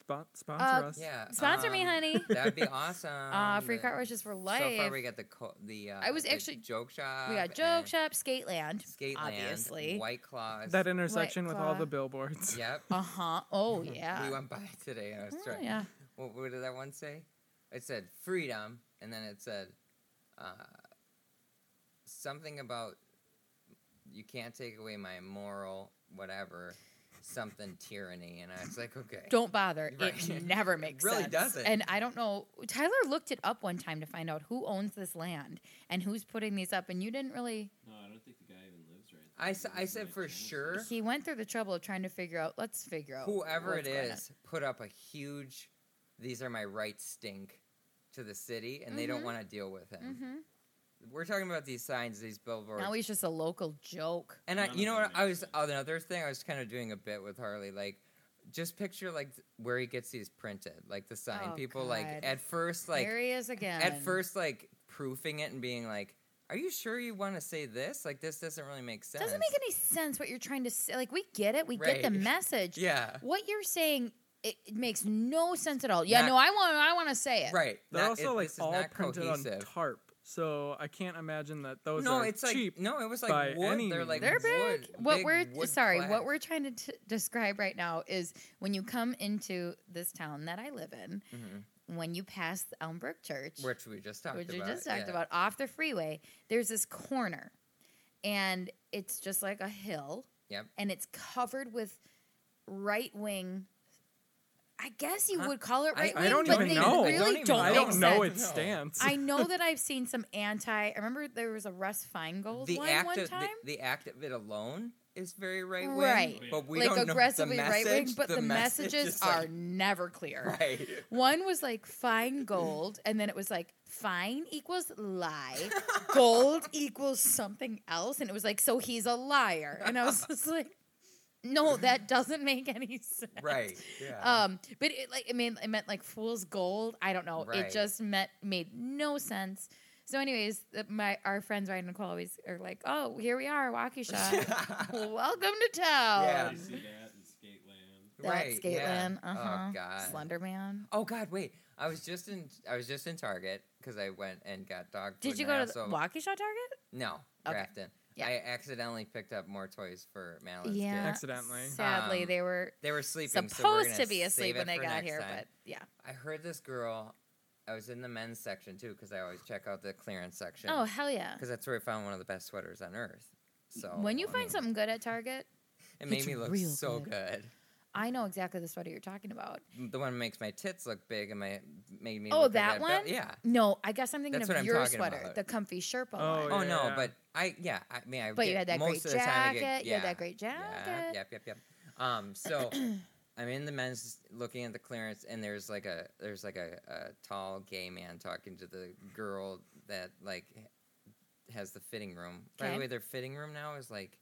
D: spon- sponsor
C: Uh,
D: us.
B: Yeah.
C: Sponsor me,
B: um, [laughs]
C: honey. [laughs]
B: That'd be awesome.
C: Uh, free car
B: The-
C: washes for
B: So far,
C: life.
B: we got the co- the. Uh,
C: I was
B: the
C: actually-
B: joke shop.
C: we got
B: and
C: Joke Shop, Skateland,
B: Skateland,
C: obviously.
B: White Claws.
D: That intersection with all
C: claw.
D: the billboards.
B: Yep.
C: Uh huh. Oh [laughs] yeah.
B: [laughs] We went by today and I was
C: Oh,
B: trying.
C: yeah.
B: What, what did that one say? It said freedom, and then it said uh, something about you can't take away my moral whatever, something tyranny, and I was like, okay,
C: Don't bother. [laughs]
B: Right.
C: It never makes
B: really
C: sense.
B: doesn't.
C: And I don't know. Tyler looked it up one time to find out who owns this land and who's putting these up, and you didn't really.
E: No, I don't think the guy even lives right there.
B: I
E: He
B: s- I
E: lives in,
B: said
E: like,
B: for
E: Genesee.
B: sure.
C: He went through the trouble of trying to figure out. Let's figure out
B: whoever it
C: what's going on.
B: is put up a huge, these are my rights stink to the city, and they don't
C: Mhm.
B: want to deal with him.
C: Mhm.
B: We're talking about these signs, these billboards.
C: Now he's just a local joke.
B: And I,
E: None
B: you
E: of
B: know
E: them
B: what? I
E: make
B: was
E: sense.
B: another thing. I was kind of doing a bit with Harley, like just picture like th- where he gets these printed, like the sign.
C: Oh,
B: People like
C: God.
B: at first like
C: there he is again.
B: at first like proofing it and being like, "Are you sure you want to say this? Like this doesn't really make sense."
C: doesn't make any sense what you're trying to say. Like we get it, we get the
B: Right. [laughs]
C: message.
B: Yeah.
C: What you're saying, it, it makes no sense at all. Yeah,
B: Not-
C: no, I want, I want to say it.
B: Right.
D: [laughs] They're
B: Not-
D: also
B: it-
D: like
B: this is
D: all
B: not
D: printed on
B: cohesive.
D: tarp, so I can't imagine that those
B: no,
D: are
B: it's like
D: cheap.
B: no, it was
D: by
B: like wood.
D: any
B: They're like
C: They're
D: means.
C: big.
B: wood-
C: what
B: big
C: we're
B: wood
C: sorry,
B: plaque.
C: what we're trying to t- describe right now is when you come into this town that I live in,
B: Mhm.
C: when you pass the Elmbrook Church,
B: which we just talked
C: which
B: about.
C: you just talked
B: yeah.
C: about off the freeway, there's this corner, and it's just like a hill,
B: Yep.
C: and it's covered with right wing. I guess you
B: Huh?
C: would call it
B: I-
C: right
D: I
C: wing,
D: don't
C: but
D: even
C: they
D: know. I
C: really
B: don't even know.
D: I
C: make
D: don't know
C: sense.
D: its stance.
C: I know that I've seen some anti. I remember there was a Russ Feingold
B: The
C: one
B: act
C: one
B: of
C: time.
B: the, the act of it alone is very right wing,
C: Right.
B: But we
C: like
B: don't know
C: aggressively
B: the
C: right
B: message,
C: wing, but the,
B: message
C: messages
B: is,
C: are
B: like,
C: never clear.
B: [laughs]
C: [laughs]
B: right.
C: One was like fine gold, and then it was like fine equals lie,
B: [laughs]
C: gold equals something else, and it was like so he's a liar, and I
B: [laughs]
C: was just like, no, that doesn't make any sense.
B: Right. Yeah. [laughs]
C: Um, but it like it mean it meant like fool's gold. I don't know.
B: Right.
C: It just meant made no sense. So, anyways, the- my our friends Ryan and Nicole always are like, "Oh, here we are,
B: [laughs]
C: Waukesha. Welcome to town."
B: Yeah.
E: You see that in Skateland.
C: That
B: Right, yeah.
C: Caitlin. Uh huh.
B: Oh god.
C: Slenderman.
B: Oh god, wait. I was just in I was just in Target because I went and got dog food.
C: Did you
B: and I
C: go to the
B: also-
C: Waukesha Target?
B: No,
C: Okay.
B: Grafton.
C: Yeah.
B: I accidentally picked up more toys for Madeline's
C: yeah.
B: kids.
D: Accidentally.
C: Sadly,
B: Um,
C: they were
B: They were sleeping.
C: supposed
B: so we're gonna
C: to be asleep
B: save it
C: when they
B: for
C: got
B: next
C: here,
B: time.
C: but yeah.
B: I heard this girl. I was in the men's section too because I always check out the clearance section.
C: Oh hell yeah!
B: because that's where I found one of the best sweaters on earth. So
C: when you
B: I
C: find
B: mean,
C: something good at Target,
B: it made
C: it's
B: me look
C: real
B: so
C: good.
B: good.
C: I know exactly the sweater you're talking about.
B: The one that makes my tits look big and my made me.
C: Oh,
B: look at
C: that
B: belt-
C: one?
B: Yeah.
C: No, I guess I'm thinking
B: That's
C: of
B: what I'm
C: your
B: talking
C: sweater,
B: about.
C: the comfy Sherpa
D: Oh,
C: one.
B: Oh no,
D: Yeah.
B: but I yeah, I mean I
C: But
B: get,
C: you had that
B: most
C: great
B: of the time I
C: jacket,
B: get- yeah,
C: you had that great
B: Yeah,
C: jacket.
B: yep, yep, yep. Um so [clears throat] I'm in the men's looking at the clearance and there's like a there's like a, a tall gay man talking to the girl that like has the fitting room. By
C: Okay.
B: the way, their fitting room now is like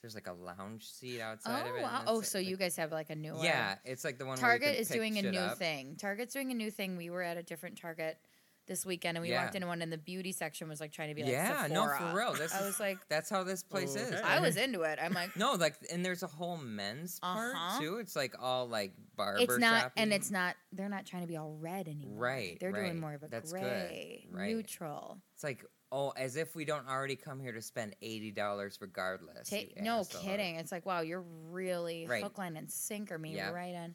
B: there's like a lounge seat outside of
C: Oh,
B: it. and
C: wow.
B: it's,
C: oh,
B: like-
C: so you
B: like-
C: guys have like a new one.
B: Yeah, it's like the one where you
C: Target
B: can
C: is
B: pick
C: doing a
B: shit
C: new
B: up.
C: thing. Target's doing a new thing. We were at a different Target this weekend, and we walked
B: Yeah.
C: into one, and the beauty section was like trying to be like
B: Yeah, no,
C: Sephora.
B: for real. This
C: I
B: is-
C: was
B: [laughs]
C: like,
B: That's how this place is.
D: Okay.
C: I was into it. I'm like,
B: [laughs] No, like, and there's a whole men's
C: Uh-huh.
B: part too. It's like all like barber.
C: it's not, and
B: shoppy.
C: it's not. They're not trying to be all red anymore.
B: Right,
C: They're
B: right.
C: doing more of a
B: That's good.
C: gray,
B: Right.
C: neutral.
B: It's like oh, as if we don't already come here to spend eighty dollars regardless.
C: Ta-
B: you
C: no
B: asshole.
C: kidding. It's like, wow, you're really
B: Right.
C: hook, line, and sinker me
B: Yeah.
C: right on.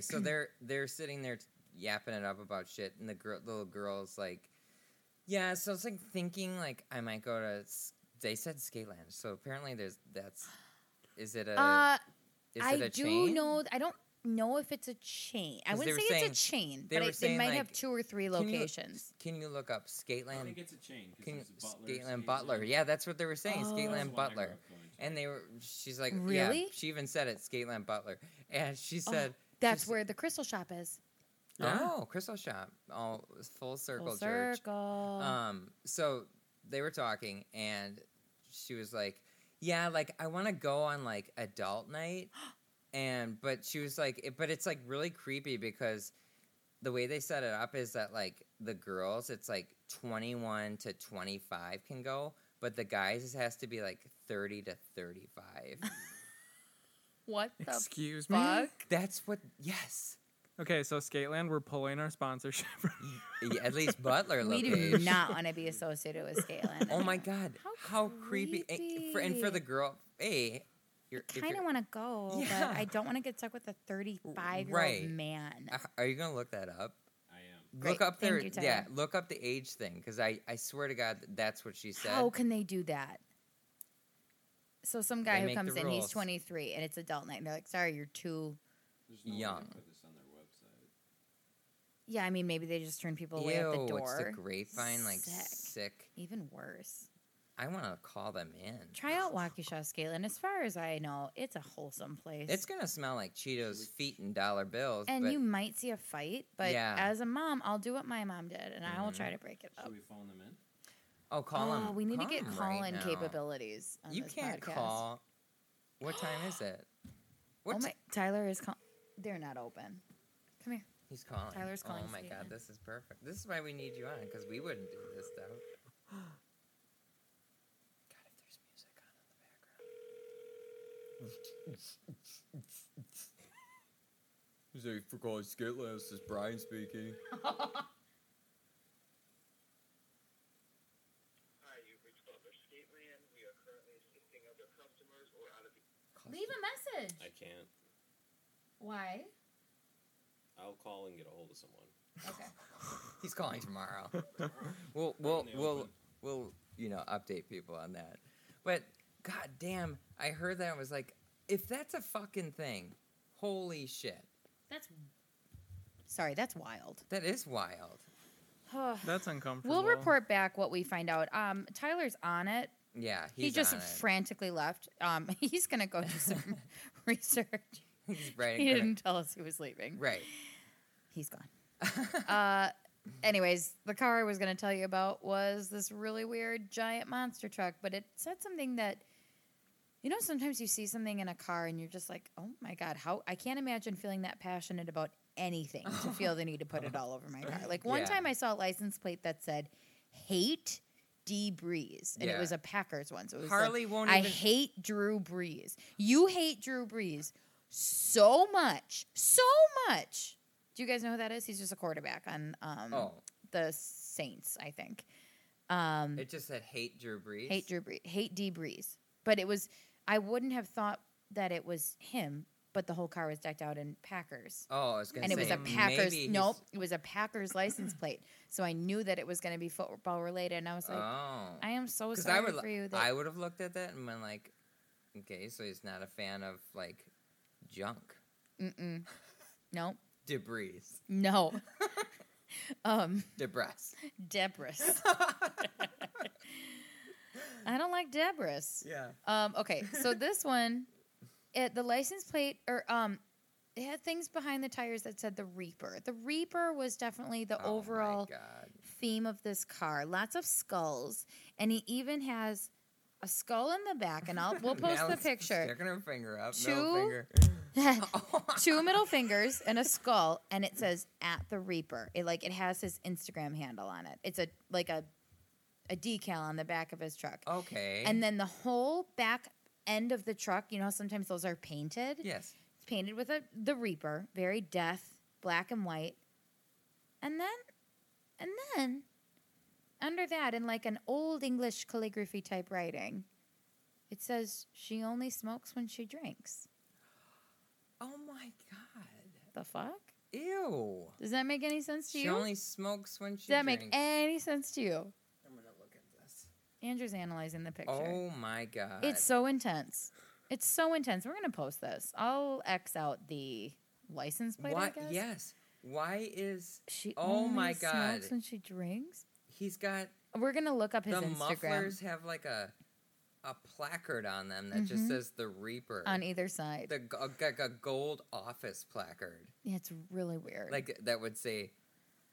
C: [clears throat]
B: so they're they're sitting there yapping it up about shit, and the girl, the little girl's like, yeah. So it's like thinking like I might go to. s- They said Skateland, so apparently there's that's. Is it a?
C: Uh,
B: is
C: I
B: it a
C: do
B: chain?
C: know. I don't know if it's a chain. I
B: 'Cause they
C: wouldn't
B: were
C: say
B: saying-
C: it's a chain,
B: they
C: but
B: were
C: I, they
B: saying,
C: might
B: like,
C: have two or three
B: Can you-
C: locations.
B: Can you look up
E: I
B: Skateland?
E: think it's a chain
B: Can
E: because there's
B: you,
E: a Butler.
B: Skateland Butler? Yeah, that's what they were saying.
C: Oh.
E: That's
B: Skateland
E: the one I grew
B: Butler.
E: up going to.
B: And they were, she's like, yeah.
C: Really?
B: She even said it, Skateland Butler. And she
C: Oh,
B: said,
C: That's
B: she's-
C: where the crystal shop is.
D: Yeah.
B: oh, Crystal Shop, all full circle
C: Full
B: church.
C: circle.
B: Um, so they were talking, and she was like, yeah, like I want to go on like adult
C: [gasps]
B: night, and but she was like, it, but it's like really creepy because the way they set it up is that like the girls, it's like twenty one to twenty five can go. But the guys it has to be like thirty to
C: [laughs]
B: thirty-five.
C: what the
D: Excuse me.
C: fuck?
B: That's what. Yes,
D: Okay, so Skateland, we're pulling our sponsorship. [laughs]
B: Yeah, at least Butler
C: We
B: location.
C: do not want to
B: [laughs]
C: be associated with Scalen. [laughs]
B: Oh my god! How,
C: How
B: creepy! And, for, and for the
C: creepy.
B: girl, hey, you're if
C: Kind of
B: you're-
C: want to go,
B: Yeah.
C: but I don't want to get stuck with a 35 year
B: Right.
C: old man.
B: uh, Are- Are you gonna look that up?
E: I am.
B: Look
C: Great.
B: up their
C: Thank you,
B: yeah.
C: Tyler.
B: Look up the age thing because I I swear to God that that's what she said.
C: How can they do that? So some guy
B: They
C: who
B: make
C: comes
B: the
C: in, he's
B: rules.
C: 23, and it's adult night, and they're like, "Sorry, you're too."
E: There's no way
B: Young.
E: to put this on their website.
C: Yeah, I mean, maybe they just turn people away at
B: Ew!
C: the door.
B: It's the grapevine, like sick.
C: Sick. Even worse.
B: I want to call them in.
C: Try out Waukesha Scalen. As far as I know, it's a wholesome place.
B: It's gonna smell like Cheetos, feet, and dollar bills.
C: and
B: but
C: you might see a fight, but
B: Yeah.
C: as a mom, I'll do what my mom did, and I will
B: Mhm.
C: try to break it up.
E: Should we phone them in?
B: oh, call
C: oh,
B: them.
C: we need to get
B: call
C: call-in
B: right now.
C: capabilities. On
B: You
C: this
B: can't
C: podcast. [gasps]
B: call. What time is it? What
C: oh
B: ti-
C: my, Tyler is calling. They're not open. Come here.
B: He's calling.
C: Tyler's calling
B: Oh my
C: Steven.
B: god, this is perfect. This is why we need you on because we wouldn't do this stuff. God, if there's music on in the background.
F: He's like, for calling Skitless, is Brian speaking.
G: Hi, you've reached Butler Skateland. We are currently assisting other customers or out of the
C: Leave a message.
E: I can't.
C: Why?
E: I'll call and get a hold of someone.
C: Okay.
B: He's calling tomorrow. we'll we'll
E: they
B: we'll
E: open?
B: we'll you know update people on that. But god damn, I heard that and was like, if that's a fucking thing, holy shit,
C: [laughs] That's. Sorry, that's [sighs] wild.
B: that is wild.
D: That's uncomfortable.
C: we'll report back what we find out. Um, Tyler's on it.
B: Yeah, he's
C: he just
B: on it.
C: frantically left. Um, [laughs] he's gonna go do some
B: [laughs]
C: [laughs] research.
B: He's right.
C: He didn't tell us he was leaving.
B: Right.
C: He's gone. [laughs] uh, anyways, the car I was going to tell you about was this really weird giant monster truck, but it said something that, you know, sometimes you see something in a car and you're just like, oh my God, how I can't imagine feeling that passionate about anything to
B: [laughs]
C: feel the need to put it all over my car. Like one
B: Yeah.
C: time I saw a license plate that said, hate. D Breeze, and
B: Yeah.
C: it was a Packers one. So it was
B: Harley
C: like,
B: won't
C: I
B: even-
C: hate Drew Brees. You hate Drew Brees so much, so much. Do you guys know who that is? He's just a quarterback on um,
B: Oh,
C: the Saints, I think. Um,
B: it just said hate Drew Brees.
C: hate Drew Brees, hate D Brees, but it was. I wouldn't have thought that it was him, but the whole car was decked out in Packers,
B: Oh, I was gonna
C: and it
B: say
C: was a Packers.
B: maybe he's-
C: Nope, it was a Packers license plate. So I knew that it was going to be football related, and I was like,
B: oh,
C: I am so
B: because
C: sorry
B: I would
C: for you. That
B: I would have looked at that and been like, okay, so he's not a fan of like junk
C: Mm-mm. No,
B: debris,
C: no. [laughs] um,
B: debris.
C: Debris. [laughs] I don't like Debris.
B: Yeah,
C: Um, okay, so this one, it, the license plate or um, it had things behind the tires that said the Reaper. The Reaper was definitely the overall
B: Oh my God.
C: theme of this car. Lots of skulls, and he even has a skull in the back. And I'll
B: [laughs]
C: we'll post the
B: Nell's
C: picture.
B: Sticking her finger up,
C: Two-
B: middle finger.
C: [laughs] two middle fingers and a skull and it says at the reaper it like it has his instagram handle on it it's a like a a decal on the back of his truck
B: Okay,
C: and then the whole back end of the truck you know how sometimes those are painted
B: yes,
C: it's painted with a the reaper very death black and white and then and then under that in like an old english calligraphy type writing it says she only smokes when she drinks
B: oh my god,
C: the fuck
B: ew.
C: Does that make any sense to
B: She
C: you?
B: only smokes when
C: Does
B: she
C: that
B: drinks.
C: make any sense to you?
B: I'm gonna look at this.
C: Andrew's analyzing the picture.
B: Oh my god,
C: it's so intense. It's so intense. We're gonna post this. I'll X out the license plate. I
B: why?
C: guess.
B: Yes, why is
C: She.
B: Oh
C: only
B: my
C: smokes
B: God.
C: When she drinks,
B: he's got
C: we're gonna look up his
B: the
C: Instagram
B: mufflers have like a a placard on them that just
C: Mhm.
B: says the Reaper
C: on either side.
B: the g- like a gold office placard
C: yeah, it's really weird.
B: like that would say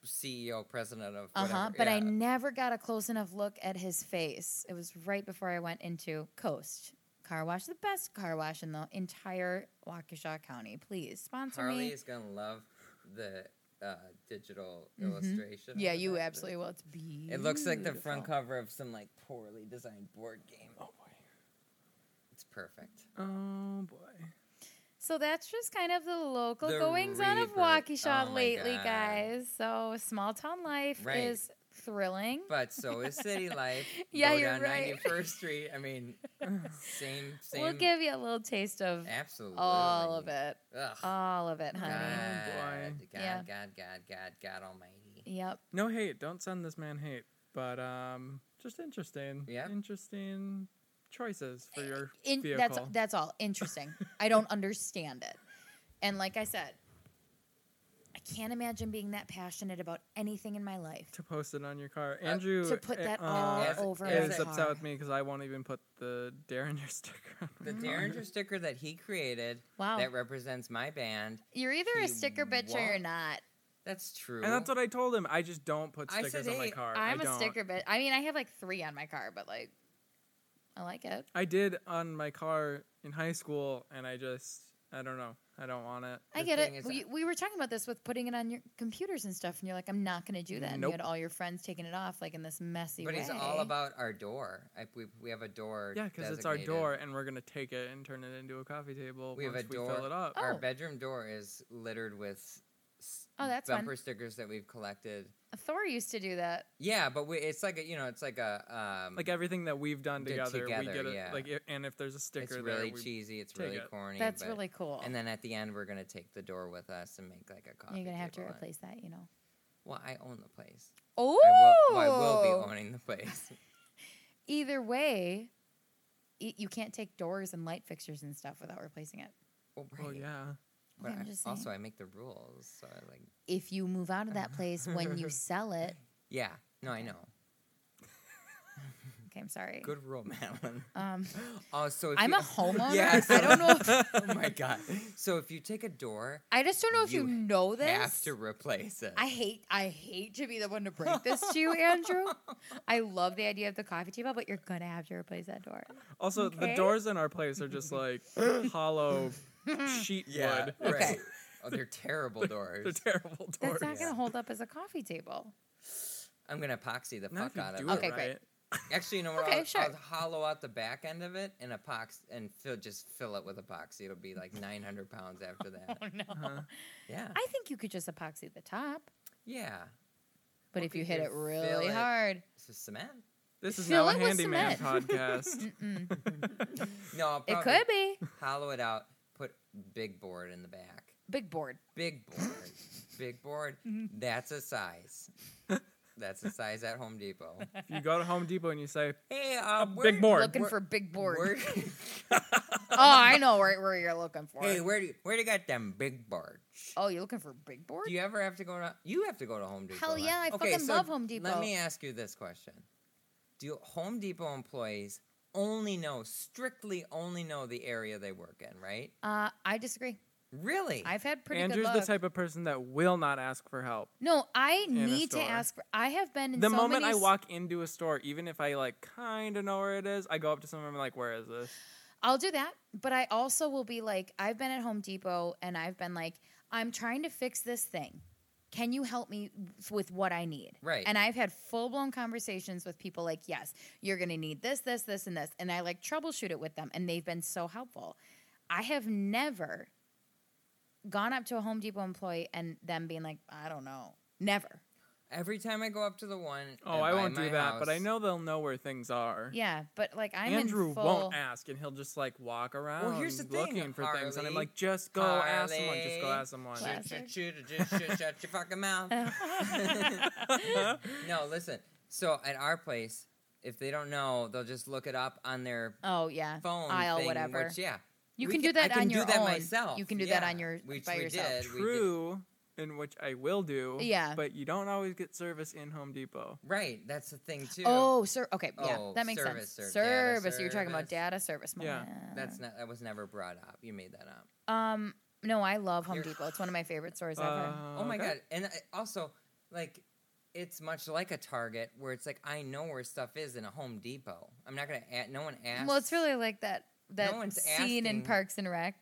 B: CEO president of
C: uh huh.
B: whatever.
C: But I
B: Yeah.
C: never got a close enough look at his face. It was right before I went into Coast Car Wash, the best car wash in the entire Waukesha County. Please sponsor me.
B: Harley is gonna love the uh, digital illustration.
C: Mm-hmm. Yeah,
B: of
C: you
B: that.
C: absolutely will. It's beautiful.
B: It looks like the front cover of some like poorly designed board game. Oh boy, it's perfect.
D: Oh boy.
C: So that's just kind of the local
B: The
C: goings on of
B: Reaper.
C: Waukesha
B: Oh my
C: lately,
B: God.
C: guys. So small town life
B: Right.
C: is thrilling.
B: But so
C: [laughs]
B: is city life.
C: Yeah,
B: Go
C: you're
B: down
C: right.
B: 91st Street. I mean,
C: [laughs]
B: same, same.
C: We'll give you a little taste of
B: absolutely
C: all of it,
B: Ugh.
C: all of it,
B: God,
C: honey. Oh,
B: God,
D: boy.
C: Yeah.
B: God, God, God, God Almighty.
C: Yep.
D: No hate. Don't send this man hate. But um, just interesting.
B: Yep.
D: Interesting choices for your
C: In,
D: vehicle.
C: that's that's all. Interesting. I don't understand it. And like I said, I can't imagine being that passionate about anything in my life.
D: to post it on your car. Andrew
C: to put
D: eh,
C: that
D: uh,
C: all
B: as-
C: over
B: as
C: my
D: is
B: a
D: upset
C: car.
D: with me because I won't even put the Derringer [laughs] sticker on.
B: The
D: my car.
B: Derringer sticker that he created
C: Wow.
B: that represents my band.
C: You're either a
B: He
C: sticker bitch or you're
B: won't.
C: not.
B: That's true.
D: And that's what I told him. I just don't put
B: I
D: stickers
B: said,
D: on my
B: "Hey,
D: car.
C: I'm
D: I
C: a
D: don't.
C: sticker bitch. I mean, I have like three on my car, but like, I like it.
D: I did on my car in high school, and I just I don't know. I don't want it.
C: I
B: The
C: get
B: thing
C: it.
B: is
C: We, we were talking about this with putting it on your computers and stuff, and you're like, I'm not going to do that. And you
D: Nope.
C: had all your friends taking it off, like in this messy
B: But
C: way.
B: he's all about our door. I, we, we have a door.
D: Yeah, because it's our
B: designated.
D: door, and we're gonna take it and turn it into a coffee table
B: We have
D: once
B: a
D: we
B: door.
D: fill it up.
C: Oh.
B: Our bedroom door is littered with s-
C: Oh, that's fun.
B: bumper stickers that we've collected.
C: Thor used to do that.
B: Yeah, but we, it's like a, you know, it's like a um,
D: Like everything that we've done
B: Did
D: together, we
B: together,
D: get it.
B: yeah.
D: Like, i- and if there's a sticker
B: it's
D: there,
B: really
D: we,
B: cheesy. It's
D: take
B: really
D: it.
B: corny.
C: That's
B: but-
C: really cool.
B: And then at the end, we're gonna take the door with us and make like a coffee.
C: you're going to have to
B: table and-
C: replace that, you know.
B: Well, I own the place.
C: Oh,
B: I will, well, I will be owning the place. [laughs]
C: either way, y- you can't take doors and light fixtures and stuff without replacing it.
B: Well, right.
D: Well, yeah.
B: But
C: I'm
B: I-
C: just
B: also,
C: saying.
B: I make the rules. So I like,
C: If you move out of that place when
B: [laughs]
C: you sell it,
B: yeah. No, I know.
C: okay, I'm sorry. [laughs]
B: Good rule, Madeline.
C: Um,
B: Oh, so if
C: I'm
B: [laughs] you,
C: a homeowner.
B: Yeah, so-
C: I don't know. If,
B: [laughs] oh my god. So if you take a door,
C: I just don't know if you,
B: You
C: know this.
B: have to replace it.
C: I hate I hate to be the one to
B: [laughs]
C: break this to you, Andrew. I love the idea of the coffee table, but you're gonna have to replace that door.
D: Also,
C: Okay.
D: the doors in our place are
C: [laughs]
D: just like hollow sheet
B: yeah,
D: wood.
B: right.
C: Okay.
B: Oh, they're terrible
D: [laughs]
B: doors.
D: They're terrible doors.
C: That's not
B: Yeah.
C: gonna hold up as a coffee table.
B: I'm gonna epoxy the fuck
D: Not if you
B: out of
D: do
B: it.
D: it
C: Okay, great.
D: right.
B: Actually, you know what?
C: Okay,
B: I'll,
C: sure.
B: I'll hollow out the back end of it and epox and fill, just fill it with epoxy. It'll be like 900 pounds after that.
C: [laughs] Oh no.
D: Uh-huh.
B: Yeah,
C: I think you could just epoxy the top,
B: yeah.
C: but
B: Well,
C: if you
B: could
C: hit
B: you
C: it
B: fill
C: really
B: it?
C: hard,
B: So cement?
D: This is
C: Fill
D: now a
C: it with
D: handyman
C: cement. [laughs]
D: podcast.
C: mm-mm.
B: No, I'll
C: it
B: probably
C: could be
B: hollow it out. Put big board in the back.
C: big board.
B: Big
D: [laughs]
B: board, big board.
D: Mm-hmm.
B: That's a size. That's a size at Home
D: [laughs]
B: Depot.
D: if you go to Home Depot and you say,
B: Hey, uh, where-
D: big board.
C: Looking
B: We're-
C: for big board. [laughs]
B: Where, [laughs]
C: Oh, I know where, where you're looking for.
B: hey, where do you, where do you got them big boards?
C: oh, you're looking for big board?
B: Do you ever have to go to? You have to go to Home Depot.
C: Hell
B: right?
C: yeah, I fucking love Home Depot.
B: Let me ask you this question: Do Home Depot employees only know, strictly only know the area they work in? Right?
C: Uh, I disagree.
B: Really?
C: I've had pretty
D: Andrew's
C: good
D: the
C: luck.
D: type of person that will not ask for help.
C: no, I
D: a
C: need to
D: store.
C: ask. For, I have been in
D: the
C: so
D: moment
C: many
D: I
C: s-
D: walk into a store, even if I like kind of know where it is, I go up to someone and I'm like, "Where is this?"
C: I'll do that, but I also will be like, I've been at Home Depot and I've been like, I'm trying to fix this thing. Can you help me f- with what I need?
B: Right.
C: And I've had full blown conversations with people like, yes, you're going to need this, this, this, and this. And I like troubleshoot it with them, and they've been so helpful. I have never gone up to a Home Depot employee and them being like, I don't know. Never.
B: Every time I go up to the one,
D: Oh,
B: uh,
D: I
B: by
D: won't
B: my
D: do that, but I
B: house-
D: know they'll know where things are.
C: Yeah, but like I'm
D: Andrew
C: in full.
D: won't ask, and he'll just like walk around
B: here's the thing,
D: looking for things, and I'm
B: Harley.
D: like, "Just go ask someone. Just go
B: Harley.
D: ask someone."
C: What?
B: Shut, [laughs] shut,
C: [laughs]
B: shut, shut, shut your fucking mouth.
D: [laughs]
B: no, listen. So at our place, if they don't know, they'll just look it up on their
C: oh yeah,
B: phone
C: aisle
B: thing,
C: whatever.
B: Which, yeah,
C: You
B: We
C: can,
B: can-
C: do that
B: I can
C: on
B: do
C: your
B: that
C: own.
B: myself.
C: You can do that
B: Yeah,
C: on your
B: which
C: by
B: we
C: yourself.
B: did. We
D: [laughs] True, in which I will do.
C: Yeah.
D: but you don't always get service in Home Depot.
B: right. That's the thing too.
C: Oh, sir. Okay, yeah,
B: Oh,
C: that makes
B: service,
C: sense.
B: ser- data
C: service. You're talking about
B: service.
C: data service.
D: Yeah,
C: Mom.
B: that's not that was never brought up. You made that up.
C: Um, no, I love Home
B: You're-
C: Depot. It's one of my favorite stores ever.
D: Uh,
B: oh my
D: okay.
B: god! And I, also, like, it's much like a Target where it's like I know where stuff is in a Home Depot. I'm not gonna. Add, no one asked.
C: Well, it's really like that that
B: one's
C: scene in
B: asking.
C: Parks and Rec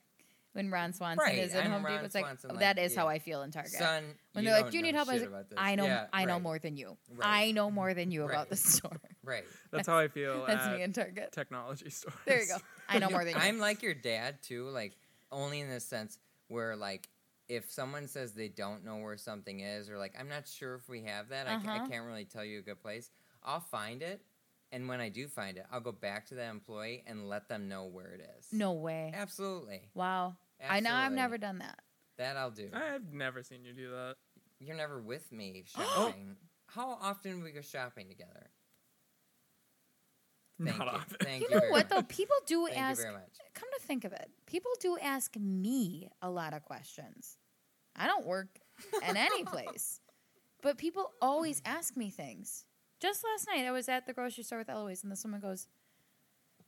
C: when Ron Swanson
B: Right,
C: is in
B: I'm
C: Home
B: Ron
C: Depot. It's like
B: Swanson, like,
C: that is how
B: yeah.
C: I feel in Target.
B: son.
C: when
B: you
C: they're like,
B: don't
C: "Do you need
B: know
C: help?" I was
B: shit
C: like,
B: about this.
C: "I know,
B: Yeah,
C: I know
B: right,
C: more than you.
B: Right.
C: I know more than you about
B: Right.
C: the [laughs]
B: [laughs]
C: store."
B: Right.
D: That's how I feel
C: That's
D: at
C: me in Target.
D: technology [laughs] stores.
C: There you go. I know more than you.
B: I'm like your dad too, like only in the sense where like if someone says they don't know where something is or like I'm not sure if we have that, I, ca-
C: Uh-huh.
B: I can't really tell you a good place. I'll find it, and when I do find it, I'll go back to that employee and let them know where it is.
C: no way.
B: absolutely.
C: Wow. I know I've
B: Absolutely.
C: never done that.
B: That I'll do.
D: I've never seen you do that.
B: You're never with me
C: [gasps]
B: shopping. How often do we go shopping together? Thank
D: Not
B: you.
D: often.
B: Thank
C: you
B: you.
C: know
B: very
C: what
B: much.
C: though? People do
B: Thank
C: ask.
B: you very much.
C: Come to think of it, people do ask me a lot of questions. I don't work in any place, but people always ask me things. Just last night, I was at the grocery store with Eloise, and this woman goes,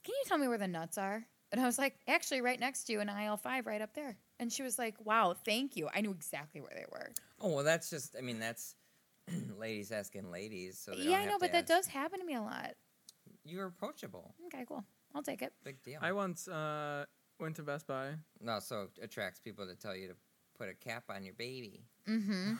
C: "Can you tell me where the nuts are?" And I was like, "Actually, right next to you in aisle five, right up there." And she was like, "Wow, thank you. I knew exactly where they were."
B: Oh well, that's just. I mean, that's [clears throat] ladies asking ladies. So they don't
C: yeah, I
B: have
C: know,
B: to
C: but that
B: ask.
C: does happen to me a lot.
B: You're approachable.
C: Okay, cool. I'll take it.
B: Big deal.
D: I once uh, went to Best Buy.
B: No, so it attracts people to tell you to put a cap on your baby.
C: Mm-hmm.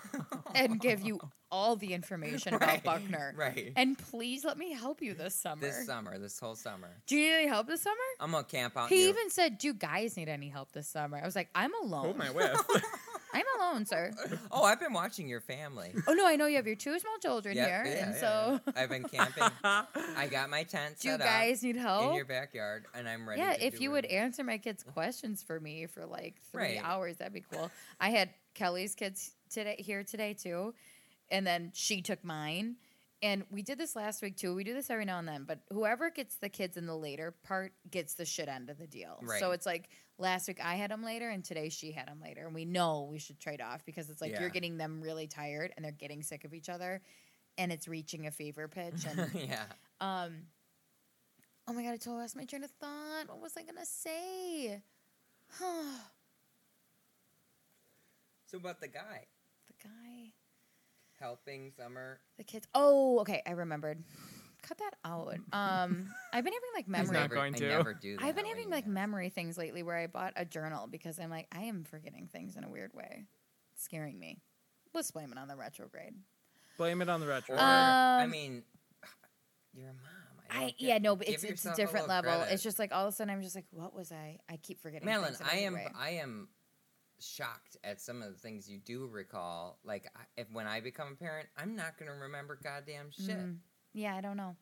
C: and give you all the information
B: Right,
C: about Buckner.
B: [laughs] Right.
C: And please let me help you this summer.
B: This summer, this whole summer.
C: Do you need any help this summer?
B: I'm gonna camp out.
C: He
B: your-
C: even said, "Do you guys need any help this summer?" I was like, "I'm alone.
D: Oh my whiff.
C: [laughs] I'm alone,
B: [laughs]
C: sir."
B: Oh, I've been watching
C: [laughs]
B: your family.
C: oh no, I know you have your two small children
B: Yep,
C: here, and
B: yeah,
C: so
B: yeah. I've been camping. [laughs] I got my
C: [laughs]
B: tent
C: do you
B: set
C: guys need
B: up in
C: help?
B: your backyard, and I'm ready.
C: Yeah,
B: to
C: if
B: do
C: you
B: it.
C: would answer my kids' questions for me for like three
B: Right.
C: hours, that'd be cool. I had Kelly's kids today here today too, and then she took mine. And we did this last week too. We do this every now and then, but whoever gets the kids in the later part gets the shit end of the deal. So
B: Right.
C: it's like last week I had them later, and today she had them later. And we know we should trade off because it's like
B: Yeah.
C: you're getting them really tired, and they're getting sick of each other, and it's reaching a fever pitch.
B: [laughs]
C: And
B: yeah,
C: um. Oh my god! I totally lost my train of thought. What was I gonna say? [sighs] the
B: So about the guy
C: guy,
B: helping Summer.
C: the kids. Oh, okay. I remembered. Cut that out. Um, I've been having like
D: He's
B: I never,
D: not
C: memory.
D: going
B: I
D: to.
B: never do that.
C: I've been
B: when
C: having
B: you
C: like
B: guys-
C: memory things lately where I bought a journal because I'm like I am forgetting things in a weird way. It's scaring me. Let's blame it on the retrograde.
D: Blame it on the retro.
B: Or, I
C: Um,
B: mean, [sighs] you're a mom. I,
C: I
B: don't get-
C: yeah no, but
B: give
C: it's it's a
B: yourself
C: different
B: little
C: level.
B: credit.
C: It's just like all of a sudden I'm just like, what was I? I keep forgetting.
B: Madeline,
C: things in a
B: I
C: weird
B: am
C: way.
B: I am shocked at some of the things you do recall. Like I, if when I become a parent, I'm not going to remember goddamn shit.
C: Mm. Yeah, I don't know.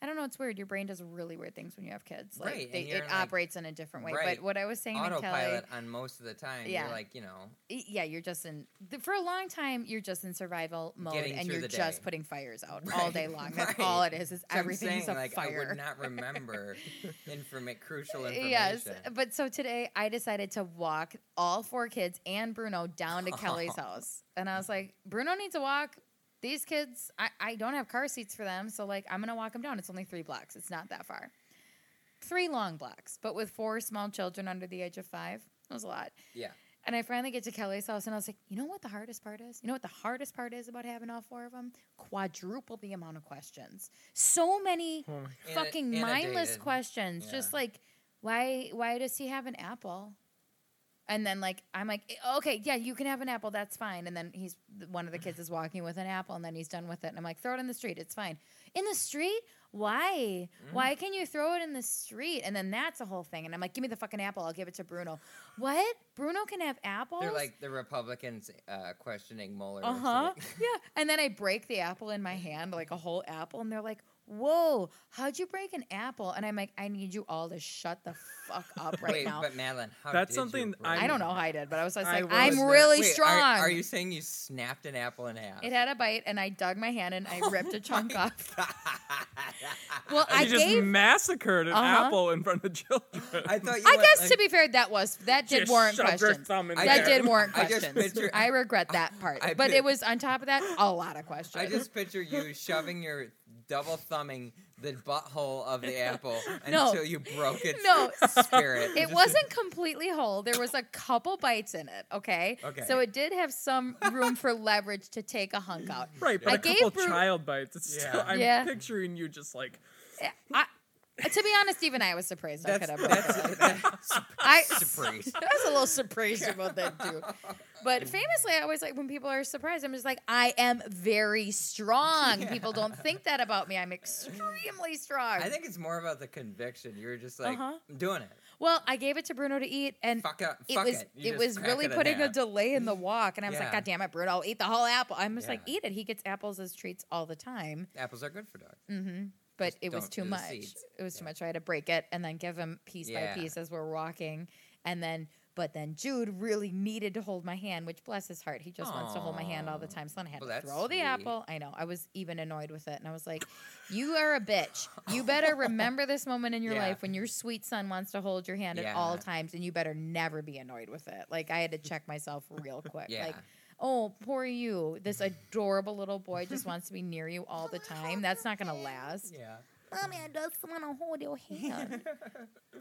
C: I don't know. It's weird. Your brain does really weird things when you have kids. Like
B: Right, and
C: they,
B: you're
C: it
B: like-
C: operates in a different way.
B: right,
C: But what I was saying to Kelly,
B: Autopilot on most of the time.
C: Yeah.
B: You're like, you know,
C: y- yeah, you're just in th- for a long time. You're just in survival mode,
B: Getting
C: and
B: through
C: you're
B: the
C: just
B: day.
C: putting fires
B: [laughs]
C: out all day
B: Right,
C: long. That's all it
B: right.
C: is. Is
B: so I'm
C: everything's
B: saying,
C: a
B: like I
C: fire.
B: would
C: [laughs]
B: not remember informa- crucial information.
C: Uh, Yes, but so today I decided to walk all four kids and Bruno down to
B: [laughs]
C: Kelly's house, and I was like, Bruno needs a walk. These kids, I, I don't have car seats for them, so like I'm gonna walk them down. It's only three blocks. It's not that far. Three long blocks, but with four small children under the age of five, that was a lot.
B: Yeah.
C: And I finally get to Kelly's house, and I was like, you know what the hardest part is? You know what the hardest part is about having all four of them? Quadruple the amount of questions. So many
D: Oh my
B: Inno-
C: fucking mindless
B: inundated.
C: questions. Just
B: Yeah.
C: like, why why does he have an apple? And then like I'm like, "Eh, okay, yeah, you can have an apple, that's fine. And then he's one of the kids is walking with an apple, and then he's done with it. And I'm like, throw it in the street, it's fine. In the street? Why?
B: Mm.
C: Why can you throw it in the street? And then that's a whole thing. And I'm like, give me the fucking apple, I'll give it to Bruno. What? Bruno can have apples?
B: They're like the Republicans uh, questioning Mueller. or
C: Uh huh. [laughs]
B: something.
C: yeah. And then I break the apple in my hand, like a whole apple, and they're like, "Whoa, how'd you break an apple?" And I'm like, "I need you all to shut the fuck up right
B: Wait,
C: now."
B: but Madeline, how
D: That's
B: did
D: something
B: you
D: I-
B: break
C: I don't know how I did, but I was just
D: I
C: like,
D: was
C: "I'm
D: there.
C: really
B: Wait, are-
C: strong."
B: Are, you saying you snapped an apple in half? [laughs]
C: It had a bite, and I dug my hand and I
B: Oh
C: ripped a chunk off.
B: well,
C: Well, I
D: you just
C: gave.
D: massacred an
C: Uh-huh.
D: apple in front of children.
B: I thought you
C: I
B: went,
C: guess
B: like-
C: to be fair, that was that did
D: Just
C: warrant
D: shoved her
C: questions.
D: thumb in
B: I
C: That
B: there.
C: did warrant
B: I just
C: questions. I,
B: picture-
C: regret that part,
B: [laughs] I
C: but
B: pic-
C: it was on top of that a lot of questions.
B: I just picture you shoving your double thumbing the butthole of the apple
C: [laughs] No.
B: until you broke its
C: No.
B: spirit.
C: It
B: Just-
C: wasn't completely whole. There was a couple bites in it. Okay.
B: Okay.
C: So it did have some room for leverage to take a hunk out.
D: [laughs] right, but
C: I
D: a
C: gave
D: couple
C: Bru-
D: child bites. It's still,
B: Yeah.
D: I'm
C: Yeah.
D: picturing you just like
C: Eh, I, to be honest, even I was surprised I
B: [laughs] That's,
C: could have.
B: [laughs] that's,
C: broken it.
B: [laughs] that's
C: I,
B: surprise.
C: [laughs] I was a little surprised about that too. But famously, I always like when people are surprised. I'm just like, I am very
B: [laughs]
C: strong. People don't think that about me. I'm extremely strong.
B: I think it's more about the conviction. You were just like,
C: Uh-huh.
B: I'm doing it.
C: well, I gave it to Bruno to eat, and
B: Fuck up.
C: it
B: fuck
C: was
B: it. You just
C: was
B: crack
C: really
B: it in
C: putting a
B: half.
C: delay in the walk, and I was like,
B: Yeah.
C: God damn it, Bruno, I'll eat the whole apple. I'm just like,
B: Yeah.
C: eat it. He gets apples as treats all the time,
B: Apples are good for dogs.
C: hmm but
B: Just
C: it was
B: don't
C: too
B: do the
C: much.
B: seeds.
C: It was too
B: Yeah.
C: much. I had to break it and then give him piece
B: Yeah.
C: by piece as we're walking, and then. But then Jude really needed to hold my hand, which bless his heart, he just wants to hold my hand all the
B: Aw.
C: time. So then I had
B: Well,
C: to
B: that's
C: throw the
B: sweet.
C: apple. I know. I was even annoyed with it, and I was like, "You are a bitch. You
B: [laughs]
C: better remember this moment in your
B: Yeah.
C: life when your sweet son wants to hold your hand at all
B: Yeah.
C: times and you better never be annoyed with it. Like I had to check myself real quick.
B: Yeah.
C: Like, oh, poor
B: [laughs]
C: you. This adorable little boy just wants to be near you all the time. That's not gonna last.
B: yeah.
C: Mommy, I just want to hold your hand.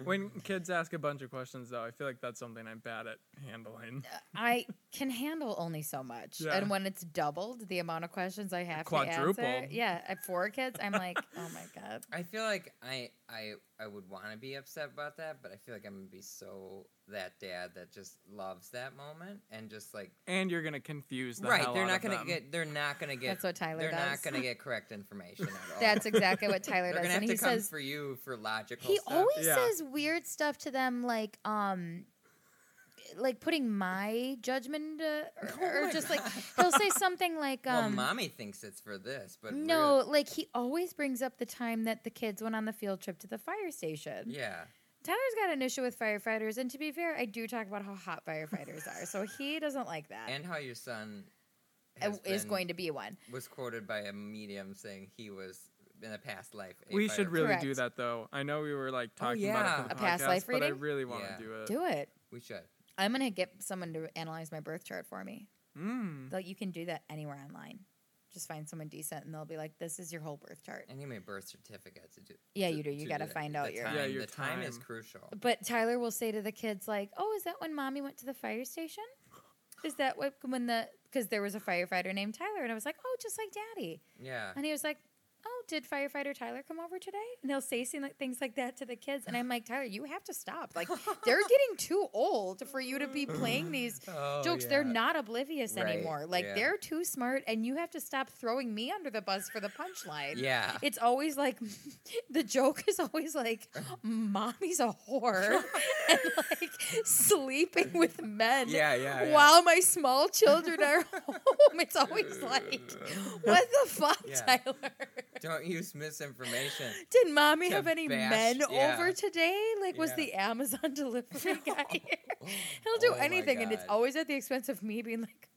D: When kids ask a bunch of questions, though, I feel like that's something I'm bad at handling.
C: [laughs] I can handle only so much,
D: Yeah.
C: and when it's doubled the amount of questions I have to answer,
D: Quadrupled.
C: yeah, at four kids, I'm like, oh my god,
B: I feel like I I I would want to be upset about that, but I feel like I'm gonna be so that dad that just loves that moment and just like
D: And you're gonna confuse the
B: right,
D: hell
B: they're
D: out
B: not
D: of
B: gonna
D: them.
B: get they're not gonna get
C: That's what Tyler
B: they're
C: does.
B: not gonna get
C: [laughs]
B: correct information at all.
C: that's exactly what Tyler
B: Oh. [laughs]
C: does,
B: they're gonna have
C: and
B: to
C: he
B: come
C: says
B: for you for logical.
C: he
B: stuff.
C: always
D: Yeah.
C: says weird stuff to them, like um. Like putting my judgment, uh, or, or just like he'll say something like, um,
B: well, mommy thinks it's for this, but
C: No,
B: really-
C: like he always brings up the time that the kids went on the field trip to the fire station.
B: yeah,
C: Tyler's got an issue with firefighters, and to be fair, I do talk about how hot firefighters are,
B: [laughs]
C: so he doesn't like that.
B: and how your son
C: And
B: has
C: Uh, is
B: been-
C: going to be one.
B: was quoted by a medium saying he was in a past life. a
D: we should
B: firefighter.
D: really
C: Correct.
D: do that, though. I know we were like talking
B: yeah.
D: about it for
B: A
D: the
C: past
D: podcast,
C: life
D: but I
C: reading?
D: really want to
B: Yeah.
D: do it.
C: Do it.
B: We should.
C: I'm gonna get someone to analyze my birth chart for me.
B: Mm-hmm.
D: Mm.
C: Like you can do that anywhere online. Just find someone decent, and they'll be like, "This is your whole birth chart."
B: And you made birth certificate to do.
C: Yeah,
B: to-
C: you do. You
B: to
C: gotta
B: that.
C: find
B: The
C: out your-
B: time,
D: Yeah, your
B: the time. is
D: time.
B: crucial.
C: But Tyler will say to the kids, like, "Oh, is that when mommy went to the fire station? Is that what when the because there was a firefighter named Tyler, and I was like, oh, just like daddy."
B: Yeah.
C: And he was like, "Oh, did firefighter Tyler come over today?" And they'll say sing- like, things like that to the kids, and I'm like, "Tyler, you have to stop.
B: [laughs]
C: Like, they're getting too old for you to be playing these
B: Oh,
C: jokes. They're
B: yeah.
C: not oblivious
B: Right,
C: anymore. Like,
B: yeah.
C: they're too smart, and you have to stop throwing me under the bus for the punchline." [laughs]
B: Yeah.
C: It's always like the joke is always like mommy's a whore [laughs] and like sleeping with men
F: Yeah, yeah, yeah.
C: while my small children
B: [laughs]
C: are home. It's always like what the fuck,
B: Yeah.
C: Tyler?
B: [laughs] Don't use misinformation.
C: [laughs] Did mommy
B: To
C: have any
B: bash-
C: men
B: yeah.
C: over today? Like, was
B: Yeah.
C: the Amazon [laughs] delivery guy here?
B: [laughs]
C: He'll do
B: Oh my
C: anything, and it's
B: God.
C: always at the expense of me being like,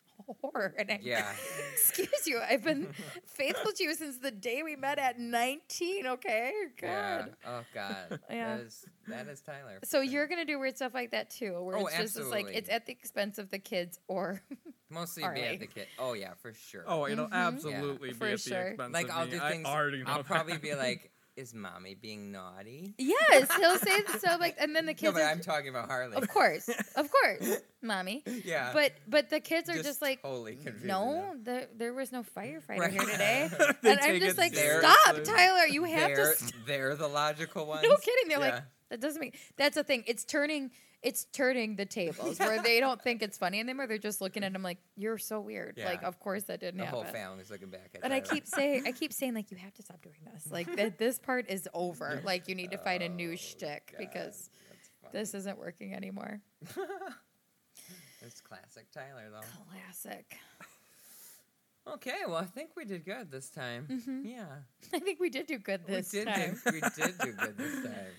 C: whore. And I,
B: Yeah.
C: [laughs] excuse you, I've been
B: [laughs]
C: faithful to you since the day we met at 19, okay? God.
B: Yeah. Oh God.
C: [laughs] Yeah.
B: That is that is Tyler.
C: So you're gonna do weird stuff like that too, where
B: Oh,
C: it's just it's like
B: absolutely.
C: it's at the expense of the kids
B: [laughs]
C: or
B: mostly
C: All
B: be
C: right.
B: at the kid. Oh yeah, for sure.
D: Oh, it'll absolutely
C: For
D: be at
C: sure.
D: the expense
B: like
D: of
B: I'll
D: me.
B: do
D: I
B: things.
D: already know
B: I'll
D: that.
B: probably
D: [laughs]
B: be like, "Is mommy being naughty?"
C: yes, he'll say so like, and then the
B: No,
C: kids
B: but
C: are,
B: I'm talking about Harley.
C: of course, of course, mommy.
B: [laughs] Yeah.
C: But but the kids are just, like,
B: Uh, totally confused.
C: no, there, there was no firefighter
B: Right.
C: here
B: [laughs]
C: today,
D: They
C: and I'm
D: take
C: just
D: it
C: like,
D: seriously.
C: stop, Tyler, you have to.
B: They're,
C: St-
B: [laughs] they're the logical ones.
C: [laughs] no kidding, they're like
B: Yeah.
C: that doesn't make. That's the thing. It's turning. It's turning the tables where they don't think it's funny anymore. They're just looking at him like you're so weird.
B: Yeah.
C: Like of course that didn't
B: the
C: happen.
B: whole family's looking back at
C: And I
B: Tyler.
C: keep saying, I keep saying, like you have to stop doing
B: [laughs]
C: this. Like that, this part is over. Like you need to find a new shtick
B: God,
C: because
B: [laughs] that's funny.
C: this isn't working anymore.
B: It's classic Tyler, though.
C: Classic.
B: Okay, well, I think we did good this time. Yeah,
C: [laughs] I think we did do good Mm-hmm. this
B: we did.
C: time.
B: Do, we did do
C: [laughs]
B: good this time,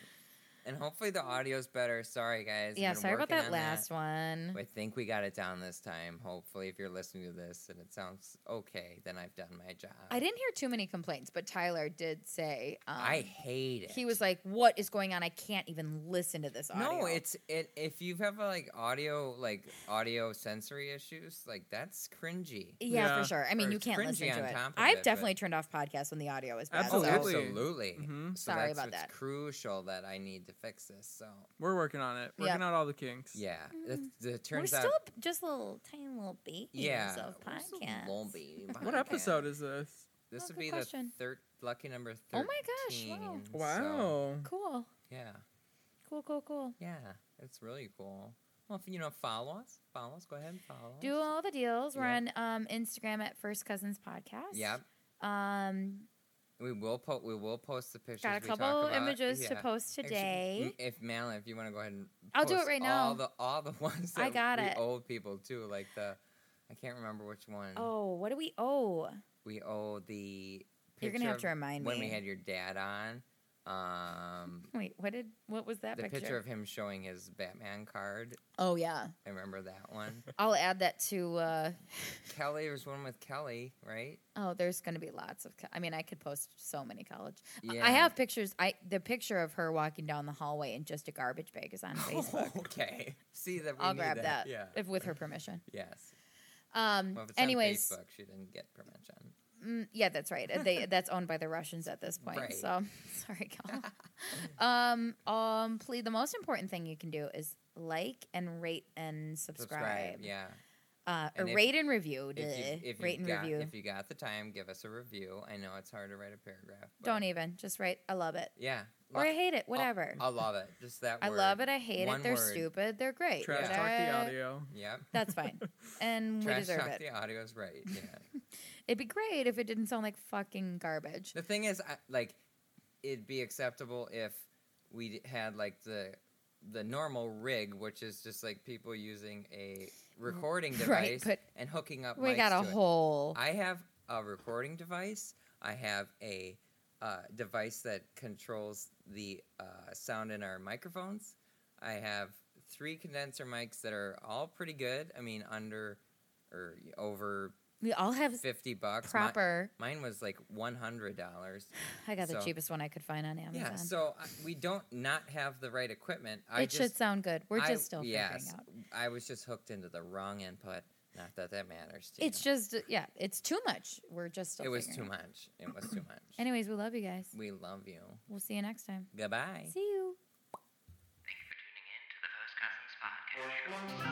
B: and hopefully the audio's better. Sorry, guys. I've
C: yeah,
B: been
C: sorry about
B: working
C: that
B: on
C: last one.
B: I think we got it down this time. Hopefully, if you're listening to this and it sounds okay, then I've done my job.
C: I didn't hear too many complaints, but Tyler did say um,
B: um, I hate it.
C: he was like, "What is going on? I can't even listen to this audio."
B: No, it's it. If you have a, like audio, like audio sensory issues, like that's cringy.
C: yeah,
D: Yeah.
C: for sure. I mean,
B: Or
C: you
B: it's
C: can't listen
B: cringy
C: to
B: on
C: it.
B: top of
C: I've
B: it, but-
C: definitely turned off podcasts when the audio is bad.
B: Oh,
C: so-
D: Absolutely.
B: absolutely.
D: Mhm.
B: So
C: Sorry
B: that's
C: about
B: what's
C: that.
B: Crucial that I need to fix this. So
D: We're working on it.
C: Yeah.
D: Working out all the kinks.
B: yeah, it, it
C: Mm. We're
B: turns
C: still
B: out.
C: just little tiny little babies
B: yeah,
C: of
B: we're still
C: podcasts. [laughs]
B: lumpy
D: What
B: podcast.
D: episode is this?
B: This
C: Oh,
B: would
C: good
B: be
C: question.
B: the third lucky number
C: Oh
B: thirteen.
C: my gosh, wow.
B: so,
D: Wow.
C: Cool.
B: yeah.
C: Cool, cool, cool.
B: Yeah, it's really cool. Well, if you know, follow us. Follow us. Go ahead and follow
C: Do
B: us.
C: all the deals. We're
B: Yeah.
C: on um, Instagram at First Cousins Podcast.
B: Yep.
C: Um,
B: We will post. We will post the pictures.
C: got a
B: we talk
C: couple
B: about.
C: images to
B: Yeah.
C: post
B: Actually,
C: today.
B: m- if Malin, if you want to go ahead and
C: I'll do it
B: post
C: right now.
B: All the all the [laughs] ones that
C: I got
B: we
C: it.
B: owe people too, like the I can't remember which one.
C: oh, what do we owe?
B: We owe the.
C: You're gonna
B: picture
C: have
B: of
C: to remind
B: when
C: me.
B: we had your dad on. Um,
C: Wait, what did what was that
B: the
C: picture?
B: picture. of him showing his Batman card.
C: Oh yeah,
B: I remember that
C: [laughs]
B: one.
C: I'll add that to. Uh,
B: Kelly, there's one with Kelly, right?
C: oh, there's going to be lots of. co- I mean, I could post so many college. I-
B: Yeah.
C: I have pictures. I the picture of her walking down the hallway in just a garbage bag
B: [laughs]
C: is on Facebook.
B: okay. See that. We
C: I'll
B: need
C: grab that,
B: Yeah.
C: if with her permission.
B: Yes.
C: Um.
B: Well, if it's
C: anyways,
B: on Facebook, she didn't get permission.
C: Mm, yeah, that's right. Uh, They that's owned by the Russians at this point.
B: Right.
C: So [laughs] sorry, Cal. um, um, please. The most important thing you can do is like and rate and subscribe.
B: subscribe. Yeah.
C: Uh, or
B: And if-
C: rate and review.
B: If you,
C: duh.
B: if you
C: rate and
B: got,
C: review.
B: If you got the time, give us a review. I know it's hard to write a paragraph. but-
C: Don't e-, even. Just write. I love it.
B: Yeah.
C: Or I hate it.
B: I'll-
C: Whatever.
B: I love it. Just that
C: I
B: word.
C: love it. I hate
B: One
C: it. They're
B: word.
C: stupid. They're great.
D: Trash talk the
C: Whatever.
D: audio.
B: Yep.
C: That's
B: [laughs]
C: fine. And we
B: Trash
C: deserve
B: talk
C: it.
B: the audio is
C: [laughs]
B: right. Yeah.
C: It'd be great if it didn't sound like fucking garbage.
B: the thing is, I, like, it'd be acceptable if we d- had like the the normal rig, which is just like people using a recording
C: [laughs]
B: device
C: Right, but
B: and hooking up.
C: We
B: mics
C: got
B: to
C: a
B: it.
C: whole.
B: I have a recording device. I have a uh, device that controls the uh, sound in our microphones. I have three condenser mics that are all pretty good. I mean, under or over
C: We all have
B: fifty bucks. Mi-
C: proper.
B: mine was like one hundred dollars.
C: I got the
B: so-
C: cheapest one I could find on Amazon.
B: Yeah, so I, we don't not have the right equipment. I
C: it
B: just,
C: should sound good. We're
B: I-
C: just still
B: yes,
C: figuring out.
B: I was just hooked into the wrong input. Not that that matters to
C: It's
B: you.
C: just yeah, it's too much. We're just still.
B: it was too
C: figuring out.
B: much. It was too
C: [clears throat]
B: much.
C: Anyways, we love you guys.
B: We love you.
C: We'll see you next time.
B: Goodbye.
C: See you.
A: Thank you for tuning in to the First Cousins Podcast.